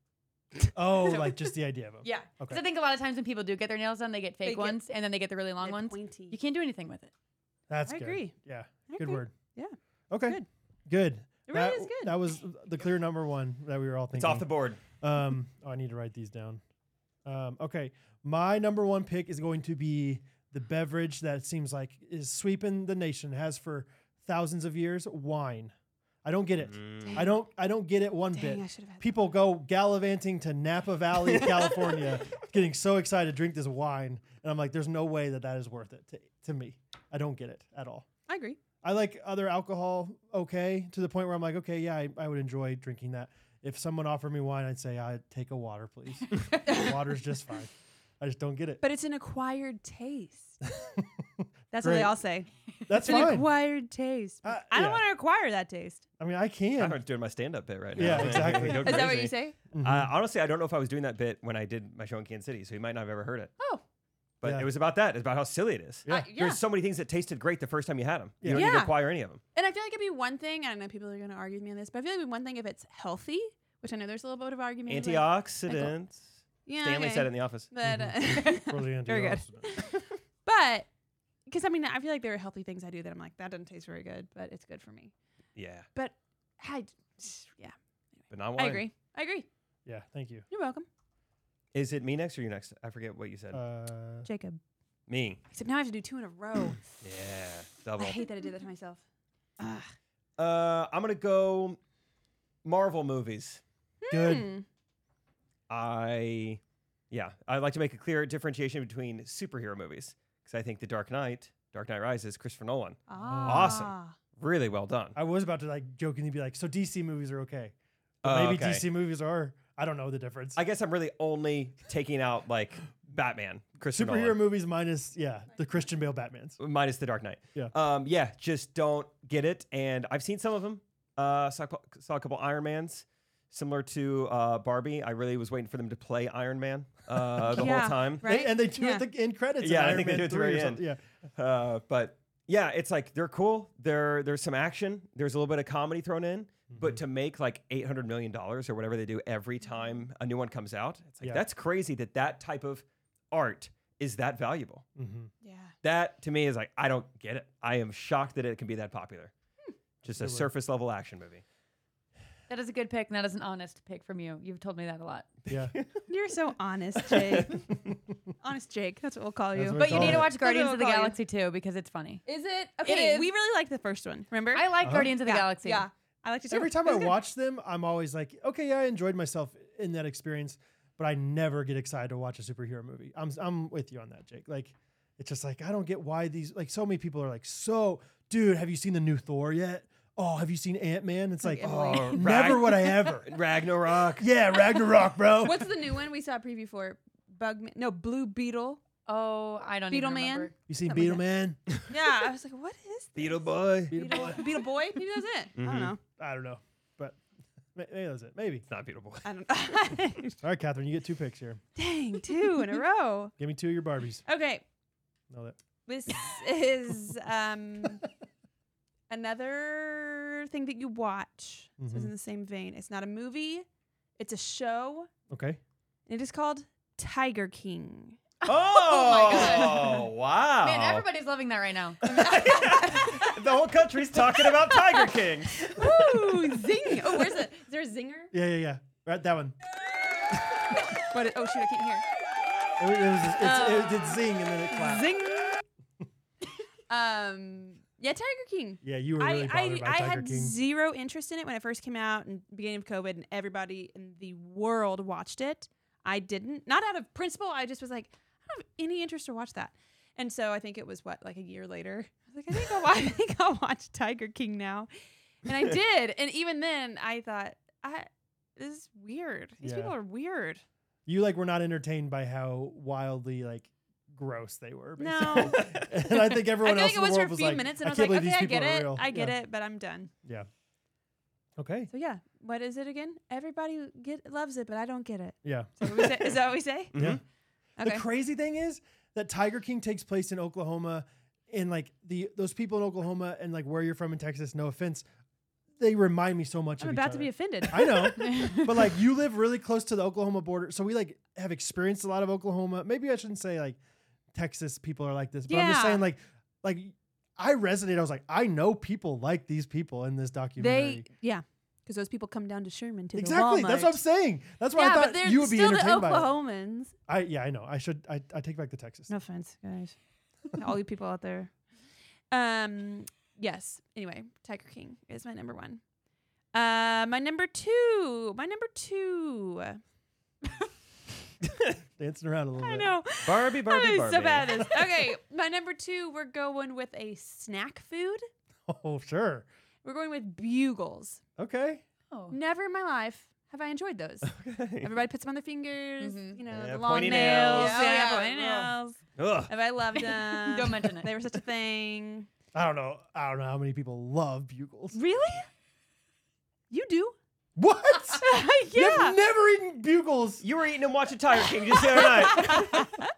B: oh, like just the idea of them.
E: yeah
B: Okay.
E: because i think a lot of times when people do get their nails done they get fake
D: They get-
E: ones and then they get the really long
D: They're
E: ones
D: pointy.
E: you can't do anything with it
B: That's
D: I
B: good.
D: agree.
B: Yeah.
D: I
B: Good
D: agree.
B: word.
D: Yeah.
B: Okay. Good.
D: Good. It really
B: that,
D: is good.
B: That was the clear number one that we were all thinking.
C: It's off the board.
B: Um, oh, I need to write these down. Um, okay, my number one pick is going to be the beverage that it seems like is sweeping the nation has for thousands of years: wine. I don't get it. I don't. I don't get it one
D: Dang, I
B: bit.
D: should have had.
B: People go gallivanting to Napa Valley, California, getting so excited to drink this wine, and I'm like, "There's no way that that is worth it to, to me. I don't get it at all."
D: I agree.
B: I like other alcohol okay to the point where I'm like, okay, yeah, I, I would enjoy drinking that. If someone offered me wine, I'd say, I take a water, please. Water's just fine. I just don't get it.
D: But it's an acquired taste. That's what
B: Great.
D: they all say.
B: That's
D: It's an
B: fine.
D: acquired taste.
B: Uh,
D: I don't
B: yeah.
D: want to acquire that taste.
B: I mean, I
C: I'm
B: can.
C: not doing my stand-up bit right now.
B: Yeah, exactly.
C: Go
D: Is that what
C: crazy.
D: you say?
C: Uh, honestly, I don't know if I was doing that bit when I did my show in Kansas City, so you might not have ever heard it.
E: oh
C: But
B: Yeah.
C: it was about that. It's about how silly it is.
B: Yeah.
D: Uh, yeah.
C: There's so many things that tasted great the first time you had them. You don't need to
D: Yeah.
C: acquire any of them.
D: And I feel like it'd be one thing. I don't know. People are going to argue with me on this, but I feel like it'd be one thing if it's healthy, which I know there's a little bit of argument. like-
C: Antioxidants.
D: Yeah.
C: Stanley
D: okay.
C: said in the office.
D: But,
B: Mm-hmm.
D: uh,
B: Really
D: Very good.
B: antioxidant.
D: but because I mean, I feel like there are healthy things I do that I'm like, that doesn't taste very good, but it's good for me.
C: Yeah,
D: But I, yeah,
C: but not wine.
D: I agree. I agree.
B: Yeah, thank you.
D: You're welcome,
C: Is it me next or you next? I forget what you said.
B: Uh,
D: Jacob.
C: me.
D: Except now I have to do two in a row.
C: Yeah,
D: I
C: double.
D: hate that I did that to myself. Ugh.
C: Uh, I'm gonna go Marvel movies.
B: Good.
D: Hmm.
C: I, yeah, I'd like to make a clear differentiation between superhero movies because I think The Dark Knight, Dark Knight Rises, Christopher Nolan, Awesome.
D: Ah.
C: really well done.
B: I was about to like jokingly be like, so DC movies are okay. But
C: Uh,
B: maybe
C: okay.
B: DC movies are, I don't know the difference.
C: I guess I'm really only taking out like Batman, Christopher
B: Superhero
C: Nolan,
B: movies minus, yeah, the Christian Bale Batmans.
C: minus The Dark Knight.
B: Yeah.
C: um, yeah, just don't get it. And I've seen some of them. Uh, saw, a cou- saw a couple Iron Mans, similar to uh, Barbie. I really was waiting for them to play Iron Man uh, the
D: Yeah.
C: whole time.
B: Right?
D: Right?
B: And, they do
D: Yeah.
B: it at the end credits.
C: Yeah,
B: in
C: I
B: Iron
C: think they
B: Man
C: do it at the
B: 3 or
C: very
B: something. Yeah.
C: Uh, but yeah, it's like they're cool. There, there's some action. There's a little bit of comedy thrown in.
B: Mm-hmm.
C: But to make like eight hundred million dollars or whatever they do every time a new one comes out, it's like
B: Yeah.
C: that's crazy that that type of art is that valuable.
B: Mm-hmm.
D: Yeah.
C: That to me is like I don't get it. I am shocked that it can be that popular. Just
B: Hmm. It
C: a
B: would.
C: surface level action movie.
E: That is a good pick, and that is an honest pick from you. You've told me that a lot.
B: Mm-hmm. Yeah.
D: You're so honest, Jake. honest Jake. That's what we'll call
B: That's
D: you.
B: what But
E: But you
B: you all
E: need to
B: right.
E: watch Guardians
D: That's
E: of
D: what
E: the
D: I'll call you.
E: Galaxy too because it's funny.
D: Is it?
E: It
D: Okay.
E: is.
D: We really like the first one. Remember?
E: I like
B: Uh-huh.
E: Guardians of the
D: Yeah,
E: Galaxy.
D: Yeah. I like to.
B: Every time I watch them, I'm always like, okay, yeah, I enjoyed myself in that experience, but I never get excited to watch a superhero movie. I'm I'm with you on that, Jake. Like, it's just like I don't get why these like so many people are like, so dude, have you seen the new Thor yet? Oh, have you seen Ant Man? It's like,
D: Like
B: oh,
C: Emily.
B: never
C: Rag-
B: would I ever.
C: Ragnarok.
B: Yeah, Ragnarok, bro.
D: What's the new one we saw a preview for? Bugman? No, Blue Beetle.
E: Oh, I don't even
D: Beetleman?
E: remember.
B: You seen
D: Something
B: Beetle
D: like
B: Man?
D: Yeah. I was like, what is?
C: Beetle Boy.
B: Beetle Boy? Mm-hmm.
D: Beetle Boy? Maybe that's it. I
C: Mhm.
D: don't know.
B: I don't know, but may- maybe that's it. Maybe.
C: It's not Beetle Boy.
D: I don't know.
B: All right, Catherine, you get two picks here.
D: Dang, two in a row.
B: Give me two of your Barbies.
D: Okay,
B: Know that.
D: this is um another thing that you watch. So it's
B: Mhm.
D: in the same vein. It's not a movie, it's a show.
B: Okay.
D: And it is called Tiger King.
C: Oh,
E: God.
B: Oh.
C: wow.
E: Man, everybody's loving that right now.
C: the whole country's talking about Tiger King.
D: Ooh, zing! Oh, where's it? Is there a zinger?
B: Yeah, yeah, yeah. Right, that one.
D: What is, oh shoot, I can't hear.
B: It was, it, was- it's- it did Uh, zing and then it clapped.
D: Zing. um, yeah, Tiger King.
B: Yeah, you were really
D: I,
B: bothered
D: I,
B: by
D: I
B: Tiger
D: had
B: King.
D: zero interest in it when it first came out and beginning of COVID and everybody in the world watched it. I didn't. Not out of principle. I just was like, I don't have any interest to watch that. And so I think it was what, like a year later? I was like, I think I'll, wa- I think I'll watch Tiger King now. And I did. And even then I thought, I this is weird. These
B: Yeah.
D: people are weird.
B: you like were not entertained by how wildly like gross they were.
D: No.
B: Basically. and I think everyone
D: I
B: else
D: think
B: in
D: it
B: the
D: was
B: world
D: for a
B: was
D: few
B: like,
D: minutes
B: I
D: and I, was
B: can't
D: like,
B: believe
D: okay, I
B: these
D: get
B: people are
D: it.
B: real.
D: I get
B: Yeah.
D: it, but I'm done.
B: Yeah. Okay.
D: So yeah, what is it again? Everybody get loves it, but I don't get it.
B: Yeah.
D: Is that what we say? Is that what we say?
C: Mhm.
B: Yeah.
D: Okay.
B: The crazy thing is that Tiger King takes place in Oklahoma, and like the those people in Oklahoma and like where you're from in Texas. No offense, they remind me so much
D: I'm
B: of
D: about
B: each
D: to
B: other.
D: be offended.
B: I know. but like you live really close to the Oklahoma border. So we like have experienced a lot of Oklahoma. Maybe I shouldn't say like Texas people are like this, but I'm just
D: Yeah.
B: saying like like I resonate. I was like, I know people like these people in this documentary.
D: they yeah, because those people come down to Sherman to
B: exactly.
D: The
B: That's what I'm
D: Walmart.
B: saying. That's why
D: yeah,
B: I
D: but
B: thought
D: they're
B: you would be
D: still the
B: entertained by it.
D: Oklahomans.
B: I yeah, I know. I should I, I take back the Texas.
D: No offense, guys. All you people out there. Um. Yes. Anyway, Tiger King is my number one. Uh, my number two. My number two.
B: Dancing around a little
D: I
B: bit.
D: know.
C: Barbie, Barbie,
D: I'm
C: Barbie.
D: Oh, so bad at this. Okay, my number two. We're going with a snack food.
B: Oh, sure.
D: We're going with bugles.
B: Okay.
E: Oh.
D: Never in my life have I enjoyed those.
C: Okay.
D: Everybody puts them on their fingers,
E: Mhm.
D: you know,
C: Yeah,
D: the long
C: pointy
D: nails.
C: nails.
D: Mm-hmm. Yeah,
E: Yeah, yeah,
D: pointy
E: well.
D: nails.
C: Ugh.
D: Have I loved them?
E: Don't mention it.
D: They were such a thing.
B: I don't know. I don't know how many people love bugles.
D: Really? You do?
B: What?
D: yeah.
B: You've never eaten bugles.
C: You were eating and watching Tiger King just the other night.
B: I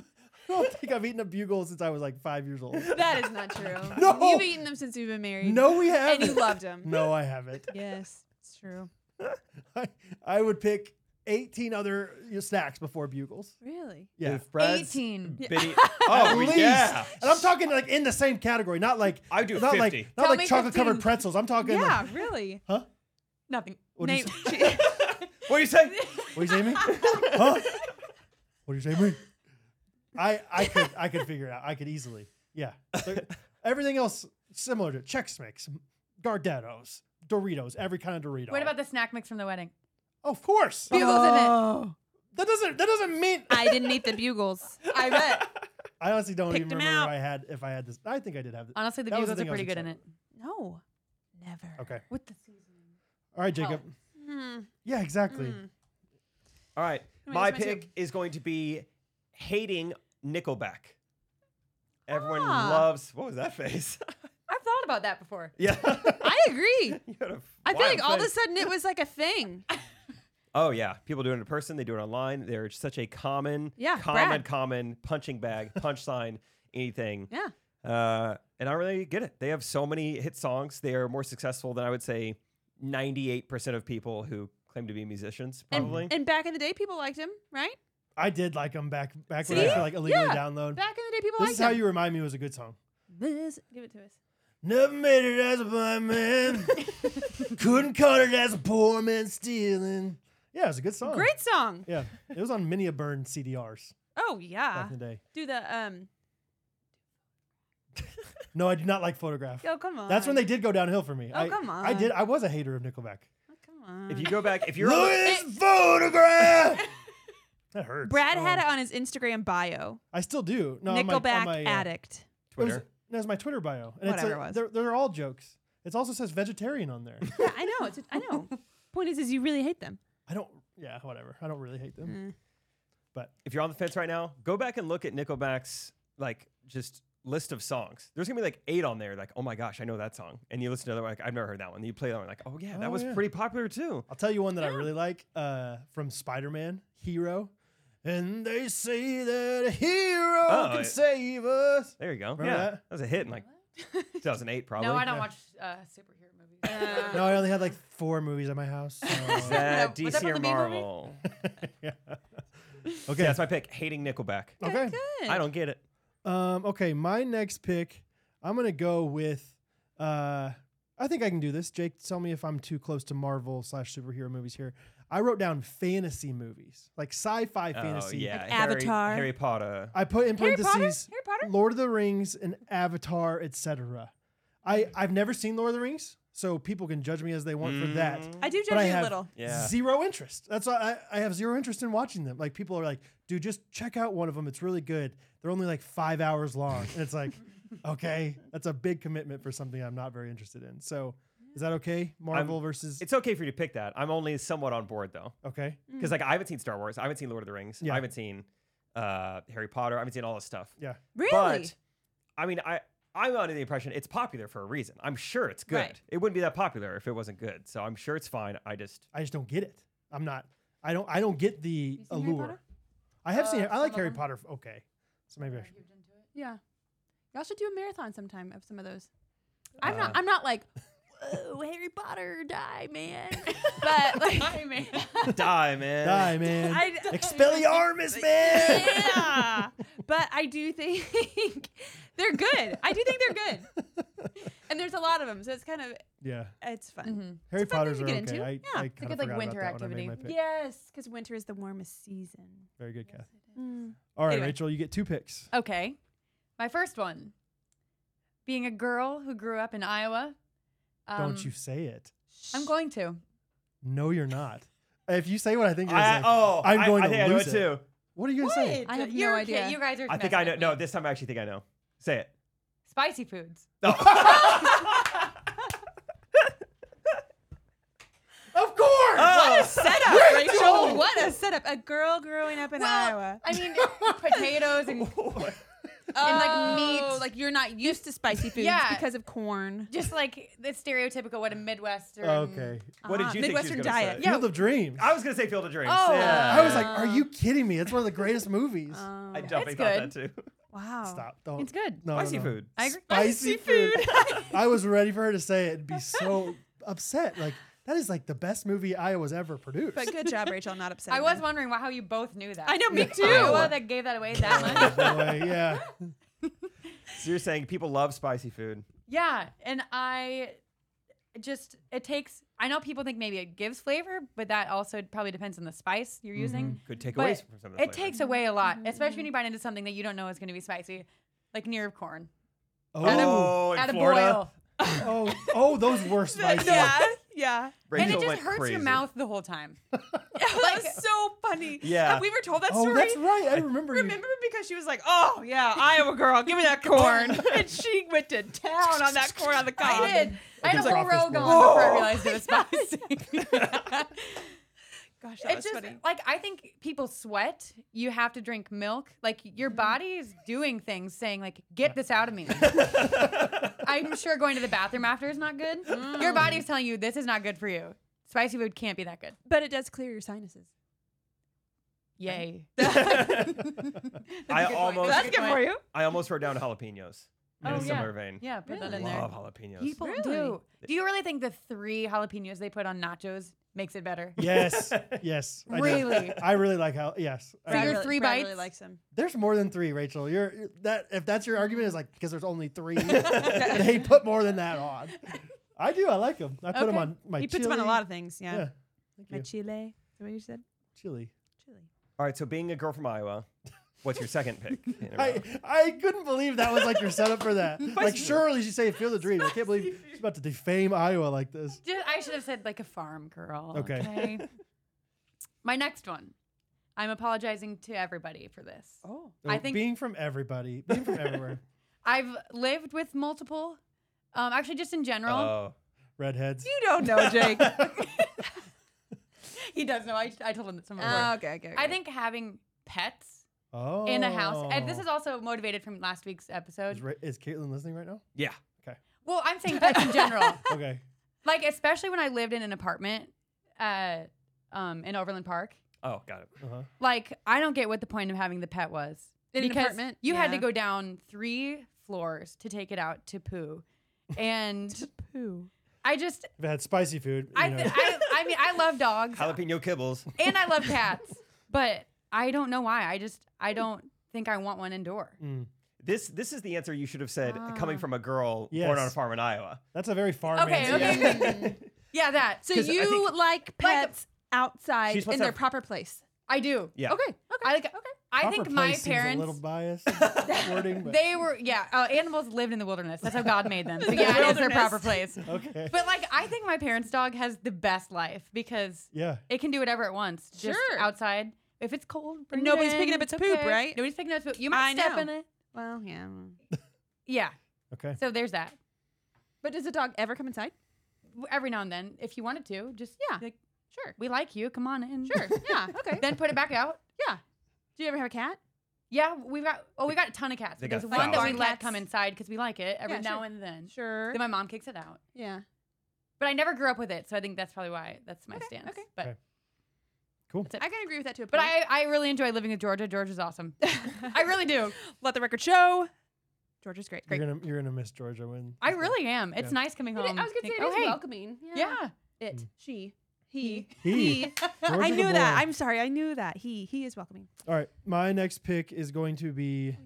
B: don't think I've eaten a bugle since I was like five years old.
D: That is not true.
B: No.
D: You've eaten them since you've been married.
B: No, we haven't.
D: And you loved them.
B: No, I haven't.
D: Yes, it's true.
B: I, I would pick 18 other you know, snacks before bugles.
D: Really?
B: Yeah.
C: If Brad's
E: 18.
C: bitty- Oh,
B: At least.
C: yeah.
B: And I'm talking like in the same category, not like
C: I would do
B: not
C: 50.
B: like not
E: Tell me
B: like chocolate
E: 15.
B: covered pretzels. I'm talking like-
D: Yeah, really.
B: huh?
E: Nothing.
B: What do you
E: Name-
C: What do you say?
B: What do you say, me? huh? What do you say, me? I I could I could figure it out. I could easily. Yeah. There- Everything else similar to Chex Mix, Gardettos, Doritos, every kind of Dorito.
E: what about the snack mix from the wedding?
B: Of course.
E: Bugles
B: That doesn't that doesn't mean
D: I didn't eat the bugles. I bet.
B: I honestly don't
D: Picked
B: even
D: 'em
B: remember if
D: out.
B: I had if I had this. I think I did have this.
E: Honestly, the
B: That was the
E: bugles are
B: thing I was
E: pretty good in it.
D: No, never.
B: Okay.
E: With the seasoning.
B: All right, Jacob.
D: Hmm.
B: Yeah, exactly.
D: Mm.
C: All right.
D: Wait,
C: My
D: it's my turn.
C: pick is going to be hating Nickelback. Everyone
D: Ah.
C: loves. What was that face?
E: I've thought about that before.
C: yeah.
D: I agree.
C: You had a
D: I feel
C: wild
D: like all of a
C: face.
D: sudden it was like a thing.
C: Oh yeah, people do it in person. They do it online. They're such a common,
D: Yeah,
C: common,
D: Brad.
C: common punching bag, punchline, anything.
D: Yeah.
C: Uh, and I really get it. They have so many hit songs. They are more successful than I would say ninety-eight percent of people who claim to be musicians. Probably.
D: And back in the day, people liked him, right?
B: I did like them back back when I
D: See?
B: could like illegally
D: Yeah.
B: download.
D: Back in the day, people
B: this
D: liked
B: is how
D: him.
B: you remind me it was a good song.
D: this, give it to us.
B: Never made it as a blind man. Couldn't cut it as a poor man stealing. Yeah, it's a good song.
D: Great song.
B: Yeah, it was on many a burn CDRs
D: Oh yeah.
B: back in the day.
D: Do the um.
B: No, I do not like Photograph.
D: Yo, come on.
B: That's when they did go downhill for me.
D: Oh,
B: I,
D: come
B: I did.
D: on.
B: I was a hater of Nickelback.
D: Oh, come on. eh.
C: If you go back, if you're on the-
B: at this photograph. that hurts.
D: Brad had
B: Um,
D: it on his Instagram bio.
B: I still do. No, on my- on
D: Nickelback
B: my, uh,
D: addict.
B: it was-
C: Twitter,
B: That was my Twitter bio. And it's
D: Whatever
B: like,
D: it was.
B: They're, they're all jokes. It also says vegetarian on there.
D: yeah, I know. It's I know. Point is, is you really hate them.
B: I don't. Yeah, whatever. I don't really hate them.
D: Mm.
C: if you're on the fence right now, go back and look at Nickelback's like just list of songs. There's gonna be like eight on there. Like, oh my gosh, I know that song. And you listen to another one, like I've never heard that one. You play that one, like, oh yeah, that
B: Oh,
C: was
B: yeah.
C: pretty popular too.
B: I'll tell you one that I really like uh, from Spider Man Hero. And they say that a hero
C: Oh,
B: can
C: it-
B: save us.
C: There you go.
B: Remember
C: yeah,
B: that?
C: that was a hit in like 2008 probably.
E: No, I don't
B: Yeah.
E: watch uh, superhero movies.
D: Uh,
B: No, I only had like four movies at my house. so-
C: Is
E: No, no,
C: that
E: no. Was that
C: DC or
E: from the B movie?
C: Marvel?
B: Yeah.
C: Yeah,
B: Okay.
C: that's my pick. Hating Nickelback.
B: Okay.
D: Good.
C: I don't get it.
B: Um, okay, my next pick, I'm gonna go with. Uh, I think I can do this. Jake, tell me if I'm too close to Marvel slash superhero movies here. I wrote down fantasy movies, like sci-fi fantasy.
C: Oh, yeah.
D: Like
C: Harry-
D: Avatar.
C: Harry Potter.
B: I put in
E: Harry Potter?
B: parentheses
E: Harry Potter?
B: Lord of the Rings and Avatar, etc. I I've never seen Lord of the Rings, so people can judge me as they want for that.
C: Mm.
D: I do
B: But I
D: judge you a
B: have-
D: little.
C: Yeah.
B: Zero interest. That's why I, I have zero interest in watching them. Like people are like, dude, just check out one of them. It's really good. They're only like five hours long. And it's like, okay, that's a big commitment for something I'm not very interested in. So is that okay? Marvel versus
C: It's okay for you to pick that. I'm only somewhat on board though.
B: Okay.
E: Mm.
D: Hmm.
C: Because like I haven't seen Star Wars, I haven't seen Lord of the Rings,
B: Yeah.
C: I haven't seen uh, Harry Potter, I haven't seen all this stuff.
B: Yeah.
D: Really?
C: But I mean, I I'm under the impression it's popular for a reason. I'm sure it's good.
D: Right.
C: It wouldn't be that popular if it wasn't good. So I'm sure it's fine. I just
B: I just don't get it. I'm not I don't I don't get the
E: You seen Harry
B: allure.
E: Potter?
B: I have
E: Uh,
B: seen I
E: some
B: like
E: of
B: Harry
E: them.
B: Potter okay. So maybe I
E: Are
B: should
E: you into it?
D: yeah. Y'all should do a marathon sometime of some of those. I'm
B: Uh,
D: not. I'm not like. Whoa, Harry Potter, die, man! But like,
E: Hi, man.
C: die, man.
B: Die, man.
D: I,
B: Expelliarmus, man.
D: yeah. But I do think they're good. I do think they're good. And there's a lot of them, so it's kind of
B: yeah.
D: it's fun.
B: Harry
D: It's a fun
B: Potter's
D: thing
B: are
D: to
B: okay.
D: get into.
B: I,
D: Yeah.
B: I
E: It's
B: kinda
E: a good like
B: forgot about
E: winter
B: that when I made
E: activity.
B: my pick.
D: Yes, because winter is the warmest season.
B: Very good, Kath.
D: Mm.
B: All right,
E: Anyway.
B: Rachel, you get two picks.
E: Okay. My first one. Being a girl who grew up in Iowa.
B: Don't
E: um,
B: you say it.
E: I'm going to.
B: No, you're not. If you say what I think you're
C: I,
B: saying,
C: oh,
B: I'm
C: I-
B: going
C: I
B: to
C: think
B: lose
C: I know it too.
B: what are you gonna say?
E: I have no
D: You're okay.
E: idea.
D: You
E: guys are.
C: I think I know. No, this time I actually think I know. Say it.
E: spicy foods.
C: No.
B: Of course.
E: Uh,
C: Oh.
D: setup, Rachel. What a setup. A girl growing up in Iowa.
E: I mean, potatoes and and,
D: Oh.
E: like, meat.
D: Like you're not used to spicy foods
E: Yeah.
D: because of corn.
E: just like the stereotypical what a Midwestern.
B: okay.
C: what did
D: Ah,
C: you
D: Midwestern
C: think she was gonna
D: diet.
C: Say?
E: Mm. Yeah. Um,
B: Field of Dreams.
C: I was gonna say Field of Dreams.
E: Oh.
C: yeah.
B: I was like, are you kidding me? It's one of the greatest movies.
C: I
D: Um,
C: definitely
E: It's
C: thought that too.
D: wow.
B: Stop. Don't.
E: It's good.
B: No, no,
C: Spicy
B: no.
C: food.
E: I agree.
B: Spicy food. I was ready for her to say it and be so upset. Like that is like the best movie Iowa's ever produced.
D: But good job, Rachel, not upset.
E: I was wondering why, how you both knew that.
D: I know, me too.
E: Iowa that gave that away that
B: Oh,
E: much.
B: boy, yeah.
C: So you're saying people love spicy food.
E: yeah, and I just it takes. I know people think maybe it gives flavor, but that also probably depends on the spice you're using.
C: Good takeaways
E: But
C: from Mm-hmm. some of the
E: it
C: flavors.
E: takes away a
D: Mm-hmm.
E: lot, especially when you bite into something that you don't know is going to be spicy, like near of corn.
B: Oh,
C: Oh, in
E: At a
C: Florida,
E: boil.
B: oh, oh, those were spicy.
D: yeah, yeah.
C: Rachel
E: and it
C: went
E: just hurts your
C: crazy.
E: mouth the whole time.
D: that was so funny.
C: Yeah.
D: And we were told that
B: Oh,
D: story.
B: that's right. I remember. you-
D: Remember because she was like, "Oh yeah, Iowa girl, give me that corn," and she went to town on that corn on the cob.
E: I did. I had a
B: Like
E: whole
B: crawfish bowl.
E: row going before I realized it was spicy.
D: Gosh, that
E: It's
D: was
E: just
D: funny.
E: like I think people sweat. You have to drink milk. Like your
D: Mm-hmm.
E: body is doing things, saying like, "Get this out of me." I'm sure going to the bathroom after is not good.
D: Mm.
E: Your body is telling you this is not good for you. Spicy food can't be that good.
D: But it does clear your sinuses.
E: Yay!
C: I almost-
D: That's good for you.
C: I almost wrote down jalapenos in a
E: Oh, yeah.
C: similar vein.
E: Yeah, put that in
C: Love
E: there.
C: jalapenos.
E: People
D: Really?
E: do. Do you really think the three jalapenos they put on nachos makes it better.
B: Yes. yes. I do.
E: Really?
B: I really like how. Yes. I
E: So
D: Brad
E: your
B: do.
D: really-
E: three
D: Brad really
E: bites?
D: likes him.
B: There's more than three, Rachel. You're you're- that if that's your argument is like because there's only three. they put more than that on. I do. I like them. I put them
E: Okay.
B: on my.
D: he
B: chili.
D: puts him on a lot of things. Yeah.
B: Yeah. Thank
D: My
B: you.
D: chile. Is that what you said?
B: Chili.
D: Chile.
C: All right, so being a girl from Iowa, what's your second pick? in a row?
B: I, I couldn't believe that was like your setup for that. like surely she say feel the dream. I can't believe she's about to defame Iowa like this.
E: Just, I should have said like a farm girl.
B: Okay.
E: okay? My next one. I'm apologizing to everybody for this.
D: Oh.
E: I think-
B: being from everybody, being from everywhere,
E: I've lived with multiple, um, actually, just in general.
C: Oh.
B: redheads.
D: You don't know, Jake.
E: he does know. I, I told him that some of
D: oh, okay, okay.
E: I think having pets
B: Oh,
E: in the house, and this is also motivated from last week's episode.
B: Is, Ra- is Caitlin listening right now?
C: Yeah.
E: Well, I'm saying pets in general.
B: Okay.
E: Like, especially when I lived in an apartment uh, um, in Overland Park.
C: Oh, got it.
B: Uh-huh.
E: Like, I don't get what the point of having the pet was.
D: In an
E: because
D: apartment?
E: you had to
D: Yeah.
E: go down three floors to take it out to poo. And
D: poo.
E: I just,
B: If it had spicy food, you
E: I,
B: know.
E: th- I, I mean, I love dogs.
C: Jalapeno kibbles.
E: and I love cats, but I don't know why. I just I don't think I want one indoor.
B: Mm.
C: This this is the answer you should have said coming
E: Ah.
C: from a girl born on a
B: Yes.
C: farm in Iowa.
B: that's a very farm
E: Okay,
B: answer.
E: okay,
B: Yeah.
E: Yeah, that.
D: So
C: 'Cause I
D: you
C: think-
D: like pets outside
C: She just wants
D: in
C: to
D: their
C: have-
D: proper place.
E: I do.
C: Yeah.
E: Okay. I like. Okay. I
B: Proper
E: think my
B: place seems a little
E: parents.
B: biased wording, but
E: They were yeah. Uh, animals lived in the wilderness. That's how God made them. So yeah, it is their
D: wilderness.
E: proper place.
B: okay.
E: But like, I think my parents' dog has the best life because
B: Yeah.
E: it can do whatever it wants. Just
D: Sure.
E: outside. If it's cold, bring it
D: Nobody's
E: in,
D: picking up its poop,
E: okay.
D: right?
E: Nobody's picking up its poop. You might
D: I
E: step
D: know.
E: in it.
D: Well, yeah.
E: Yeah.
B: Okay.
E: So there's that.
D: But does a dog ever come inside?
E: Every now and then, if you wanted to, just
D: Yeah.
E: be like
D: Sure.
E: we like you. Come on in.
D: Sure. Yeah. Ah, Okay.
E: then put it back out.
D: Do you ever have a cat?
E: Yeah, we've got oh, we got a ton of cats.
C: They
E: But
C: got
E: there's one that we
D: thousands.
E: let
D: Cats.
E: come inside because we like it every
D: Yeah,
E: now
D: sure.
E: and then.
D: Sure.
E: Then my mom kicks it out.
D: Yeah.
E: But I never grew up with it, so I think that's probably why that's my
D: Okay,
E: stance.
D: okay.
E: But
B: Okay. Cool.
E: That's it.
D: I can agree with that to a
E: but
D: point.
E: I, I really enjoy living with Georgia. Georgia's awesome. I really do.
D: let the record show. George is great.
B: You're
D: Great.
B: gonna you're gonna miss Georgia when
E: I really am. It's
B: Yeah.
E: nice coming home.
D: I was
E: to
D: gonna say
E: think,
D: it is
E: oh, hey,
D: welcoming.
E: Yeah.
D: It.
B: Mm.
D: She. He.
B: He.
D: I
B: Georgia
D: knew that.
B: boy.
D: I'm sorry. I knew that. He. He is welcoming.
B: All right, my next pick is going to be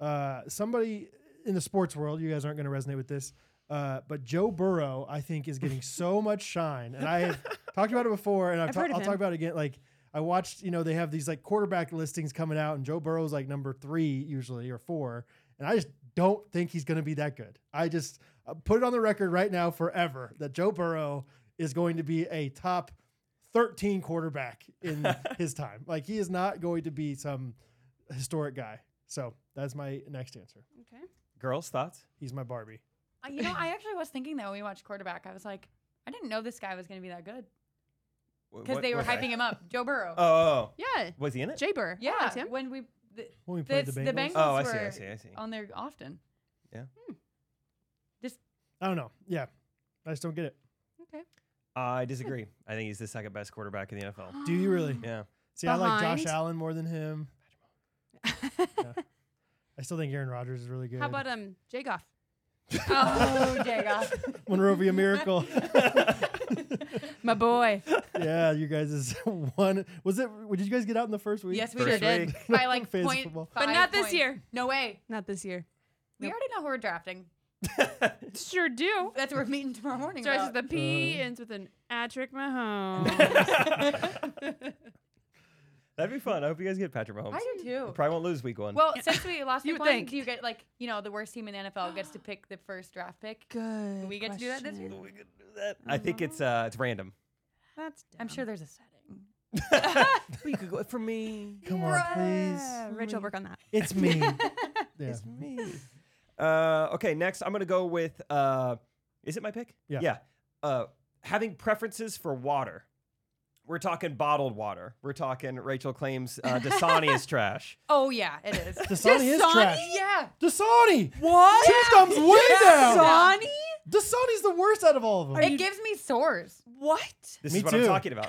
D: Oh,
B: uh, somebody in the sports world. You guys aren't going to resonate with this, uh, but Joe Burrow, I think, is getting so much shine, and I have talked about it before, and I've
D: I've
B: ta-
D: heard of
B: I'll talk
D: him.
B: about it again. Like I watched, you know, they have these like quarterback listings coming out, and Joe Burrow's like number three usually or four, and I just don't think he's going to be that good. I just uh, put it on the record right now, forever, that Joe Burrow is going to be a top 13 quarterback in his time. Like he is not going to be some historic guy. So that's my next answer.
D: Okay.
C: Girls, thoughts?
B: He's my Barbie.
E: Uh, you know, I actually was thinking that when we watched quarterback, I was like, I didn't know this guy was going to be that good
C: Wh-
E: because
C: what
E: they were
C: was I?
E: hyping him up. Joe Burrow.
C: Oh, oh, oh.
D: Yeah.
C: was he in it?
D: Jay Burr. I
E: yeah.
D: liked him.
E: When we the,
B: When we played
E: that's
B: the
E: the
B: Bengals.
E: Bengals,
C: Oh, I
E: were
C: see, I see, I see.
E: on there often.
B: I don't know. Yeah. I just don't get it.
D: Okay.
C: I disagree. I think he's the second best quarterback in the NFL.
B: Do you really?
C: Yeah.
B: See, I like Josh
D: Behind?
B: Allen more than him. Yeah. I still think Aaron Rodgers is really good.
D: How about um Jay Goff?
E: Oh, Jagoff.
B: Monrovia Miracle?
E: My boy.
B: yeah, you guys is one. Was it? Did you guys get out in the first week?
E: Yes, we
C: First
E: sure did.
C: week.
E: By like
B: Fantasy
E: point
B: football.
D: But
E: five
D: not this
E: points.
D: year.
E: No way.
D: Not this year.
E: We
D: Nope.
E: already know who we're drafting.
D: Sure do.
E: That's what we're meeting tomorrow morning.
D: Starts with
E: about.
D: a P,
B: Uh.
D: ends with an Patrick Mahomes.
C: That'd be fun. I hope you guys get Patrick Mahomes.
E: I do
C: You
D: Oh.
E: too.
C: probably won't lose week one.
E: Well, since we lost
D: You
E: week
D: would
E: one,
D: think.
E: do you get like you know the worst team in the NFL gets to pick the first draft pick?
D: Good.
E: We get to do that this year?
C: We could do that. I think it's uh, it's random.
D: That's.
E: I'm sure there's a setting.
C: you could go for me.
B: Come on,
D: Uh,
B: please.
D: Rachel, work on that.
B: It's me. Yeah.
C: It's me. Uh, okay, next I'm gonna go with. Uh, is it my pick?
B: Yeah.
C: Yeah. Uh, having preferences for water. We're talking bottled water. We're talking Rachel claims uh, Dasani is trash.
E: Oh yeah, it is.
B: Dasani is
D: Dasani?
B: trash.
E: yeah.
B: Dasani.
D: What?
B: Two thumbs way down.
D: Sonny?
B: Dasani's the worst out of all of them.
E: It gives me sores.
D: What?
C: This
B: Me
C: is what
B: too.
C: I'm talking about.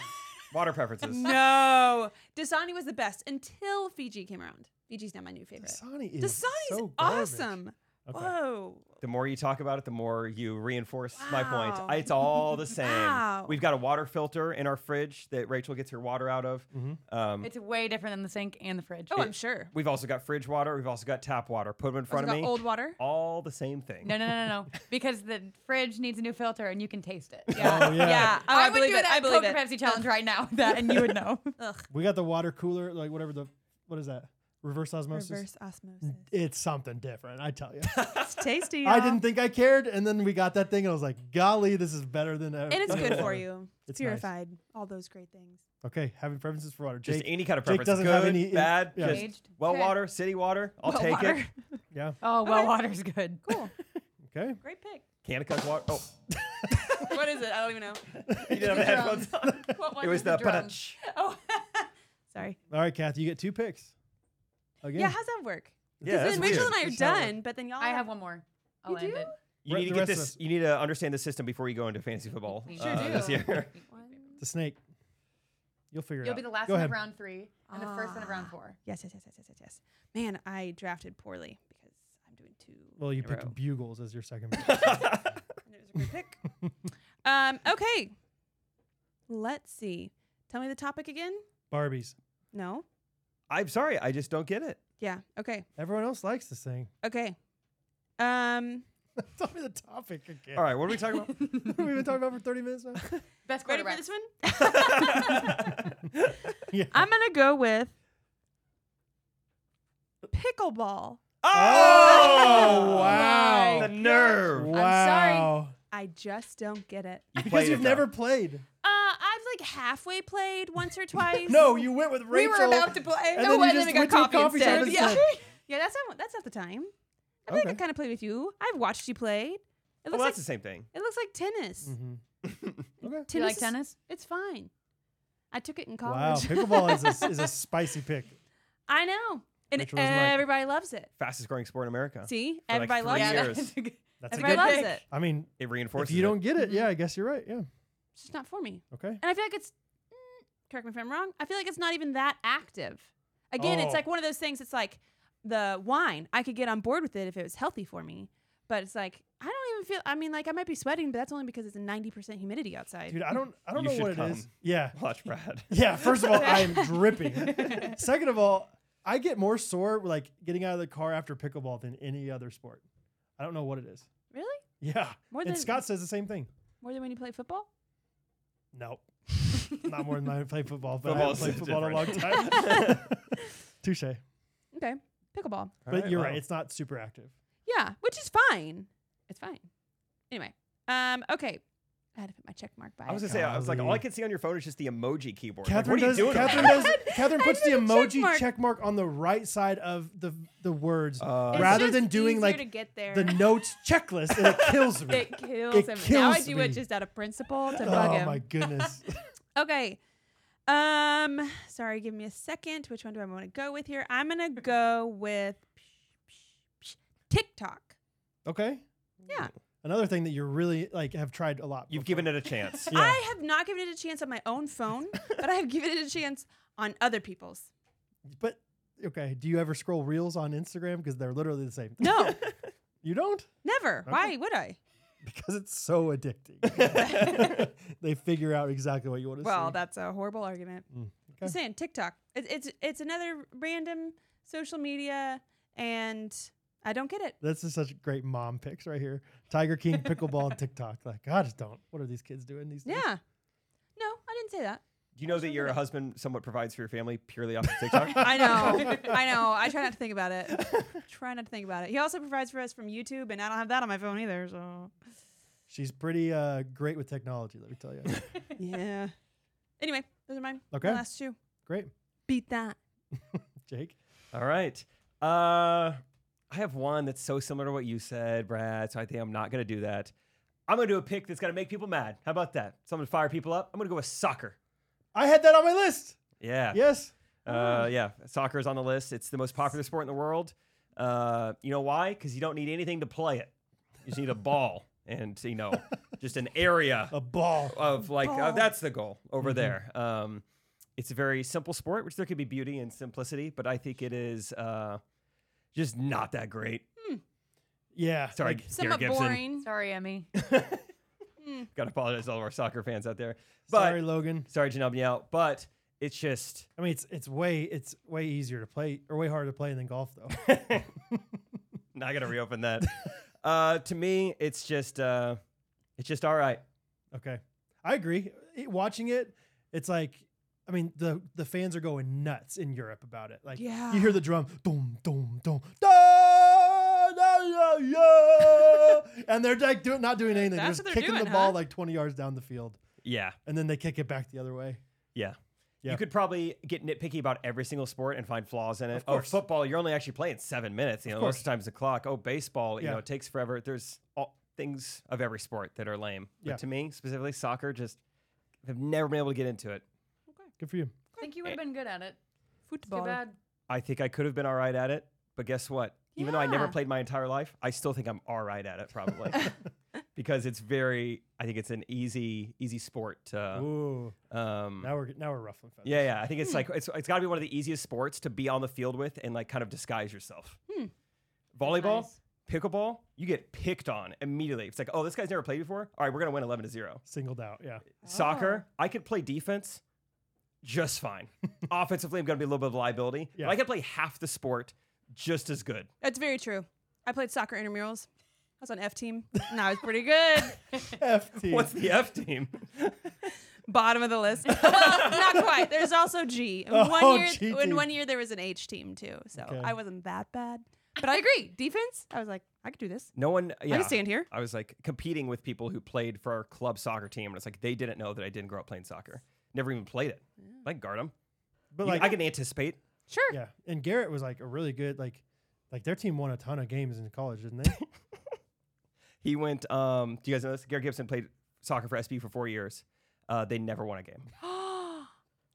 C: Water preferences.
D: No. Dasani was the best until Fiji came around. Fiji's now my new favorite.
B: Dasani is
D: Dasani's
B: so garbage.
D: awesome.
B: Okay.
D: Whoa.
C: The more you talk about it, the more you reinforce my point.
D: Wow.
C: I- It's all the same.
D: Wow.
C: We've got a water filter in our fridge that Rachel gets her water out of.
B: Mhm.
C: Um,
E: It's way different than the sink and the fridge.
D: Oh, I'm sure.
C: we've also got fridge water. We've also got tap water. Put them in front
D: Also
C: of
D: got
C: me.
D: old water.
B: Oh,
C: all the same thing.
E: No, no, no, no, no. because the fridge needs a new filter and you can taste it.
B: Oh, yeah.
D: Oh,
E: I, would
D: believe
E: do
D: it.
E: that
D: I believe it.
E: Coke Pepsi challenge right now with that, and you would know.
D: Ugh.
B: We got the water cooler, like whatever the what is that? Reverse osmosis.
D: Reverse osmosis.
B: It's something different, I tell you.
D: It's tasty.
B: I
D: y'all.
B: didn't think I cared, and then we got that thing, and I was like, "Golly, this is better than ever."
D: And it's good for you.
B: It's nice.
D: purified. All those great things.
B: Okay, having preferences for water.
C: Just
B: Jake,
C: any kind of
B: Jake
C: preference.
B: doesn't
C: Good,
B: have any-
C: bad,
B: yeah.
C: just
E: Aged.
C: well
E: Okay.
C: water, city water. I'll
D: Well,
C: take it.
D: water.
B: yeah,
E: Oh,
D: well,
E: well, water's good.
D: Cool.
B: okay.
D: great pick.
C: Kanaka's water. Oh,
D: What is it? I don't even know.
C: you didn't have the headphones on.
E: What
C: It was the punch.
D: Oh, sorry.
B: All right, Kathy, you get two picks. Again,
D: Yeah, how's that work?
C: Yeah, that's
D: Then Rachel
C: weird.
D: and I are
B: That's how it
D: done, but then y'all.
E: I have one more. I'll
D: You
E: end
D: do?
E: it.
C: You need to
B: The
C: get
B: rest of
C: this.
B: us-
C: You need to understand the system before you go into fantasy football.
E: We
C: uh,
E: sure
C: This
E: do.
C: year.
B: it's a snake. You'll figure it
E: You'll
B: out.
E: be the last
B: Go
E: one
B: ahead.
E: of round three and the first one of round four.
D: Yes, yes, yes, yes, yes, yes, yes. Man, I drafted poorly because I'm doing two.
B: Well, you
D: in a
B: picked
D: row.
B: bugles as your second. pick.
D: And it was a good pick. um, okay. Let's see. Tell me the topic again.
B: Barbies.
D: No.
C: I'm sorry, I just don't get it.
D: Yeah. Okay.
B: Everyone else likes this thing.
D: Okay. Um,
B: Tell me the topic again.
C: All right, what are we talking about?
B: What have we been talking about for thirty minutes now?
E: Best
D: ready
E: quarterback.
D: for this one?
B: yeah.
D: I'm gonna go with pickleball.
B: Oh, wow.
C: The nerve.
B: Wow.
E: sorry.
D: I just don't get it.
C: You
B: Because
C: played
B: you've
C: it,
B: never
C: though.
B: played.
D: Uh, I've like halfway played once or twice.
B: No, you went with Rachel.
E: We were about to play.
B: and then you just
E: we got
B: went to a coffee shop
E: instead.
B: instead.
D: Yeah, that's not that's not the time. I feel like I
B: Okay. Oh,
D: kind of played with you. I've watched you play. It
C: Well,
D: looks
C: that's
D: like
C: the same thing.
D: it looks like tennis.
B: Mhm. okay.
E: Do you like
D: is-
E: tennis?
D: It's fine. I took it in
B: Wow,
D: college.
B: pickleball is a, is a spicy pick.
D: I know, and
B: Rachel doesn't like it.
D: everybody loves it.
C: Fastest growing sport in America.
D: See,
C: like
D: everybody
C: three
D: loves
C: Yeah,
D: it.
C: years.
E: that's a good-
B: That's a
D: Everybody
B: good
D: loves
B: pick.
D: it.
B: I mean,
C: It
B: if
C: reinforces.
B: you don't
C: it.
B: get it, yeah, I guess you're right. Yeah.
D: It's just not for me.
B: Okay.
D: And I feel like it's mm, correct me if I'm wrong. I feel like it's not even that active. Again,
B: Oh.
D: it's like one of those things. It's like the wine. I could get on board with it if it was healthy for me, but it's like I don't even feel. I mean, like I might be sweating, but that's only because it's 90 percent humidity outside.
B: Dude, I don't I don't
C: You
B: know what
C: should
B: it is.
C: come.
B: Yeah.
C: watch Brad.
B: Yeah, first of all, I'm dripping. Second of all, I get more sore like getting out of the car after pickleball than any other sport. I don't know what it is.
D: Really?
B: Yeah.
D: More
B: and
D: than-
B: Scott says the same thing.
D: More than when you play football?
B: No. Not more than I play football, but
C: Football's
B: I haven't played football in a long
C: different.
B: time. Touche.
D: Okay, pickleball.
C: All
B: but you're
C: wow.
B: right, it's not super active.
D: Yeah, which is fine. It's fine. Anyway, um, okay. I had to put my check mark by.
C: I was
D: it.
C: gonna say, I was like, all
B: Golly.
C: I can see on your phone is just the emoji keyboard. Like,
B: Catherine
C: what are you
B: does.
C: doing? over
B: Catherine
C: there?
B: does. Catherine
D: I
B: puts the
D: did a check
B: emoji check mark.
D: mark.
B: on the right side of the the words
C: Uh,
D: It's
B: rather
D: just
B: than doing
D: easier
B: like
D: to get there.
B: the notes checklist, and it kills me.
D: it kills
B: It
D: him. now I
B: kills
D: do
B: me.
D: it just out of principle to bug
B: oh
D: him.
B: my goodness!
D: Okay. Um, sorry, give me a second. Which one do I want to go with here? I'm gonna go with TikTok.
B: Okay,
D: Yeah.
B: another thing that you're really like have tried a lot.
C: You've
B: before.
C: given it a chance.
B: Yeah.
D: I have not given it a chance on my own phone, but I have given it a chance on other people's.
B: but okay. Do you ever scroll reels on Instagram because they're literally the same? thing.
D: No,
B: you don't
D: never. Why would I?
B: because it's so addicting. they figure out exactly what you want to
D: Well,
B: see.
D: that's a horrible argument.
B: Mm,
D: I'm
B: okay.
D: saying TikTok. It, it's it's another random social media, and I don't get it.
B: That's just such great mom picks right here. Tiger King, pickleball, and TikTok. Like, I just don't. What are these kids doing these days?
D: Yeah. No, I didn't say that.
C: Do you know that your husband somewhat provides for your family purely off of TikTok?
D: I know. I know. I try not to think about it. try not to think about it. He also provides for us from YouTube, and I don't have that on my phone either. So,
B: She's pretty uh, great with technology, let me tell you.
D: yeah. Anyway, those are mine. My
B: Okay.
D: last two.
B: great.
D: Beat that.
B: Jake.
C: All right. Uh, I have one that's so similar to what you said, Brad. So I think I'm not gonna do that. I'm gonna do a pick that's gonna make people mad. How about that? So I'm gonna fire people up. I'm gonna go with soccer.
B: I had that on my list.
C: Yeah.
B: Yes. Oh.
C: Uh, yeah, soccer is on the list. It's the most popular sport in the world. Uh, you know why? Because you don't need anything to play it. You just need a ball and you know just an area
B: A ball. Mm-hmm.
C: of like uh,
D: ball.
C: that's the goal over there. Um, it's a very simple sport, which there could be beauty and simplicity, but I think it is uh, just not that great.
B: Yeah.
C: Sorry,
B: like,
C: Gary
D: Somewhat
C: Gibson.
D: boring.
E: Sorry, Emmy.
D: Hmm.
C: Got to apologize to all of our soccer fans out there. But
B: sorry, Logan.
C: sorry, Janelle Bunyao, But it's just
B: I mean, it's it's way it's way easier to play or way harder to play than golf though.
C: not gonna reopen that. uh, to me, it's just uh, it's just all right.
B: Okay, I agree. It- watching it, it's like, I mean, the the fans are going nuts in Europe about it. Like,
D: Yeah.
B: you hear the drum, dum dum dum, da, da, da, yeah. and they're like doing not doing anything.
D: That's
B: they're
D: what they're
B: just kicking
D: doing,
B: the ball
D: huh?
B: like twenty yards down the field,
C: Yeah,
B: and then they kick it back the other way.
C: yeah.
B: Yeah.
C: You could probably get nitpicky about every single sport and find flaws in it.
B: Of
C: oh,
B: course.
C: football, you're only actually playing seven minutes. You know,
B: course.
C: most of the times the clock. Oh, baseball, you
B: Yeah.
C: know, it takes forever. There's all things of every sport that are lame. But
B: Yeah.
C: to me, specifically soccer, just have never been able to get into it.
B: Good for you.
E: I think you would have been good at it. It's too
D: Football.
E: bad.
C: I think I could have been all right at it, but guess what? Even though I never
E: Yeah.
C: played my entire life, I still think I'm all right at it probably. because it's very I think it's an easy easy sport to
B: Ooh,
C: um
B: now we're now we're ruffling feathers.
C: Uh, yeah, yeah. I think it's like it's, it's got to be one of the easiest sports to be on the field with and like kind of disguise yourself.
E: Hmm.
C: Volleyball,
E: Nice.
C: pickleball, you get picked on immediately. It's like, oh, this guy's never played before. All right, we're gonna win eleven to zero.
B: Singled out. Yeah.
C: Soccer,
B: Oh.
C: I could play defense just fine. Offensively, I'm going to be a little bit of a liability.
B: Yeah.
C: But I could play half the sport just as good.
D: That's very true. I played soccer intramurals. I was on F team. and I was pretty good.
B: FT.
C: What's the F team?
D: Bottom of the list. Not quite. There's also G. And One
B: Oh,
D: year,
B: G
D: in
B: team.
D: one year there was an H team too, so
B: Okay.
D: I wasn't that bad.
E: But I agree.
D: Defense, I was like, I could do this.
C: No one. Yeah.
D: I can stand here.
C: I was like competing with people who played for our club soccer team, and it's like they didn't know that I didn't grow up playing soccer. Never even played it. I can guard them.
B: but like
C: I can anticipate.
E: Sure.
B: yeah, and Garrett was like a really good like like their team won a ton of games in college, didn't they?
C: He went. Um, do you guys know this? Gary Gibson played soccer for SB for four years. Uh, they never won a game.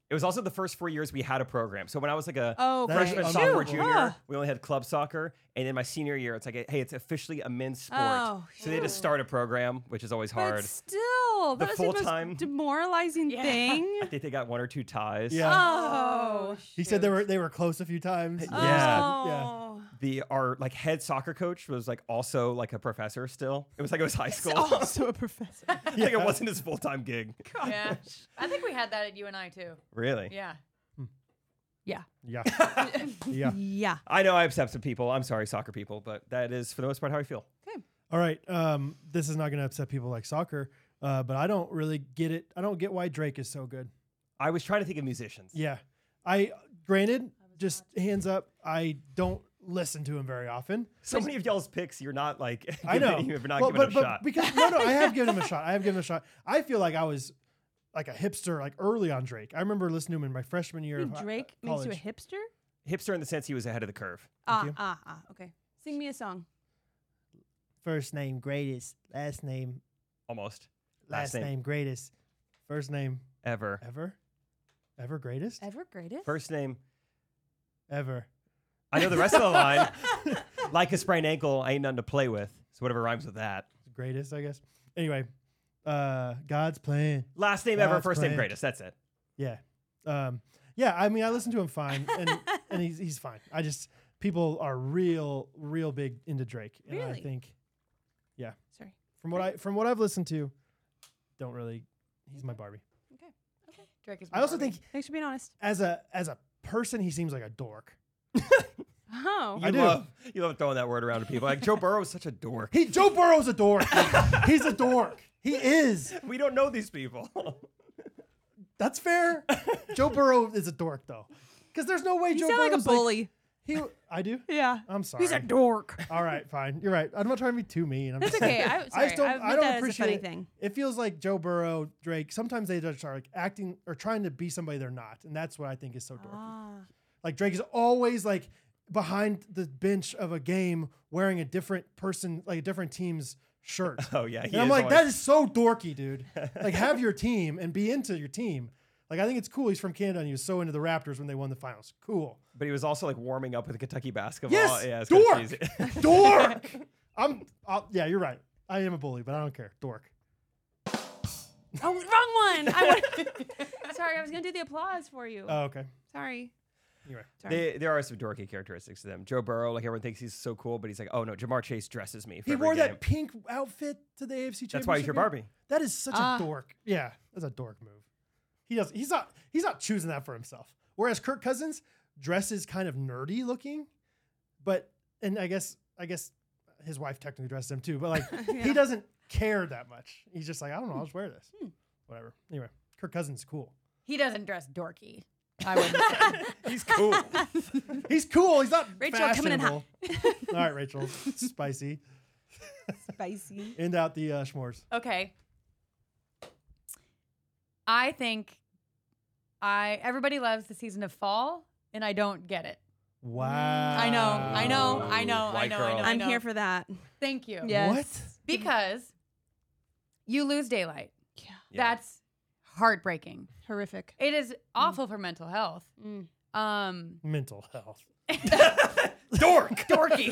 C: It was also the first four years we had a program. So when I was like a
D: oh,
B: That is
D: great.
C: freshman,
B: Shoot.
C: sophomore,
B: Huh.
C: junior, we only had club soccer, and then my senior year, it's like, hey, it's officially a men's sport.
D: Oh,
C: so they had to start a program, which is always
D: But
C: hard.
D: still,
C: The
D: that was the
C: full-time-
D: most demoralizing
E: Yeah.
D: thing.
C: I think they got one or two ties.
B: Yeah.
D: Oh.
B: He said they
E: shoot.
B: were they were close a few times.
C: Yeah. Yeah.
D: Oh.
C: The our like head soccer coach was like also like a professor still. It was like it was high school.
D: Also a professor.
C: like it
B: Yeah.
C: wasn't his full time gig.
E: Yeah. I think we had that at you and I too.
C: Really?
E: Yeah.
B: Yeah. yeah.
D: yeah.
C: I know I upset some people. I'm sorry, soccer people, but that is for the most part how I feel.
B: All right. Um, this is not going to upset people like soccer, uh, but I don't really get it. I don't get why Drake is so good.
C: I was trying to think of musicians.
B: Yeah. I granted, just hands up, I don't listen to him very often.
C: So many of y'all's picks, you're not like
B: I know.
C: giving- you've not
B: Well,
C: given
B: but,
C: a
B: but
C: shot.
B: because no, no, I have given him a shot. I have given him a shot. I feel like I was like a hipster, like early on Drake. I remember listening to him in my freshman year. of hi- uh,
D: Drake
B: college.
D: makes you a hipster?
C: Hipster in the sense he was ahead of the curve.
D: Ah,
B: you.
D: ah, ah. Okay. Sing me a song.
B: First name greatest, last name
C: Almost.
B: last,
C: Last
B: name.
C: name.
B: greatest, first name
C: Ever.
B: ever, ever greatest,
D: Ever greatest?
C: First name.
B: ever.
C: I know the rest of the line. like a sprained ankle, I ain't nothing to play with. So whatever rhymes with that.
B: greatest, I guess. Anyway, uh, God's plan.
C: Last name ever,
B: That's
C: first name
B: great.
C: greatest. That's it.
B: Yeah, um, yeah. I mean, I listen to him fine, and and he's he's fine. I just people are real, real big into Drake, and I
D: Really?
B: think
D: Sorry.
B: from what I from what I've listened to, don't really. He's my Barbie.
E: Drake is.
B: I also think
D: Thanks for being honest.
B: as a as a person, he seems like a dork.
D: Oh.
C: You
B: do.
C: love you love throwing that word around to people. Like Joe Burrow is such a dork.
B: He Joe Burrow's a dork. he's a dork. He is.
C: We don't know these people.
B: That's fair. Joe Burrow is a dork though, because there's no way
D: You
B: Joe
D: sound like a
B: Burrow's
D: bully.
B: he, I do.
D: yeah.
B: I'm sorry.
D: He's a dork.
B: All right, fine. You're right. I'm not trying to be too mean. I'm
D: That's
B: just
D: okay.
B: saying-
D: I, sorry. I,
B: just don't-
D: meant
B: I don't
D: that as a funny
B: appreciate-
D: thing.
B: It feels like Joe Burrow, Drake. Sometimes they just are like acting or trying to be somebody they're not, and that's what I think is so dorky.
D: Ah.
B: Like Drake is always like behind the bench of a game wearing a different person, like a different team's shirt.
C: Oh yeah. he
B: and I'm
C: is
B: like,
C: always-
B: that is so dorky, dude. Like, have your team and be into your team. Like, I think it's cool. He's from Canada and he was so into the Raptors when they won the finals. Cool.
C: But he was also like warming up with Kentucky basketball.
B: Yes,
C: yeah, it's
B: dork.
C: confusing.
B: dork. I'm. I'll, yeah, you're right. I am a bully, but I don't care. Dork.
D: Oh,
B: Uh,
D: wrong one. I wa- Sorry, I was going to do the applause for you.
B: Oh, okay.
D: Sorry.
B: Anyway,
D: Sorry.
C: They, there are some dorky characteristics to them. Joe Burrow, like everyone thinks he's so cool, but he's like, oh no, Jamar Chase dresses me. For
B: he
C: every
B: wore
C: game."
B: that pink outfit to the AFC Championship.
C: That's why he's your
B: game.
C: Barbie.
B: That is such
E: Ah.
B: a dork. Yeah, that's a dork move. He does. He's not. He's not choosing that for himself. Whereas Kirk Cousins dresses kind of nerdy looking, but and I guess I guess his wife technically dresses him too. But like he
D: Yeah.
B: doesn't care that much. He's just like I don't know. I'll just wear this.
E: Hmm.
B: Whatever. Anyway, Kirk Cousins is cool.
E: He doesn't dress dorky. I wouldn't say.
C: He's cool.
B: He's cool. He's not
D: Rachel, coming in hot.
B: fashionable. All right, Rachel. Spicy.
D: Spicy.
B: End out the uh, s'mores.
E: okay. I think I everybody loves the season of fall, and I don't get it.
B: Wow.
E: Mm, I know, I know, I know, I
C: Oh, White
E: know, I know.
C: girl.
E: I
D: I'm
E: know.
D: here for that.
E: Thank you.
D: Yes.
E: Because you lose daylight.
D: Yeah.
C: Yeah.
E: That's heartbreaking.
D: Horrific.
E: It is awful for mental health.
D: Mm.
E: Um,
B: Mental health.
C: Dork.
E: dorky.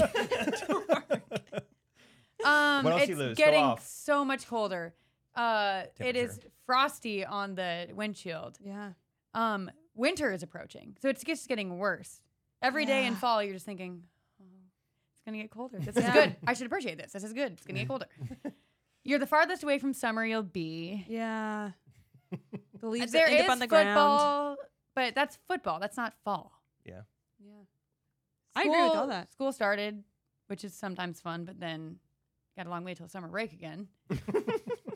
E: um,
C: What else
E: it's
C: you lose? Go
E: getting
C: off.
E: so much colder. Uh, it is
C: Temperature.
E: frosty on the windshield.
D: Yeah.
E: Um, winter is approaching, so it's just getting worse. Every day in
D: Yeah.
E: fall, you're just thinking, oh, it's gonna get colder. This
D: Yeah.
E: is good. I should appreciate this. This is good. It's gonna get colder. You're the farthest away from summer you'll be.
D: Yeah. The leaves
E: There
D: that end
E: is
D: up on the ground.
E: football, but that's football. That's not fall.
D: Yeah. I agree with all that.
E: School started, which is sometimes fun, but then got a long way till summer break again.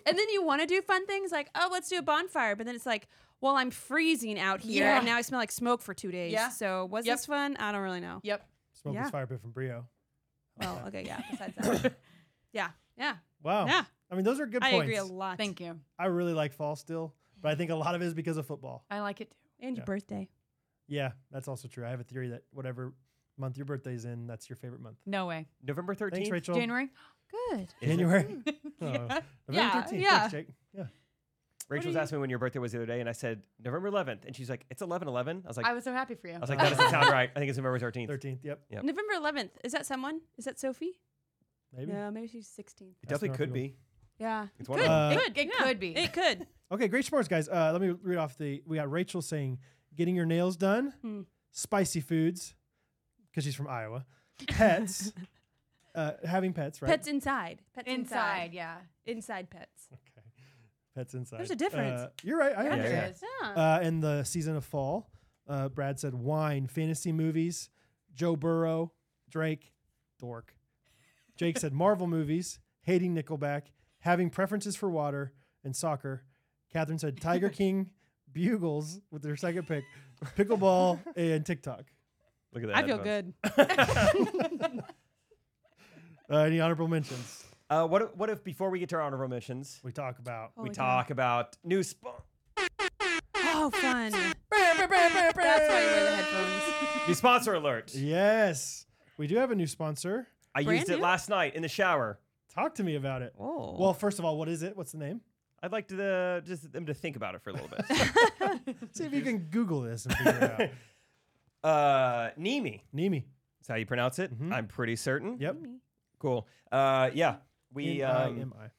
D: And then you want to do fun things like, oh, let's do a bonfire. But then it's like, well, I'm freezing out here.
E: Yeah.
D: And now I smell like smoke for two days.
E: Yeah.
D: So was
E: Yep.
D: this fun? I don't really know.
E: Yep.
B: Smoke
D: Yeah.
B: this fire pit from Brio.
D: Well, okay. Yeah. Besides that. yeah. Yeah.
B: Wow.
D: Yeah.
B: I mean, those are Oh, good
D: I
B: points.
D: agree a lot.
E: Thank you.
B: I really like fall still, but I think a lot of it is because of football.
E: I like it too.
D: And your
B: Yeah.
D: birthday.
B: Yeah, that's also true. I have a theory that whatever month your birthday's in, that's your favorite month.
E: No way.
C: November 13th.
B: Thanks, Rachel.
E: January.
D: Good.
C: Is it?
B: January. Oh,
E: Yeah.
B: November
D: Yeah,
B: 13th.
D: yeah.
B: Thanks, Jake. Yeah.
C: Rachel's asked me when your birthday was the other day, and I said November 11th, and she's like, "It's 11 11." I was like,
E: I
C: I
E: was so happy for you.
C: was like, uh, that doesn't sound right. I think it's November 13th.
B: 13th. Yep.
C: Yep.
D: November 11th. Is that someone? Is that Sophie?
B: Maybe.
D: No, maybe she's 16.
C: It
B: That's
C: definitely could
B: normal.
C: be.
D: Yeah.
C: It's one
D: Good.
C: of
B: Uh,
D: it
B: them.
D: could.
E: It
D: yeah.
E: could be.
D: It could.
B: Okay, great sports, guys. Uh, let me read off the. We got Rachel saying, getting your nails done,
D: Hmm.
B: spicy foods, because she's from Iowa, pets, uh, having pets, right?
D: Pets inside. Pets
E: Inside, yeah.
D: Inside pets.
B: Okay. Pets inside.
D: a difference.
B: Uh, you're right. I
E: Yeah,
B: am
C: Yeah,
E: there
C: yeah.
E: is.
D: Yeah.
B: uh, in the season of fall. Uh, Brad said wine, fantasy movies, Joe Burrow, Drake, dork. Jake said Marvel movies, hating Nickelback, having preferences for water and soccer. Catherine said Tiger King, Bugles with their second pick, pickleball, and TikTok.
C: Look at that.
D: I feel
C: headphones.
D: good.
B: Uh, any honorable mentions
C: Uh, what, if, what if before we get to our honorable mentions,
B: we talk about?
C: we talk about new sp-
D: Oh, fun. That's why you wear the headphones.
C: new sponsor alert?
B: Yes, we do have a new sponsor.
C: I
D: Brand
C: used it
D: new?
C: last night in the shower.
B: Talk to me about it.
D: Oh.
B: Well, first of all, what is it? What's the name?
C: I'd like to uh, just them to think about it for a little bit.
B: See if you can Google this and figure it out.
C: uh, Nimi.
B: Nimi.
C: That's how you pronounce it.
B: Mhm.
C: I'm pretty certain.
B: Yep.
C: Cool. Uh, yeah. We um,
B: N-I-M-I.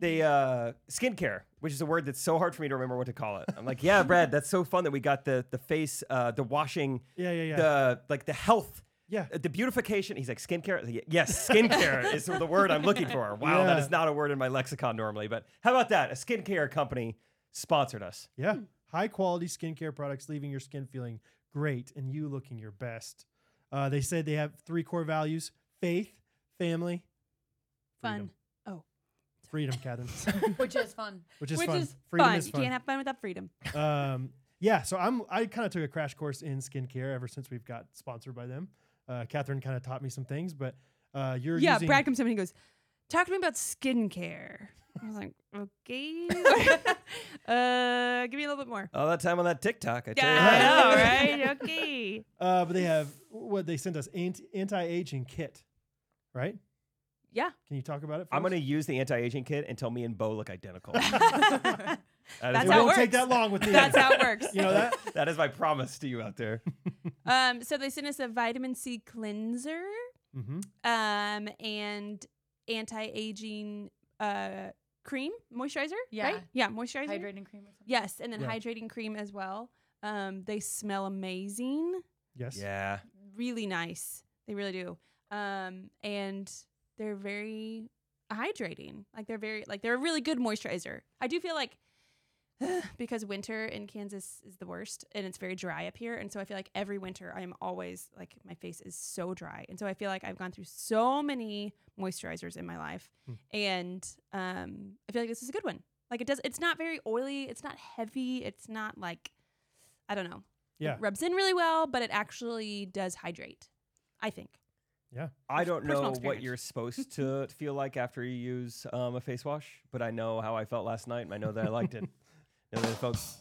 C: the uh, skincare, which is a word that's so hard for me to remember what to call it. I'm like, yeah, Brad, that's so fun that we got the the face, uh, the washing,
B: Yeah, yeah, yeah.
C: the like the health,
B: yeah.
C: uh, the beautification. He's like skincare. I was like, Yes, skincare is the word I'm looking for. Wow, that
B: Yeah.
C: is not a word in my lexicon normally. But how about that? A skincare company sponsored us.
D: Hmm.
B: Yeah. High quality skincare products leaving your skin feeling great and you looking your best. Uh, they said they have three core values faith, family,
D: Fun. Oh.
B: freedom, Catherine,
E: Which is fun.
B: which is
D: Which
B: fun.
D: is
B: freedom
D: fun.
B: is
D: You
B: fun.
D: can't have fun without freedom.
B: um, yeah, so I'm I kind of took a crash course in skincare ever since we've got sponsored by them. Uh, Catherine kind of taught me some things, but uh, you're
D: yeah,
B: using
D: Brad comes up and he goes, "Talk to me about skincare." I was like, "Okay, uh, give me a little bit more."
C: All that time on that TikTok, I tell you. what.
D: Yeah, I know, right? Okay.
B: uh, but they have what they sent us anti anti aging kit, right?
D: Yeah.
B: Can you talk about it? For
C: I'm
B: us?
C: gonna use the anti-aging kit until me and Bo look identical. That
D: That's
C: is
B: it
C: my-
D: how it
B: won't take
D: works.
B: that long with me.
D: That's how it works.
B: you know that.
C: that is my promise to you out there.
D: Um, so they sent us a vitamin C cleanser,
B: Mm-hmm.
D: um, and anti-aging uh cream moisturizer.
E: Yeah.
D: right? yeah, moisturizer.
E: Hydrating cream or something.
D: Yes, and then
B: Yeah.
D: hydrating cream as well. Um, they smell amazing.
B: Yes.
C: Yeah.
D: really nice. They really do. Um, and they're very hydrating. Like they're very like they're a really good moisturizer. I do feel like because winter in Kansas is the worst and it's very dry up here. And so I feel like every winter I'm always like my face is so dry. And so I feel like I've gone through so many moisturizers in my life.
B: Hmm.
D: And um I feel like this is a good one. Like it does it's not very oily, it's not heavy, it's not like I don't know.
B: Yeah.
D: It rubs in really well, but it actually does hydrate. I think.
C: I don't
D: personal
C: know what
D: experience.
C: you're supposed to feel like after you use um, a face wash, but I know how I felt last night, and I know that I liked it. And then, folks,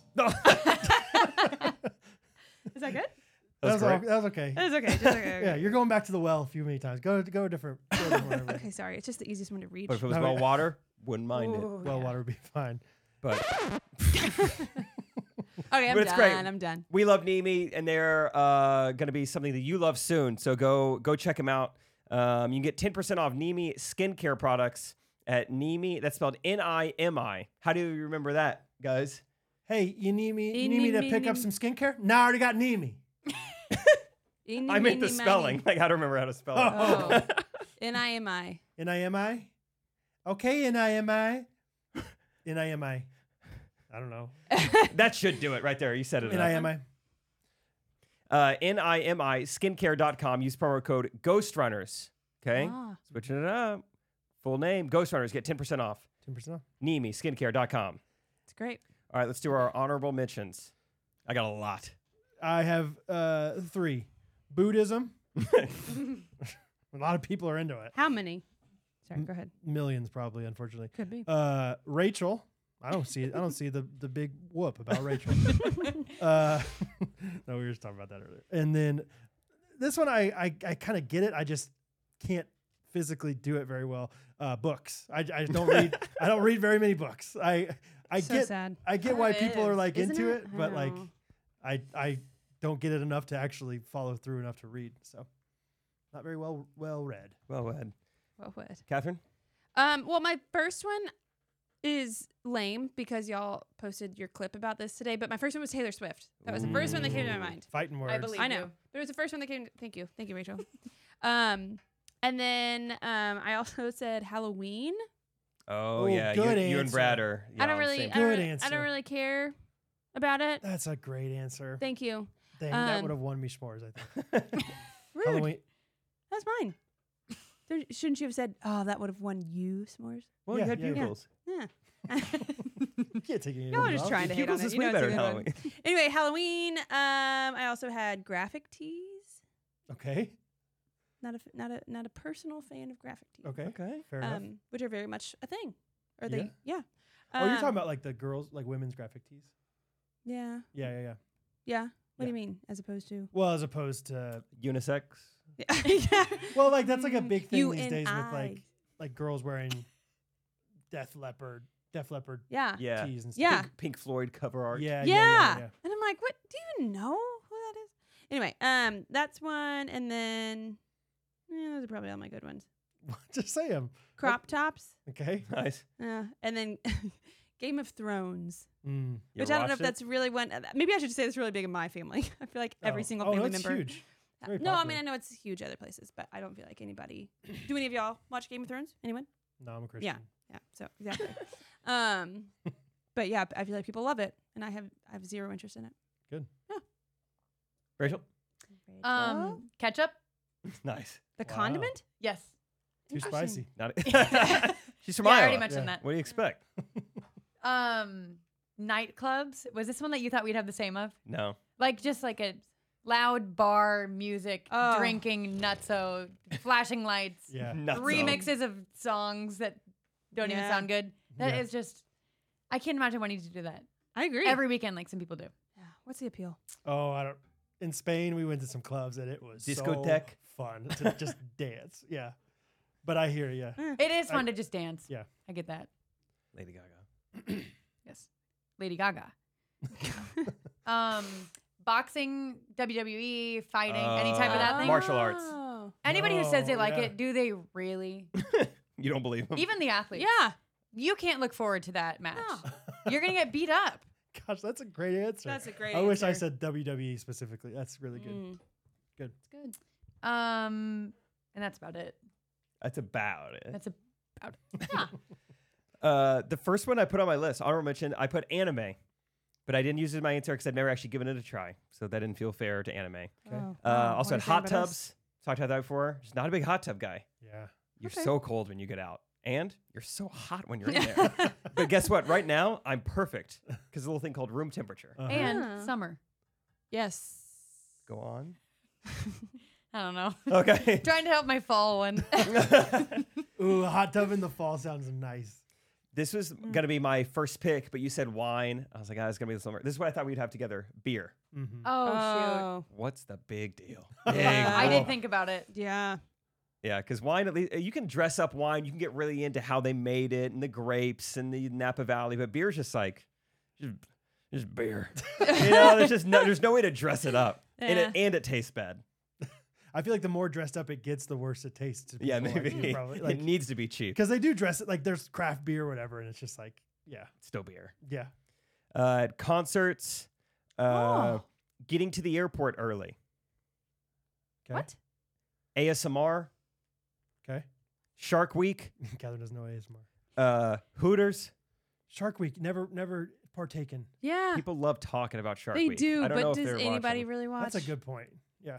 E: Is that good?
B: That was, all,
C: great.
B: that was okay.
D: It's okay. Just okay,
B: Yeah, you're going back to the well a few many times. Go go a different. Go a different one.
D: okay, sorry. It's just the easiest one to reach.
C: but if it was
B: No,
C: well
B: yeah.
C: water, wouldn't mind it.
D: Oh,
E: Ooh,
B: well,
E: yeah.
B: water would be fine.
C: But
D: Okay, I'm
C: but it's
D: done.
C: great.
D: I'm done.
C: we love Nimi, and they're uh, going to be something that you love soon. So go go check them out. Um, you can get 10% off Nimi skincare products at Nimi. That's spelled N I M I. How do you remember that, guys?
B: Hey, you need me? You need
D: You
B: me
D: need
B: to
D: me,
B: pick
D: need
B: up
D: me.
B: some skincare? No, I already got need me.
C: I meant the spelling. Like, I don't remember how to spell it.
D: Oh. N I M I.
B: N I M I. Okay, N I M I. N I M I. I don't know.
C: that should do it right there. You said it.
B: N I M I.
C: uh, N-I-M-I, skincare.com. Use promo code GHOSTRUNNERS. Okay?
D: Ah.
C: Switching it up. Full name, Ghost Runners. Get 10% off.
B: Ten percent off.
C: NEMI, skincare.com.
D: It's great.
C: All right, let's do our honorable mentions. I got a lot.
B: I have uh, three. Buddhism. a lot of people are into it.
D: How many?
C: Hmm?
D: Sorry, go ahead.
B: Millions, probably. Unfortunately.
D: Could be.
B: Uh, Rachel. I don't see. I don't see the the big whoop about Rachel. uh, no, we were just talking about that earlier. And then this one, I I, I kind of get it. I just can't physically do it very well. Uh, books. I, I just don't read. I don't read very many books. I I
D: so
B: get
D: sad.
B: I get
E: Oh,
B: why
E: it
B: people are
E: is,
B: like
D: isn't
B: into
D: it?
B: it,
D: I
B: but like
D: know.
B: I I don't get it enough to actually follow through enough to read. So not very well well read.
C: Well, ahead.
D: What would?
C: Catherine?
D: Um, well, my first one is lame because y'all posted your clip about this today, but my first one was Taylor Swift. That was the first one that came to my
B: Ooh,
D: mind.
B: Fighting words.
E: I believe
D: I know.
E: you.
D: But it was the first one that came. Thank you. Thank you, Rachel. um, and then um, I also said Halloween.
C: Oh,
B: Ooh,
C: yeah. You,
B: good
C: you and
B: answer.
C: Brad are. yeah,
D: I don't
C: on the
D: really,
C: same-
D: I don't
B: Good
D: really, I
B: answer.
D: don't really care about it.
B: That's a great answer.
D: Thank you.
B: Dang, that
D: um,
B: would have won me s'mores. I think.
D: Rude.
B: Halloween.
D: That's mine. There- Shouldn't you have said, "Oh, that would have won you s'mores"?
C: Well,
B: Yeah,
C: you had
B: yeah, yeah.
C: bugles.
D: Yeah.
B: You can't take any.
D: No,
B: of
D: I'm
B: them
D: just
B: off.
D: trying to hate on
C: Bugles
D: it.
C: is
D: You
C: way
D: know it's a
C: better
D: good
C: than
D: one.
C: Halloween.
D: Anyway, Halloween. Um, I also had graphic tees.
B: Okay.
D: Not a f- not a not a personal fan of graphic tees.
B: Okay.
C: okay.
B: Fair enough.
D: Um, which are very much a thing. Are they? Yeah.
B: oh, you're talking
D: Um,
B: about like the girls, like women's graphic tees.
D: Yeah.
B: Yeah, yeah, yeah.
D: Yeah. What do
B: Yeah.
D: you mean? As opposed to?
B: Well, as opposed to
C: Unisex.
D: Yeah.
B: well, like that's like a
D: Mm,
B: big thing
D: you
B: these
D: and
B: days with
D: I.
B: like like girls wearing Death Leopard, Def Leopard
D: Yeah.
C: Yeah.
D: Yeah.
B: tees and stuff.
D: Ah, Yeah.
C: Pink, Pink Floyd cover art.
B: Yeah, yeah, yeah, yeah.
D: And I'm like, what? Do you even know who that is? Anyway, um, that's one, and then eh, those are probably all my good ones.
B: Just say them.
D: Crop tops.
B: Okay.
C: Nice.
D: Yeah, and then Game of Thrones,
B: Mm.
C: You
D: which I don't know if
C: watched it?
D: that's really one. uh, Maybe I should say it's really big in my family. I feel like every
B: Oh.
D: single
B: oh,
D: family
B: no, it's
D: member.
B: huge.
D: Uh,
B: Very
D: no, I mean
B: popular.
D: I know it's huge other places, but I don't feel like anybody. Do any of y'all watch Game of Thrones? Anyone?
B: No, I'm a Christian.
D: Yeah. Yeah. So exactly. um, but yeah, I feel like people love it, and I have I have zero interest in it.
C: Rachel?
E: Um, ketchup.
C: Nice.
D: the
B: wow.
D: condiment.
E: Yes.
B: Too spicy.
C: Not
E: yeah,
C: She's from
E: I
C: Iowa.
E: already mentioned
B: Yeah.
E: that.
C: What do you expect?
E: Um, nightclubs. Was this one that you thought we'd have the same of?
C: No.
E: Like just like a loud bar music,
D: Oh.
E: drinking, nutso, flashing lights,
B: Yeah.
C: Nuts
E: remixes of songs that don't even
D: Yeah.
E: sound good. That is
B: Yeah.
E: just. I can't imagine wanting to do that
D: I agree.
E: every weekend, like some people do.
D: yeah. What's the appeal?
B: Oh, I don't. In Spain, we went to some clubs and it was so
C: Discotheque.
B: fun to just dance. Yeah. But I hear you.
E: It is
B: I-
E: fun to just dance.
B: yeah.
E: I get that.
C: Lady Gaga.
E: Yes. Lady Gaga. um, boxing, WWE, fighting, any type of that
C: Uh,
E: thing.
C: Martial arts.
D: Oh.
E: Anybody who says they
B: No,
E: like
B: yeah.
E: it, do they really?
C: You don't believe him?
E: Even the athletes.
D: Yeah.
E: You can't look forward to that match.
D: No.
E: You're going to get beat up.
B: Gosh, that's a great answer.
D: That's a great
B: I wish I
D: answer.
B: said WWE specifically. E That's really good.
D: Mm.
B: Good.
E: It's good. Um, and that's about it.
C: That's about it.
E: That's about it. Huh.
C: Uh, the first one I put on my list, honorable mention, I put anime, but I didn't use it in my answer because I'd never actually given it a try, so that didn't feel fair to anime.
E: Oh,
C: Uh, also, had
E: wow. What do you think
C: hot
E: about us?
C: tubs. Talked about that before. Just not a big hot tub guy.
B: Yeah.
C: You're
E: Okay.
C: so cold when you get out, and you're so hot when you're in there. but guess what? Right now, I'm perfect because a little thing called room temperature.
B: Uh-huh.
D: Huh.
E: and summer.
D: Yes.
C: Uh, Go on.
E: I don't know.
C: Okay.
E: Trying to help my fall one.
B: Ooh, a hot tub in the fall sounds nice.
C: this was
E: Mm.
C: gonna be my first pick, but you said wine. I was like, ah, it's gonna be the summer. This is what I thought we'd have together: beer.
B: Mm-hmm.
E: oh shoot!
C: What's the big deal?
D: Yeah.
E: I
C: deal.
E: did think about it.
D: Yeah.
C: Yeah, because wine at least you can dress up wine. You can get really into how they made it and the grapes and the Napa Valley. But beer's just like, just, just beer. you know, there's just no, there's no way to dress it up, and it and it tastes bad.
B: I feel like the more dressed up it gets, the worse it tastes. To
C: Yeah,
B: people, like
C: maybe
B: you, probably.
C: it needs to be cheap.
B: because they do dress it like there's craft beer or whatever, and it's just like, yeah,
C: Still beer.
B: yeah.
C: Uh, at concerts, uh,
B: Oh.
C: getting to the airport early,
B: Okay.
E: What?
C: ASMR,
B: Okay.
C: Shark Week,
B: Catherine doesn't know ASMR.
C: uh, Hooters.
B: Shark Week never never partaken.
D: Yeah.
C: People love talking about Shark
D: They
C: Week.
D: do,
C: I don't know
D: but
C: if they're
D: does anybody
C: watching.
D: really watch?
B: That's a good point. Yeah.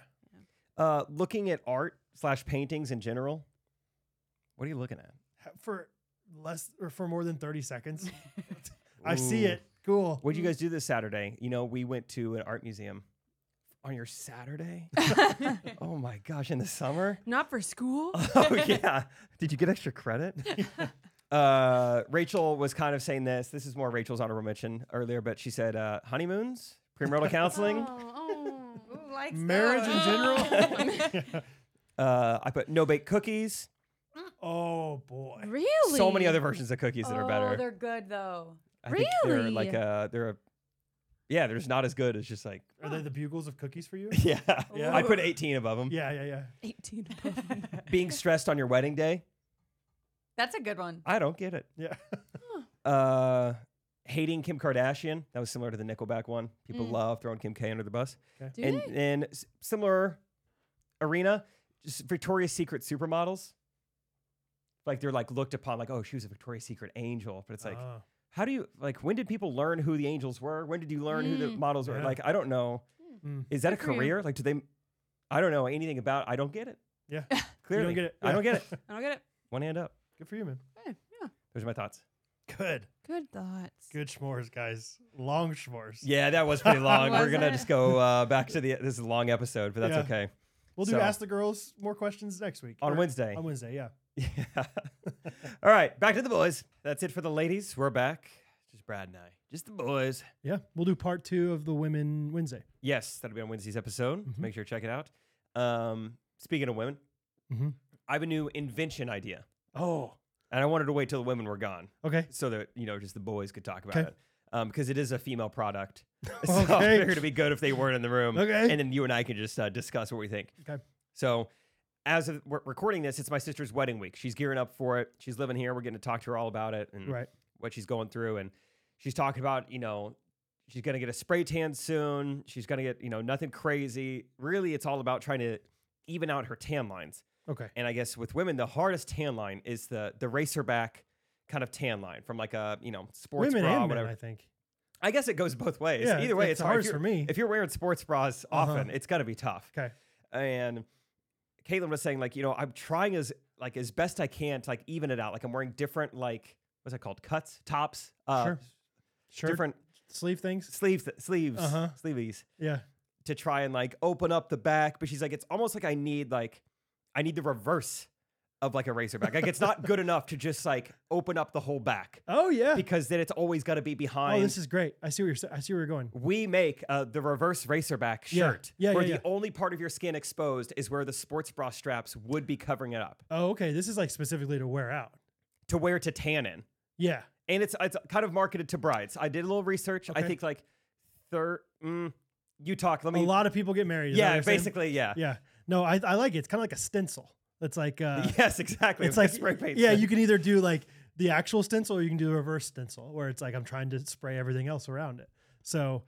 C: Uh, looking at art slash paintings in general, what are you looking at?
B: Ha- For less or for more than thirty seconds, I see it. Cool.
C: What would you guys do this Saturday? You know, we went to an art museum on your Saturday. oh my gosh, in the summer.
D: Not for school.
C: Oh yeah. Did you get extra credit? uh, Rachel was kind of saying this. This is more Rachel's honorable mention earlier, but she said uh, honeymoons, premarital counseling.
D: Oh, oh.
E: Who likes
B: Marriage in general.
C: Uh, I put no bake cookies.
B: oh boy.
D: really?
C: So many other versions of cookies that are
E: Oh,
C: better.
E: they're good though.
C: I think they're
D: Really?
C: like uh they're a, yeah, they're just not as good as just like
B: Are they the bugles of cookies for you?
C: yeah.
B: Yeah.
C: I put 18 above them.
B: Yeah, yeah, yeah.
D: 18 above.
C: Being stressed on your wedding day,
E: That's a good one.
C: I don't get it.
B: Yeah.
C: Uh, hating Kim Kardashian, that was similar to the Nickelback one. People love throwing Kim K under the bus.
D: Do
C: and
D: they?
C: and s- similar arena, just Victoria's Secret supermodels. Like they're like looked upon like oh she was a Victoria's Secret angel, but it's like
B: Ah.
C: how do you like when did people learn who the angels were? When did you learn who the
E: Mm.
C: models were?
B: Yeah.
C: Like I don't know.
B: Mm.
C: Is that a
E: Good for you.
C: career? Like do they? I don't know anything about. I don't get it.
B: Yeah.
C: Clearly,
B: get it.
C: I don't get it.
D: I don't get it.
C: One hand up.
B: Good for you, man.
D: Hey, yeah.
C: Those are my thoughts.
B: Good.
D: Good thoughts.
B: Good s'mores, guys. Long s'mores.
C: Yeah, that was pretty long. We're
E: Was
C: gonna
E: it?
C: just go uh, back to the. This is a long episode, but that's
B: Yeah.
C: okay.
B: We'll do
C: So-
B: ask the girls more questions next week
C: On
B: Or-
C: Wednesday.
B: On Wednesday, yeah.
C: Yeah. All right, back to the boys. That's it for the ladies. We're back. Just Brad and I. Just the boys.
B: Yeah, we'll do part two of the women Wednesday.
C: Yes, that'll be on Wednesday's episode.
E: Mm-hmm.
B: Mhm.
C: Make sure to check it out. Um, speaking of women,
E: Mm-hmm.
B: Mhm.
C: I have a new invention idea,
B: Oh,
C: and I wanted to wait till the women were gone.
B: okay.
C: so that you know just the boys could talk about
B: 'Kay.
C: it because it is a female product so I
B: Okay.
C: figured it'd be good if they weren't in the room
B: Okay.
C: and then you and i can just uh, discuss what we think
B: Okay.
C: so as of we're recording this it's my sister's wedding week she's gearing up for it she's living here we're getting to talk to her all about it and
B: Right.
C: what she's going through and she's talking about you know she's going to get a spray tan soon she's going to get you know nothing crazy really it's all about trying to even out her tan lines
B: Okay.
C: and I guess with women, the hardest tan line is the the racerback kind of tan line from like a you know sports
B: women
C: bra,
B: and men,
C: whatever.
B: I think.
C: I guess it goes both ways.
B: Yeah,
C: Either way,
B: it's
C: it's, hard
B: ours
C: If you're-
B: for me.
C: If you're wearing sports bras
B: Uh-huh.
C: often, it's got to be tough.
B: 'Kay.
C: And Caitlin was saying like you know I'm trying as like as best I can to like even it out. Like I'm wearing different like what's that called cuts tops uh,
B: sure. Shirt,
C: different
B: sleeve things.
C: sleeves sleeves
B: Uh-huh.
C: sleevies
B: Yeah.
C: to try and like open up the back, but she's like, it's almost like I need like I need the reverse of like a razorback. Like it's not good enough to just like open up the whole back
B: Oh yeah.
C: because then it's always got to be behind.
B: Oh, this is great. I see where you're. s- I see where you're going.
C: we make uh, the reverse racerback
B: Yeah.
C: shirt,
B: Yeah,
C: where
B: yeah,
C: the
B: yeah.
C: only part of your skin exposed is where the sports bra straps would be covering it up
B: Oh, okay. This is like specifically to wear out.
C: to wear to tan in,
B: Yeah.
C: and it's it's kind of marketed to brides. I did a little research. I
B: Okay.
C: think like third. Mm, you talk. Let
B: A
C: me.
B: lot of people get married. is that what
C: yeah,
B: you're saying?
C: basically, yeah.
B: Yeah. No, I, I like it. It's kind of like a stencil. It's like uh,
C: Yes, exactly.
B: it's like
C: spray paint.
B: Yeah, you can either do like the actual stencil or you can do the reverse stencil, where it's like I'm trying to spray everything else around it. So,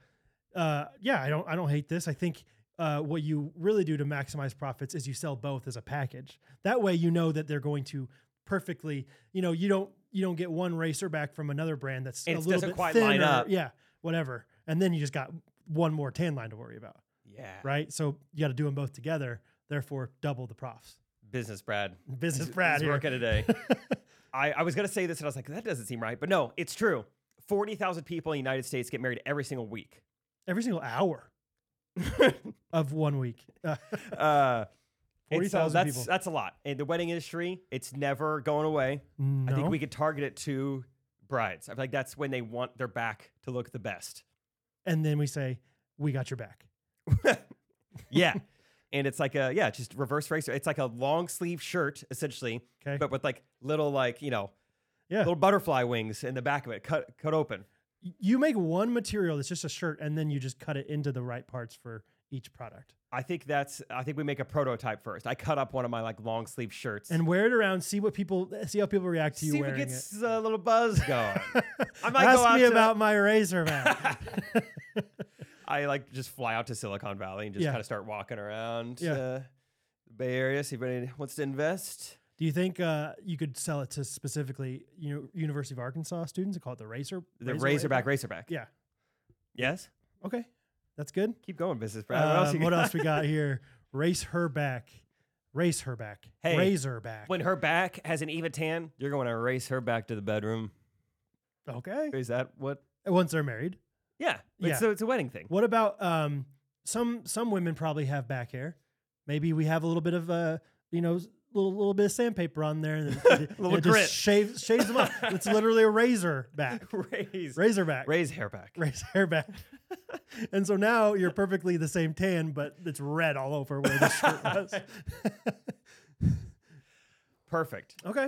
B: uh, yeah, I don't I don't hate this. I think uh, what you really do to maximize profits is you sell both as a package. That way, you know that they're going to perfectly. You know, you don't you don't get one racer back from another brand that's
C: It
B: a little
C: doesn't
B: bit
C: quite
B: thinner.
C: line up.
B: Yeah, whatever. And then you just got one more tan line to worry about,
C: Yeah.
B: right? So you got to do them both together. Therefore, double the profits.
C: Business, Brad.
B: Business
C: He's-
B: Brad
C: he's
B: here.
C: working today. I, I was gonna say this, and I was like, that doesn't seem right, but no, it's true. Forty thousand people in the United States get married every single week.
B: every single hour of one week. Uh,
C: uh, and so
B: 40,000
C: that's-
B: people.
C: That's a lot. In the wedding industry, it's never going away.
B: no.
C: I think we could target it to brides. I feel like that's when they want their back to look the best.
B: and then we say, "We got your back."
C: Yeah. and it's like a, yeah, just reverse racer. It's like a long sleeve shirt, essentially,
B: Okay.
C: but with like little, like, you know,
B: Yeah.
C: little butterfly wings in the back of it, cut, cut open.
B: you make one material that's just a shirt, and then you just cut it into the right parts for each product,
C: I think that's, I think we make a prototype first. I cut up one of my like long sleeve shirts.
B: and wear it around. See what people see how people react to you
C: See if it
B: wearing
C: gets
B: it.
C: a little buzz going. I might
B: Ask
C: go out
B: me
C: to-
B: about my razor, man.
C: I like just fly out to Silicon Valley and just
B: Yeah.
C: kind of start walking around
B: Yeah.
C: uh, the Bay Area, see if anybody wants to invest.
B: Do you think uh, you could sell it to specifically you know, University of Arkansas students and call it the razor?
C: The Razorback, Razorback.
B: Yeah.
C: Yes.
B: Okay, that's good.
C: Keep going, business, Brad. what else?
B: Um,
C: You
B: what
C: got?
B: else we got here? Race her back. Race her back.
C: Hey,
B: razor back.
C: When her back has an even tan, you're going to race her back to the bedroom.
B: okay.
C: Is that what?
B: Once they're married.
C: Yeah.
B: Yeah.
C: It's, so it's a wedding thing.
B: What about um some some women probably have back hair. Maybe we have a little bit of uh you know s- little little bit of sandpaper on there and it- it
C: Little
B: just
C: grit.
B: shaves shaves them up. It's literally a razor back.
C: raise,
B: Razor back.
C: raise hair back.
B: Raise hair back. and so now you're perfectly the same tan, but it's red all over where the shirt was.
C: Perfect.
B: Okay.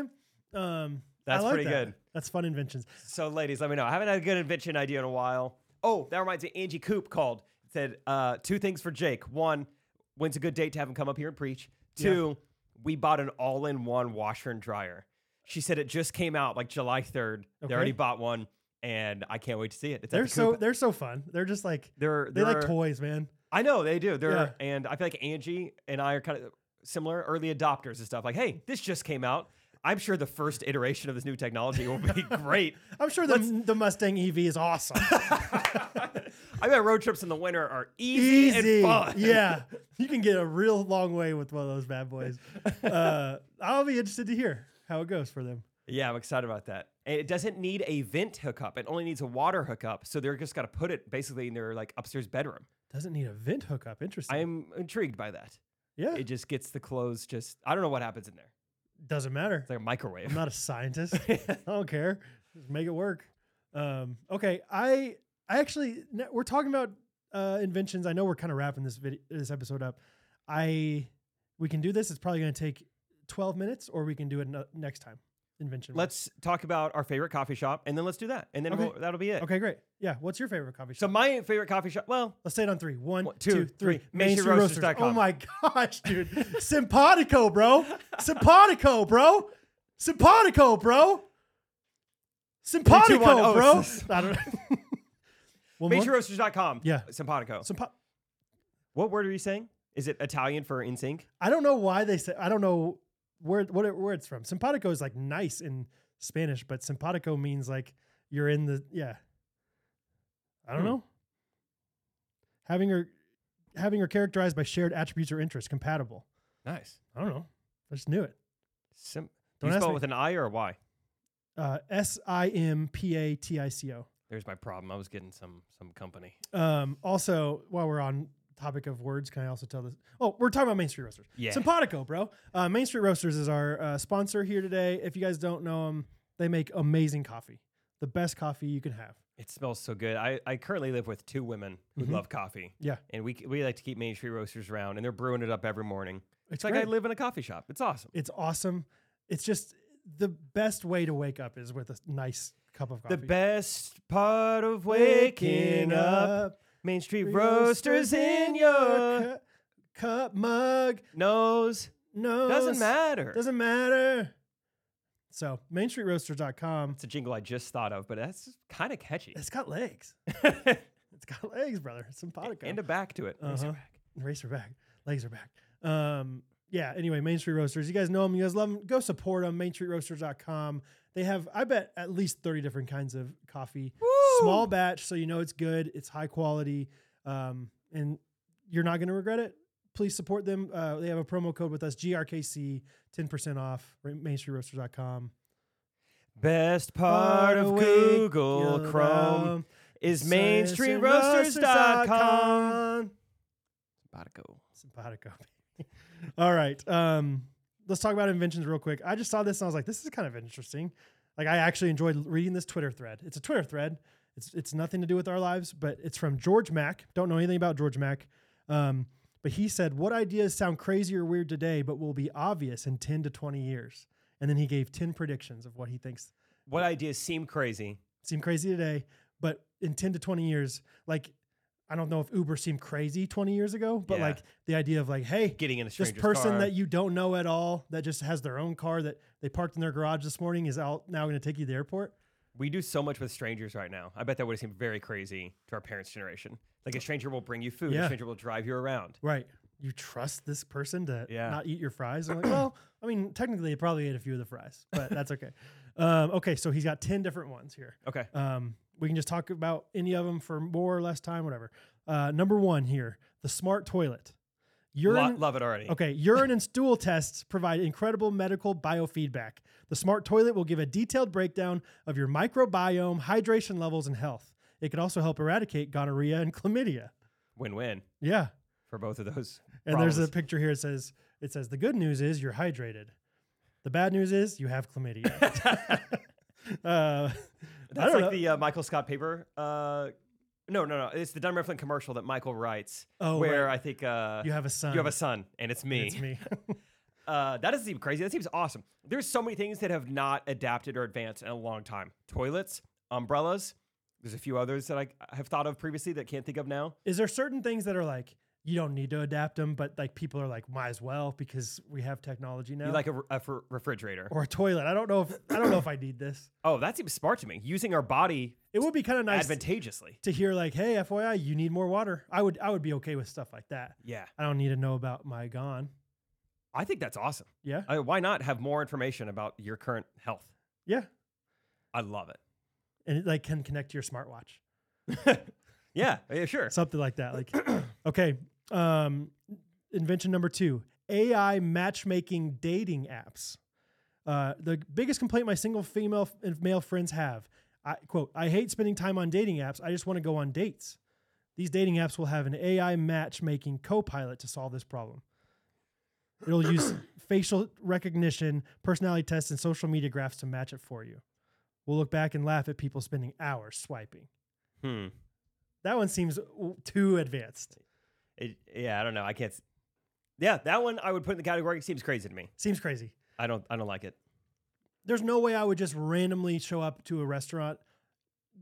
B: Um I
C: That's
B: like
C: pretty
B: that.
C: good.
B: That's fun inventions.
C: So, ladies, let me know. I haven't had a good invention idea in a while. Oh, that reminds me. Angie Coop called. Said uh, two things for Jake. One, when's a good date to have him come up here and preach? Two, we bought an all-in-one washer and dryer. She said it just came out like July third.
B: Okay.
C: They already bought one, and I can't wait to see it. It's at
B: They're
C: the
B: so
C: Coop.
B: they're so fun. They're just like
C: they're
B: they like
C: they're-
B: toys, man.
C: I know they do. They're
B: Yeah.
C: and I feel like Angie and I are kind of similar early adopters and stuff. Like, hey, this just came out. I'm sure the first iteration of this new technology will be great.
B: I'm sure the, the Mustang EV is awesome.
C: I bet road trips in the winter are easy,
B: easy.
C: and fun.
B: Yeah, you can get a real long way with one of those bad boys. Uh, I'll be interested to hear how it goes for them.
C: Yeah, I'm excited about that. And it doesn't need a vent hookup. It only needs a water hookup. So they're just gotta put it basically in their like upstairs bedroom.
B: Doesn't need a vent hookup. Interesting.
C: I'm intrigued by that.
B: yeah,
C: It just gets the clothes just I don't know what happens in there.
B: doesn't matter.
C: It's like a
B: I'm
C: microwave.
B: not a scientist. I don't care. Just make it work. Um, okay, I I actually n- we're talking about uh, inventions. I know we're kind of wrapping this video this episode up. I we can do this. It's probably going to take 12 minutes, or we can do it no- next time. Invention. wise.
C: Let's talk about our favorite coffee shop and then let's do that. And then
B: Okay.
C: we'll, that'll be it.
B: Okay, great. Yeah. What's your favorite coffee shop?
C: So my favorite coffee shop, well,
B: Let's say it on three. One,
C: One,
B: two, three.
C: two, three.
B: Main Street Roasters. Oh
C: MainStreetRoasters.com.
B: my gosh, dude. Simpatico, bro. Simpatico, bro. Simpatico, bro. Simpatico,
C: one. Oh,
B: bro.
C: it's this.
B: I don't know. One more?
C: MainStreetRoasters.com.
B: Yeah.
C: Simpatico.
B: Simpa-
C: what word are you saying? Is it Italian for in sync?
B: I don't know why they say, I don't know where, what it, where it's from. Simpatico is like nice in Spanish, but simpatico means like you're in the, yeah. I don't
C: Hmm.
B: know. Having her, having her characterized by shared attributes or interests compatible.
C: Nice.
B: I don't know. I just knew it.
C: Sim-
B: Don't
C: you
B: ask
C: spell
B: me.
C: it with an I or a Y?
B: Uh, S I M P A T I C O.
C: There's my problem. I was getting some some company.
B: Um, also, while we're on topic of words, can I also tell this? Oh, we're talking about Main Street Roasters.
C: Yeah.
B: Simpatico, bro. Uh, Main Street Roasters is our uh, sponsor here today. If you guys don't know them, they make amazing coffee, the best coffee you can have.
C: It smells so good. I, I currently live with two women who
B: Mhm.
C: love coffee.
B: Yeah.
C: And we, c- we like to keep Main Street Roasters around, and they're brewing it up every morning. It's, like
B: great.
C: I live in a coffee shop. It's awesome.
B: It's awesome. It's just the best way to wake up is with a nice cup of coffee.
C: The best part of waking up, Main Street Roasters in your
B: cu- cup mug.
C: nose.
B: No,
C: Doesn't matter.
B: Doesn't matter. So mainstreetroasters.com.
C: It's a jingle I just thought of, but that's kind of catchy.
B: It's got legs. It's got legs, brother. It's simpatico.
C: and a back to it. Let me see
B: Uh-huh.
C: back.
B: race are back. Legs are back. Um, yeah. Anyway, Main Street Roasters. You guys know them. You guys love them. Go support them. MainStreetRoasters.com. They have, I bet, at least 30 different kinds of coffee. Small batch, so you know it's good. It's high quality. Um, and you're not going to regret it. Please support them. Uh, they have a promo code with us, GRKC, 10% off, right, MainStreetRoasters.com.
C: Best part of
B: Awake,
C: Google
B: you're
C: Chrome
B: dumb.
C: is mainstreamroasters.com.
B: mainstreamroasters.com.
C: About to go.
B: Simpatico. All right. Um, let's talk about inventions real quick. I just saw this and I was like, this is kind of interesting. Like, I actually enjoyed l- reading this Twitter thread. It's a Twitter thread. It's it's nothing to do with our lives, but it's from George Mack. Don't know anything about George Mack. Um, but he said, "What ideas sound crazy or weird today, but will be obvious in ten to twenty years?" And then he gave ten predictions of what he thinks
C: What ideas seem crazy?
B: seem crazy today, but in 10 to 20 years, like I don't know if Uber seemed crazy 20 years ago, but
C: Yeah.
B: like the idea of like, hey,
C: Getting in a
B: this
C: stranger's
B: person
C: car.
B: that you don't know at all that just has their own car that they parked in their garage this morning is out now going to take you to the airport.
C: we do so much with strangers right now. I bet that would have seemed very crazy to our parents' generation. Like a stranger will bring you food.
B: Yeah.
C: A stranger will drive you around.
B: Right. You trust this person to
C: Yeah.
B: not eat your fries? I'm like, well, I mean, technically, they probably ate a few of the fries, but that's okay. Um, okay, so he's got 10 different ones here.
C: Okay.
B: Um, we can just talk about any of them for more or less time, whatever. Uh, number one here, the smart toilet.
C: Lo-
B: Urine,
C: love it already.
B: okay, urine and stool tests provide incredible medical biofeedback. The smart toilet will give a detailed breakdown of your microbiome, hydration levels, and health. It can also help eradicate gonorrhea and chlamydia.
C: Win win
B: Yeah,
C: for both of those.
B: and there's a
C: problems.
B: picture here. It says it says the good news is you're hydrated. The bad news is you have chlamydia. uh, I
C: That's
B: don't
C: like
B: know.
C: the uh, Michael Scott Paper. Uh, no, no, no. It's the Dunn Mifflin commercial that Michael writes
B: Oh,
C: where
B: right.
C: I think uh,
B: you have a son.
C: you have a son and it's me.
B: It's me.
C: Uh, that doesn't seem crazy. That seems awesome. There's so many things that have not adapted or advanced in a long time. Toilets, umbrellas. There's a few others that I I have thought of previously that I can't think of now.
B: is there certain things that are like you don't need to adapt them, but like people are like might as well because we have technology now.
C: You like a, re- a fr- refrigerator.
B: or a toilet. I don't know if I don't know if I need this.
C: Oh, that seems smart to me. Using our body
B: It would be kind of nice
C: advantageously.
B: to hear like, hey, FYI, you need more water. I would I would be okay with stuff like that.
C: Yeah,
B: I don't need to know about my gon.
C: I think that's awesome.
B: Yeah,
C: I, why not have more information about your current health?
B: yeah,
C: I love it.
B: and it like can connect to your smartwatch,
C: Yeah, yeah, sure.
B: something like that. Like, okay, um, invention number two: AI matchmaking dating apps. Uh, the biggest complaint my single female and male friends have, I quote, I hate spending time on dating apps. I just want to go on dates. These dating apps will have an AI matchmaking co-pilot to solve this problem. It'll use facial recognition, personality tests, and social media graphs to match it for you. We'll look back and laugh at people spending hours swiping.
C: Hmm.
B: That one seems w- too advanced.
C: It- yeah, I don't know. I can't. s- Yeah, that one I would put in the category. It seems crazy to me.
B: Seems crazy.
C: I don't. I don't like it.
B: there's no way I would just randomly show up to a restaurant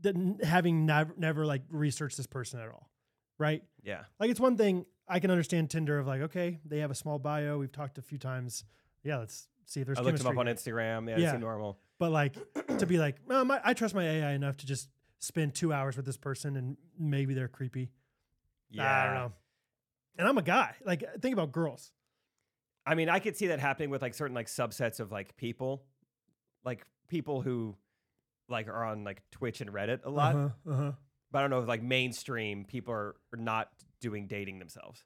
B: that n- having never, never like researched this person at all, right?
C: Yeah.
B: Like it's one thing I can understand Tinder of like, okay, they have a small bio. We've talked a few times. Yeah, let's see if there's
C: I looked him
B: chemistry.
C: up on Instagram. Yeah,
B: Yeah.
C: it seemed normal.
B: but like to be like, well, my, I trust my AI enough to just spend two hours with this person and maybe they're creepy.
C: Yeah.
B: I don't know. And I'm a guy. Like think about girls.
C: I mean, I could see that happening with like certain like subsets of like people, like people who like are on like Twitch and Reddit a lot.
B: Uh-huh, uh-huh.
C: But I don't know if like mainstream people are, are not doing dating themselves.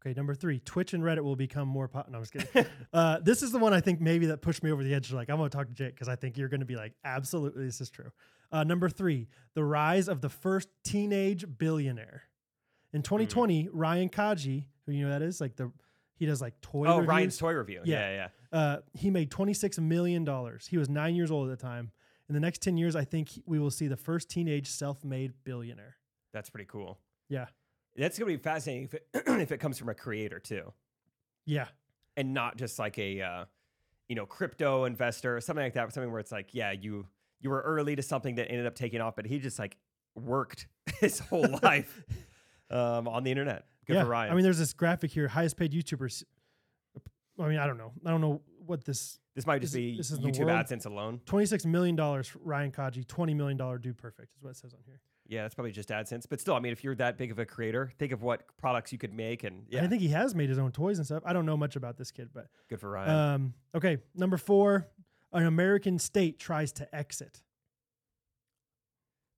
B: Okay, number three, Twitch and Reddit will become more pop. No, I'm just kidding. uh, this is the one I think maybe that pushed me over the edge. Like, I'm going to talk to Jake because I think you're going to be like, absolutely, this is true. Uh, number three, the rise of the first teenage billionaire. In 2020, Ryan Kaji, who you know who that is, like the he does like toy.
C: oh,
B: reviews.
C: Ryan's toy review.
B: Yeah.
C: yeah, yeah.
B: Uh, he made 26 million dollars. He was nine years old at the time. In the next 10 years, I think he- we will see the first teenage self-made billionaire.
C: That's pretty cool.
B: Yeah,
C: That's gonna be fascinating if it, if it comes from a creator too,
B: yeah.
C: and not just like a uh, you know crypto investor or something like that. Something where it's like, yeah, you you were early to something that ended up taking off, but he just like worked his whole life um, on the internet. Good for Ryan.
B: I mean, there's this graphic here, highest paid YouTubers. I mean, I don't know. I don't know what this
C: this might just
B: this-
C: be
B: this is the
C: YouTube
B: world.
C: AdSense alone.
B: $26 million for Ryan Kaji, $20 million Dude Perfect is what it says on here.
C: Yeah, that's probably just AdSense. But still, I mean, if you're that big of a creator, think of what products you could make and yeah,
B: I think he has made his own toys and stuff. I don't know much about this kid, but
C: good for Ryan.
B: um, okay. Number four, an American state tries to exit.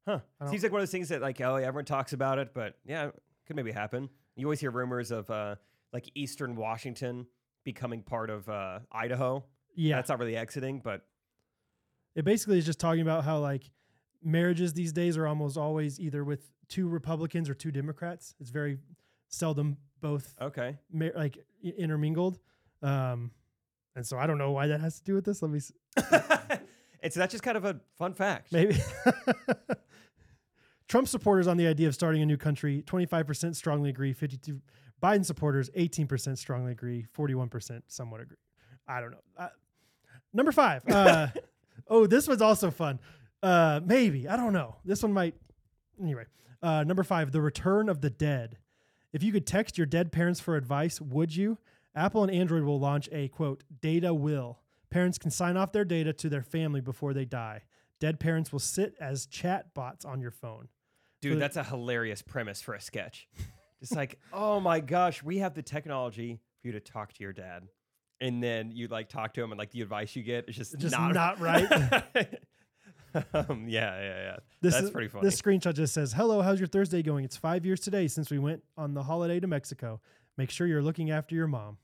C: huh.
B: I don't-
C: Seems like one of those things that like oh, yeah, everyone talks about it, but yeah, it could maybe happen. You always hear rumors of uh, like Eastern Washington becoming part of uh, Idaho.
B: Yeah,
C: That's not really exiting, but
B: it basically is just talking about how like marriages these days are almost always either with two Republicans or two Democrats. It's very seldom both
C: okay.
B: mar- like i- intermingled. Um, and so I don't know why that has to do with this. Let me s-
C: and so that's just kind of a fun fact.
B: maybe. Trump supporters on the idea of starting a new country, 25% strongly agree, 52 Biden supporters, 18% strongly agree, 41% somewhat agree. I don't know. Uh, number five. Uh, oh, this one's also fun. Uh, maybe. I don't know. This one might. Anyway. Uh, number five, The Return of the Dead. If you could text your dead parents for advice, would you? Apple and Android will launch a quote, data will. Parents can sign off their data to their family before they die. Dead parents will sit as chat bots on your phone.
C: Dude,
B: But-
C: that's a hilarious premise for a sketch. Just like, oh my gosh, we have the technology for you to talk to your dad. And then you like talk to him and like the advice you get is just,
B: Just
C: not,
B: not right.
C: um, yeah, yeah, yeah.
B: This
C: that's
B: is-
C: pretty funny.
B: This screenshot just says, Hello, how's your Thursday going? It's five years today since we went on the holiday to Mexico. Make sure you're looking after your mom.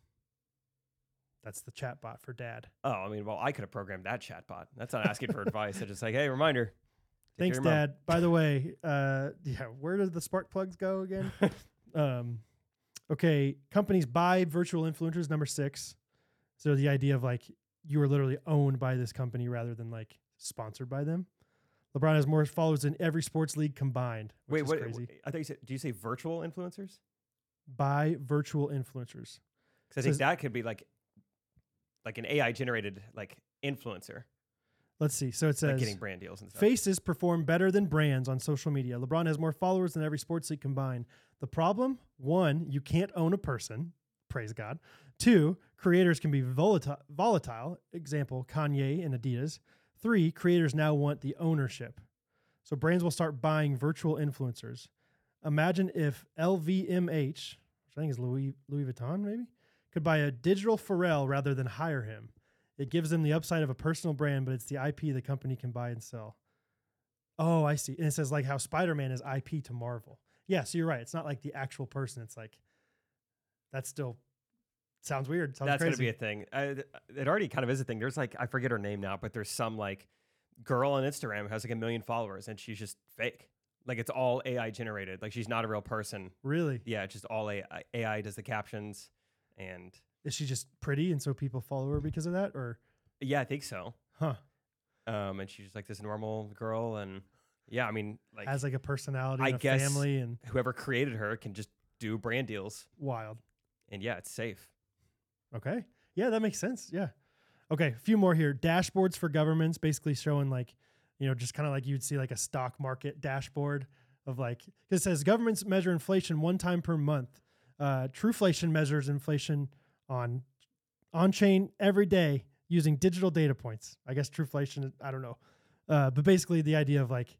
B: That's the chat bot for dad.
C: oh, I mean, well, I could have programmed that chatbot. That's not asking for advice. It's just like, hey, reminder. take care
B: Thanks,
C: of your mom."
B: Dad. By the way, uh, yeah, where do the spark plugs go again? um, okay, companies buy virtual influencers. Number six. So the idea of like you are literally owned by this company rather than like sponsored by them. LeBron has more followers than every sports league combined. Which
C: Wait,
B: is
C: what?
B: Crazy.
C: I thought you said, do you say virtual influencers?
B: Buy virtual influencers.
C: Because I
B: Says-
C: think that could be like, like an AI generated like influencer,
B: Let's see. So it
C: like
B: says
C: getting brand deals and stuff.
B: Faces perform better than brands on social media. LeBron has more followers than every sports league combined. The problem one, you can't own a person. Praise God. Two, creators can be volatile. volatile example, Kanye and Adidas. Three, creators now want the ownership. So brands will start buying virtual influencers. Imagine if LVMH, which I think is Louis, Louis Vuitton, maybe, could buy a digital Pharrell rather than hire him. It gives them the upside of a personal brand, but it's the IP the company can buy and sell. Oh, I see. And it says like how Spider Man is IP to Marvel. Yeah, so you're right. It's not like the actual person. It's like that still sounds weird. Sounds
C: That's
B: crazy.
C: gonna be a thing. I, th- it already kind of is a thing. There's like I forget her name now, but there's some like girl on Instagram who has like a million followers and she's just fake. Like it's all AI generated. Like she's not a real person.
B: really.
C: Yeah, it's just all AI. AI does the captions, and
B: Is she just pretty and so people follow her because of that? Or
C: yeah, I think so.
B: huh?
C: Um, and she's just like this normal girl, and yeah, I mean, like
B: Has like a personality
C: I
B: and a
C: guess-
B: family and
C: whoever created her can just do brand deals,
B: wild.
C: and yeah, it's safe.
B: Okay. Yeah, that makes sense. Yeah. Okay, a few more here. Dashboards for governments, basically showing like, you know, just kind of like you'd see like a stock market dashboard of like, 'cause it says governments measure inflation one time per month. Uh, Trueflation measures inflation on on chain every day using digital data points. I guess Trueflation, I don't know, uh, but basically the idea of like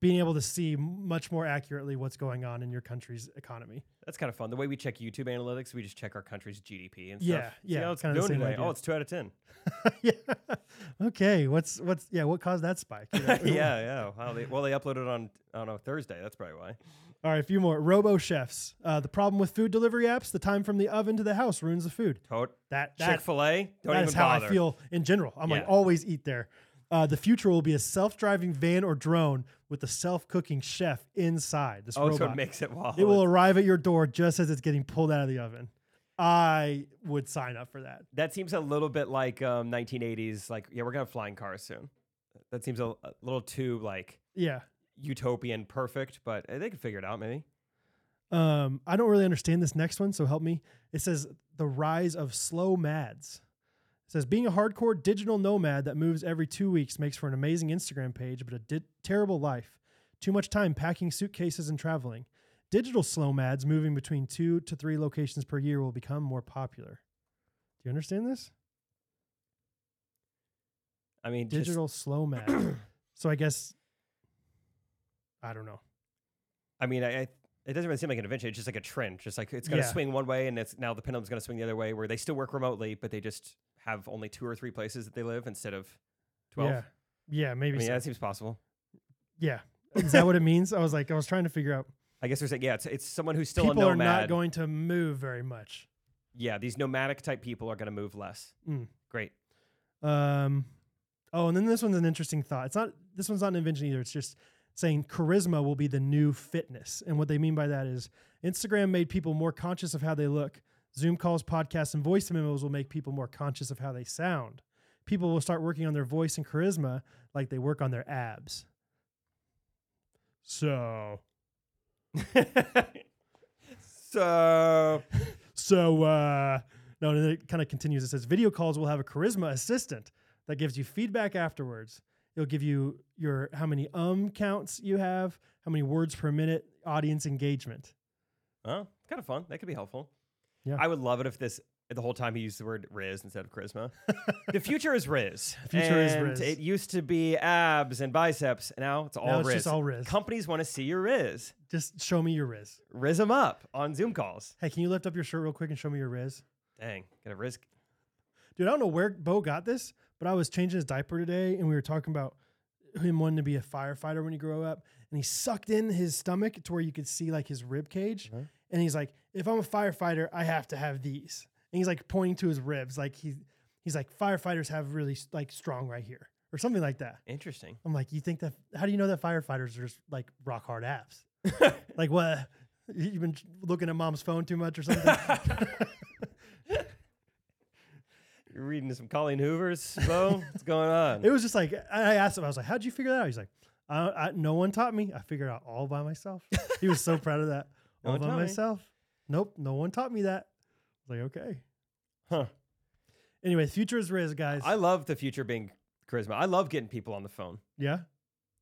B: being able to see much more accurately what's going on in your country's economy.
C: That's kind of fun. The way we check YouTube analytics, we just check our country's GDP and
B: Yeah,
C: stuff.
B: yeah,
C: See how it's
B: kinda the
C: doing
B: same
C: today.
B: idea.
C: Oh, it's two out of ten.
B: yeah. Okay. What's what's yeah? What caused that spike? You know?
C: yeah, yeah. Wow, they, well, they uploaded on on a Thursday. That's probably why.
B: All right. A few more. Robo chefs. Uh, the problem with food delivery apps: the time from the oven to the house ruins the food.
C: Tot-
B: That that
C: Chick Fil A. Oh,
B: that
C: Don't even
B: is how
C: bother.
B: I feel in general. I'm like
C: Yeah.
B: always eat there. Uh, the future will be a self-driving van or drone with a self-cooking chef inside. This
C: Oh,
B: robot.
C: so it makes it while
B: it will
C: it's-
B: arrive at your door just as it's getting pulled out of the oven. I would sign up for that.
C: That seems a little bit like um, 1980s. Like, yeah, we're gonna have flying cars soon. That seems a, a little too like
B: Yeah.
C: utopian perfect, but eh, they could figure it out maybe.
B: Um, I don't really understand this next one, so help me. It says the rise of slow mads. It says being a hardcore digital nomad that moves every two weeks makes for an amazing Instagram page, but a di- terrible life. Too much time packing suitcases and traveling. Digital slow mads moving between two to three locations per year will become more popular. Do you understand this?
C: I mean, just-
B: Digital slow mad. so I guess I don't know.
C: I mean, I, I it doesn't really seem like an invention. It's just like a trend. Just like it's going to
B: Yeah.
C: swing one way, and it's now the pendulum's going to swing the other way, where they still work remotely, but they just have only two or three places that they live instead of twelve.
B: Yeah. Yeah,
C: I
B: maybe.
C: mean,
B: so.
C: that seems possible.
B: Yeah. Is that what it means? I was like, I was trying to figure out.
C: I guess there's like, yeah, it's, it's someone who's still
B: people
C: a
B: are not
C: nomad.
B: going to move very much.
C: yeah, these nomadic type people are going to move less.
B: Mm.
C: Great.
B: Um, oh, and then this one's an interesting thought. It's not this one's not an invention either. It's just saying charisma will be the new fitness, and what they mean by that is Instagram made people more conscious of how they look. Zoom calls, podcasts, and voice memos will make people more conscious of how they sound. People will start working on their voice and charisma like they work on their abs. So,
C: so
B: So, uh, no, and then it kind of continues. It says video calls will have a charisma assistant that gives you feedback afterwards. It'll give you your how many um counts you have, how many words per minute, audience engagement.
C: Oh, kind of fun. That could be helpful.
B: Yeah.
C: I would love it if this the whole time he used the word Riz instead of charisma. the future is Riz. The
B: future is Riz.
C: It used to be abs and biceps. Now it's all
B: now it's
C: Riz.
B: just all Riz.
C: Companies want to see your Riz.
B: just show me your Riz.
C: Riz 'em up on Zoom calls.
B: Hey, can you lift up your shirt real quick and show me your Riz?
C: Dang, got a Riz.
B: Dude, I don't know where Bo got this, but I was changing his diaper today and we were talking about him wanting to be a firefighter when he grew up. And he sucked in his stomach to where you could see like his rib cage.
C: Mhm.
B: And he's like, if I'm a firefighter, I have to have these. And he's like pointing to his ribs. Like he, he's like, firefighters have really s- like strong right here or something like that.
C: Interesting.
B: I'm like, you think that, how do you know that firefighters are just like rock hard abs? like what? You've been looking at mom's phone too much or something?
C: You're reading some Colleen Hoover's, Bo. What's going on?
B: It was just like I I asked him. I was like, "How'd you figure that out?" He's like, I, I, "No one taught me. I figured it out all by myself." he was so proud of that.
C: No
B: all
C: one
B: by
C: taught me.
B: myself. Nope, no one taught me that. I was like, "Okay."
C: Huh.
B: Anyway, future is Riz, guys.
C: I love the future being charisma. I love getting people on the phone.
B: yeah,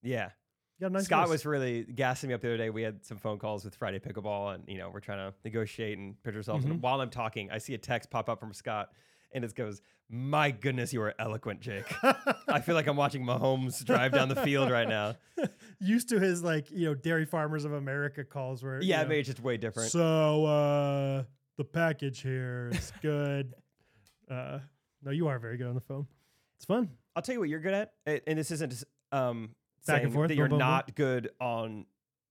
C: Yeah.
B: you got a nice.
C: Scott
B: voice.
C: was really gassing me up the other day. We had some phone calls with Friday Pickleball, and you know we're trying to negotiate and pitch ourselves.
B: Mm-hmm.
C: And while I'm talking, I see a text pop up from Scott, and it goes, "My goodness, you are eloquent, Jake. I feel like I'm watching Mahomes drive down the field right now.
B: used to his like you know dairy farmers of America calls where
C: Yeah,
B: you know,
C: maybe it's just way different.
B: So uh, the package here is good. uh, no, you are very good on the phone. It's fun.
C: I'll tell you what you're good at, a- and this isn't um,
B: Back and
C: saying
B: forth,
C: that
B: boom,
C: you're
B: boom, boom.
C: not good on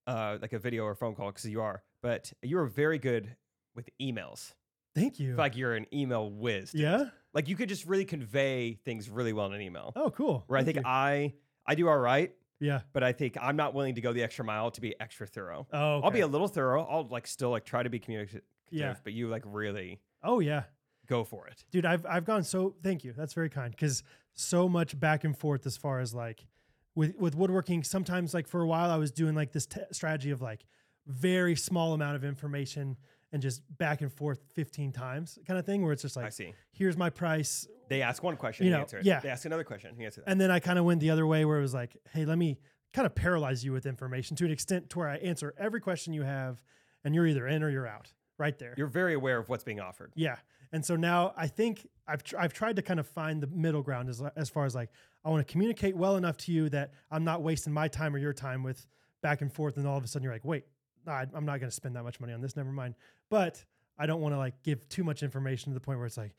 C: uh, like a video or phone call because you are, but you are very good with emails.
B: Thank
C: I
B: you.
C: feel like you're an email whiz. dude.
B: yeah.
C: like you could just really convey things really well in an email.
B: Oh, cool.
C: where I
B: Thank
C: think
B: you.
C: I I do all right,
B: yeah.
C: but I think I'm not willing to go the extra mile to be extra thorough.
B: Oh,
C: I'll be
B: okay.
C: a little thorough. I'll like still like try to be communicative,
B: Yeah.
C: but you like really
B: Oh yeah,
C: go for it.
B: dude. I've I've gone so. Thank you. That's very kind. Because so much back and forth as far as like with with woodworking. Sometimes like for a while I was doing like this t- strategy of like very small amount of information and just back and forth fifteen times kind of thing where it's just
C: I
B: like
C: see.
B: here's my price
C: They ask one question,
B: You
C: you,
B: know,
C: answer it.
B: yeah.
C: They ask another question, you answer that.
B: and then I kind of went the other way where it was like hey let me kind of paralyze you with information to an extent to where I answer every question you have and you're either in or you're out right there
C: You're very aware of what's being offered.
B: Yeah. And so now I think I've tr- I've tried to kind of find the middle ground as as far as like I want to communicate well enough to you that I'm not wasting my time or your time with back and forth and all of a sudden you're like, "Wait, no, I, I'm not going to spend that much money on this. Never mind." But I don't want to like give too much information to the point where it's like,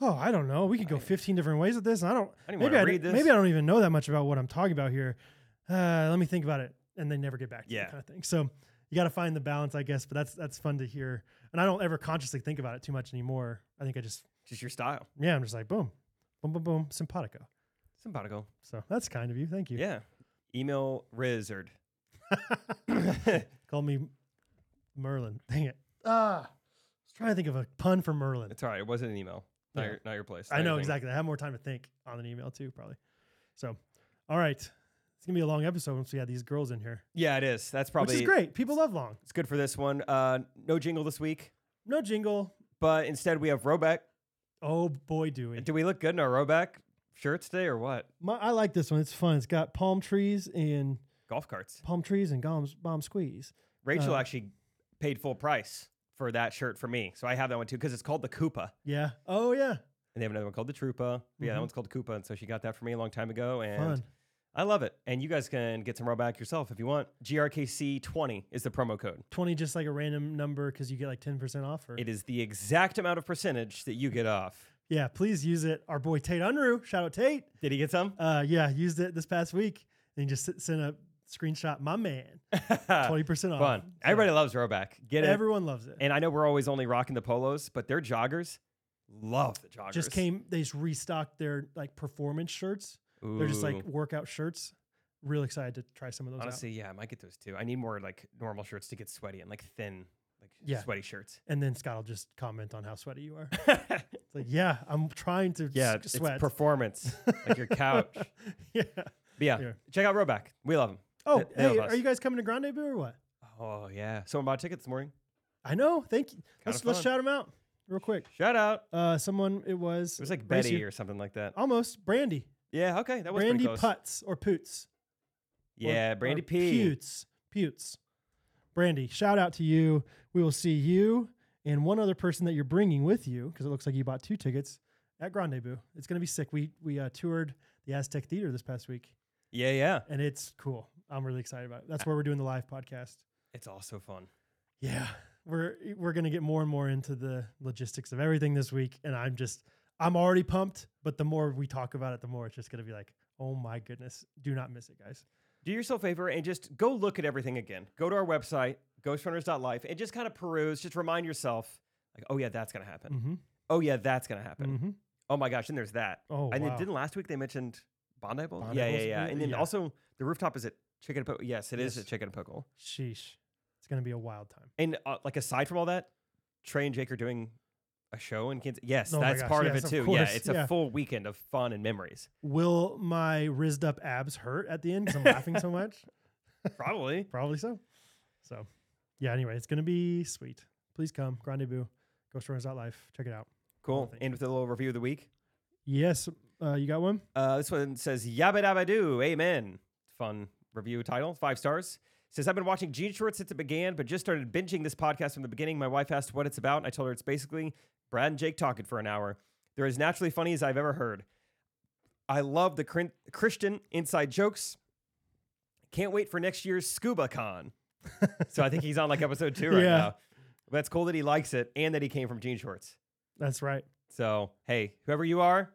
B: "Oh, I don't know. We could go 15 different ways with this." And I don't
C: I didn't
B: maybe I
C: wanna read
B: don't-
C: this.
B: maybe I don't even know that much about what I'm talking about here. Uh, let me think about it, and they never get back to yeah.
C: Yeah.
B: kind of thing. So you got to find the balance, I guess. But that's that's fun to hear, and I don't ever consciously think about it too much anymore. I think I just
C: Just your style.
B: yeah, I'm just like boom, boom, boom, boom, simpatico.
C: Simpatico.
B: So that's kind of you. Thank you.
C: Yeah. Email Rizzard.
B: Call me Merlin. Dang it. Ah, I was trying to think of a pun for Merlin.
C: It's all right. It wasn't an email. Not,
B: Yeah.
C: your, not your place.
B: I
C: not your
B: know
C: thing.
B: exactly. I have more time to think on an email too, probably. So, all right, it's gonna be a long episode once we have these girls in here,
C: Yeah, it is. That's probably
B: which is great. People love long.
C: It's good for this one. Uh, no jingle this week,
B: No jingle.
C: but instead we have Robeck.
B: Oh boy, do we.
C: Do we look good in our Robeck shirts today or what?
B: My, I like this one. It's fun. It's got palm trees and
C: Golf carts.
B: palm trees and gums, bomb squeeze.
C: Rachel
B: Uh,
C: actually paid full price for that shirt for me. So I have that one too because it's called the Koopa.
B: Yeah. Oh yeah.
C: And they have another one called the Troopa. Yeah,
B: Mhm.
C: that one's called the Koopa. And so she got that for me a long time ago. And
B: Fun.
C: I love it. And you guys can get some raw back yourself if you want. GRKC20 is the promo code.
B: 20 just like a random number because you get like 10% off. Or,
C: It is the exact amount of percentage that you get off.
B: yeah, please use it. Our boy Tate Unruh, shout out Tate.
C: Did he get some?
B: Uh, yeah, used it this past week and he just s- sent a screenshot. My man, 20% off.
C: Ah, Fun.
B: So,
C: Everybody loves Roback. Get it.
B: Everyone loves it.
C: and I know we're always only rocking the polos, but their joggers love the joggers.
B: just came, they just restocked their like performance shirts. They're just like
C: Ooh.
B: workout shirts. Real excited to try some of those out.
C: honestly, yeah, I might get those too. I need more like normal shirts to get sweaty and like thin, like
B: Yeah.
C: sweaty shirts.
B: And then Scott will just comment on how sweaty you are.
C: yeah,
B: It's like, yeah, I'm trying to yeah,
C: it's
B: sweat.
C: performance, like your couch. But
B: yeah.
C: yeah,
B: Yeah.
C: check out Roback. We love them.
B: Oh,
C: Th- they
B: hey,
C: love us.
B: are you guys coming to Grande Boo or what?
C: Oh yeah, someone bought tickets this morning.
B: I know. Thank you. Let's,
C: of
B: let's
C: fun.
B: shout them out real quick.
C: Shout out.
B: Uh, someone it was
C: It was like
B: Race
C: Betty
B: you-
C: or something like that.
B: almost Brandy.
C: Yeah, okay, that was pretty
B: Brandy
C: close.
B: Putz or Poots. or-
C: Yeah,
B: or
C: Brandy P.
B: Putes. Putes. Brandy, shout out to you. We will see you and one other person that you're bringing with you because it looks like you bought two tickets at Grande Boo. It's gonna be sick. We we uh, toured the Aztec Theater this past week
C: Yeah, yeah,
B: and it's cool. I'm really excited about it. That's where we're doing the live podcast.
C: it's also fun.
B: Yeah, we're we're gonna get more and more into the logistics of everything this week, and I'm just I'm already pumped. But the more we talk about it, the more it's just gonna be like, oh my goodness, do not miss it, guys.
C: do yourself a favor and just go look at everything again. Go to our website, ghostrunners.life, and just kind of peruse. Just remind yourself, like, oh yeah, that's gonna happen.
B: Mm-hmm.
C: Oh yeah, that's gonna happen.
B: Mm-hmm.
C: Oh my gosh, and there's that.
B: Oh,
C: and
B: wow.
C: then didn't last week they mentioned Bondi Bowl? Yeah, yeah,
B: Bondi Bowls?
C: yeah.
B: Y-
C: And then
B: yeah.
C: also the rooftop is at Chicken and Pickle. Yes, it is
B: Yes.
C: at Chicken and Pickle.
B: Sheesh, it's gonna be a wild time.
C: And uh, like aside from all that, Trey and Jake are doing a show in Kansas. Yes,
B: Oh my
C: that's
B: gosh,
C: part of
B: yes,
C: it
B: of
C: too. yeah,
B: course,
C: it's
B: yeah.
C: a full weekend of fun and memories.
B: Will my rizzed up abs hurt at the end? Because I'm laughing so much.
C: Probably.
B: Probably so. So, yeah. Anyway, it's gonna be sweet. Please come, Grande Boo, Life. Check it out.
C: Cool.
B: thank
C: End with a little review of the week.
B: Yes, uh, you got one.
C: Uh, this one says Yabba Dabba Doo, Amen. Fun review title, five stars. Says I've been watching Gene Shorts since it began, but just started binging this podcast from the beginning. My wife asked what it's about, and I told her it's basically Brad and Jake talking for an hour. They're as naturally funny as I've ever heard. I love the Chrin- Christian inside jokes. Can't wait for next year's Scuba Con. so I think he's on like episode two right
B: Yeah.
C: now. That's cool that he likes it and that he came from Gene Shorts.
B: That's right.
C: So, hey, whoever you are,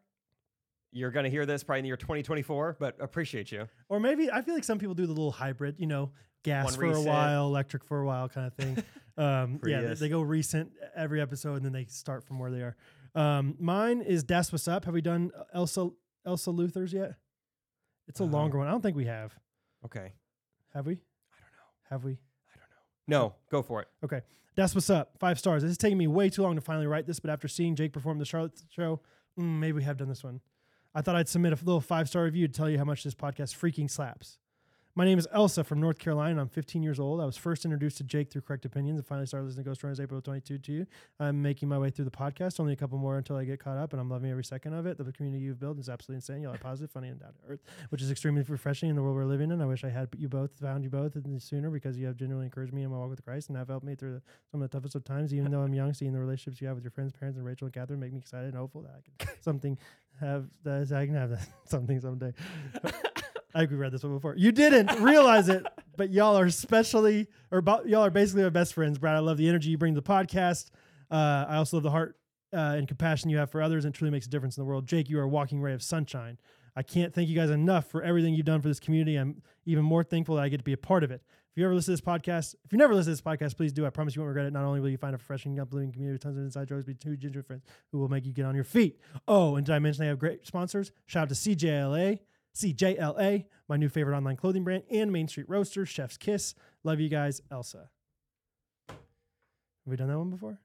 C: you're going to hear this probably in the year 2024, but appreciate you.
B: Or maybe I feel like some people do the little hybrid, you know, gas
C: One
B: for
C: reset.
B: a while, electric for a while kind of thing. Um, yeah, they,
C: Prius.
B: they go recent every episode and then they start from where they are. Um, mine is Das What's Up. Have we done Elsa Elsa Luther's yet? It's a
C: Uh,
B: longer one. I don't think we have.
C: Okay.
B: Have we?
C: I don't know.
B: Have we?
C: I don't know. No, go for it.
B: Okay. That's what's up. Five stars. This is taking me way too long to finally write this, but after seeing Jake perform the Charlotte show, mm, maybe we have done this one. I thought I'd submit a little five star review to tell you how much this podcast freaking slaps. My name is Elsa from North Carolina. I'm 15 years old. I was first introduced to Jake through Correct Opinions and finally started listening to Ghost Runners April 22 to you. I'm making my way through the podcast, only a couple more until I get caught up, and I'm loving every second of it. The community you've built is absolutely insane. Y'all are positive, funny, and down to earth, which is extremely refreshing in the world we're living in. I wish I had you both, found you both sooner because you have genuinely encouraged me in my walk with Christ and have helped me through the, some of the toughest of times. Even though I'm young, seeing the relationships you have with your friends, parents, and Rachel and Catherine make me excited and hopeful that I can something have that I can have that something someday. I think we read this one before. You didn't realize it, but y'all are especially, or bo- y'all are basically my best friends, Brad. I love the energy you bring to the podcast. Uh, I also love the heart uh, and compassion you have for others, and truly makes a difference in the world. Jake, you are a walking ray of sunshine. I can't thank you guys enough for everything you've done for this community. I'm even more thankful that I get to be a part of it. If you ever listen to this podcast, if you never listen to this podcast, please do. I promise you won't regret it. Not only will you find a refreshing, uplifting community with tons of inside jokes, but two ginger friends who will make you get on your feet. Oh, and did I mention they have great sponsors? Shout out to CJLA, CJLA, my new favorite online clothing brand, and Main Street Roaster, Chef's Kiss. Love you guys, Elsa. Have we done that one before?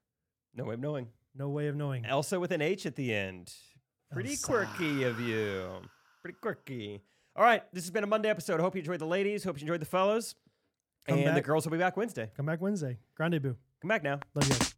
C: No way of knowing.
B: No way of knowing.
C: Elsa with an H at the end. Pretty
B: Elsa.
C: quirky of you. Pretty quirky. All right. This has been a Monday episode. I hope you enjoyed the ladies. Hope you enjoyed the fellows.
B: Come
C: and the
B: back.
C: girls will be back Wednesday.
B: Come back Wednesday. Grande Boo.
C: Come back now.
B: Love you guys.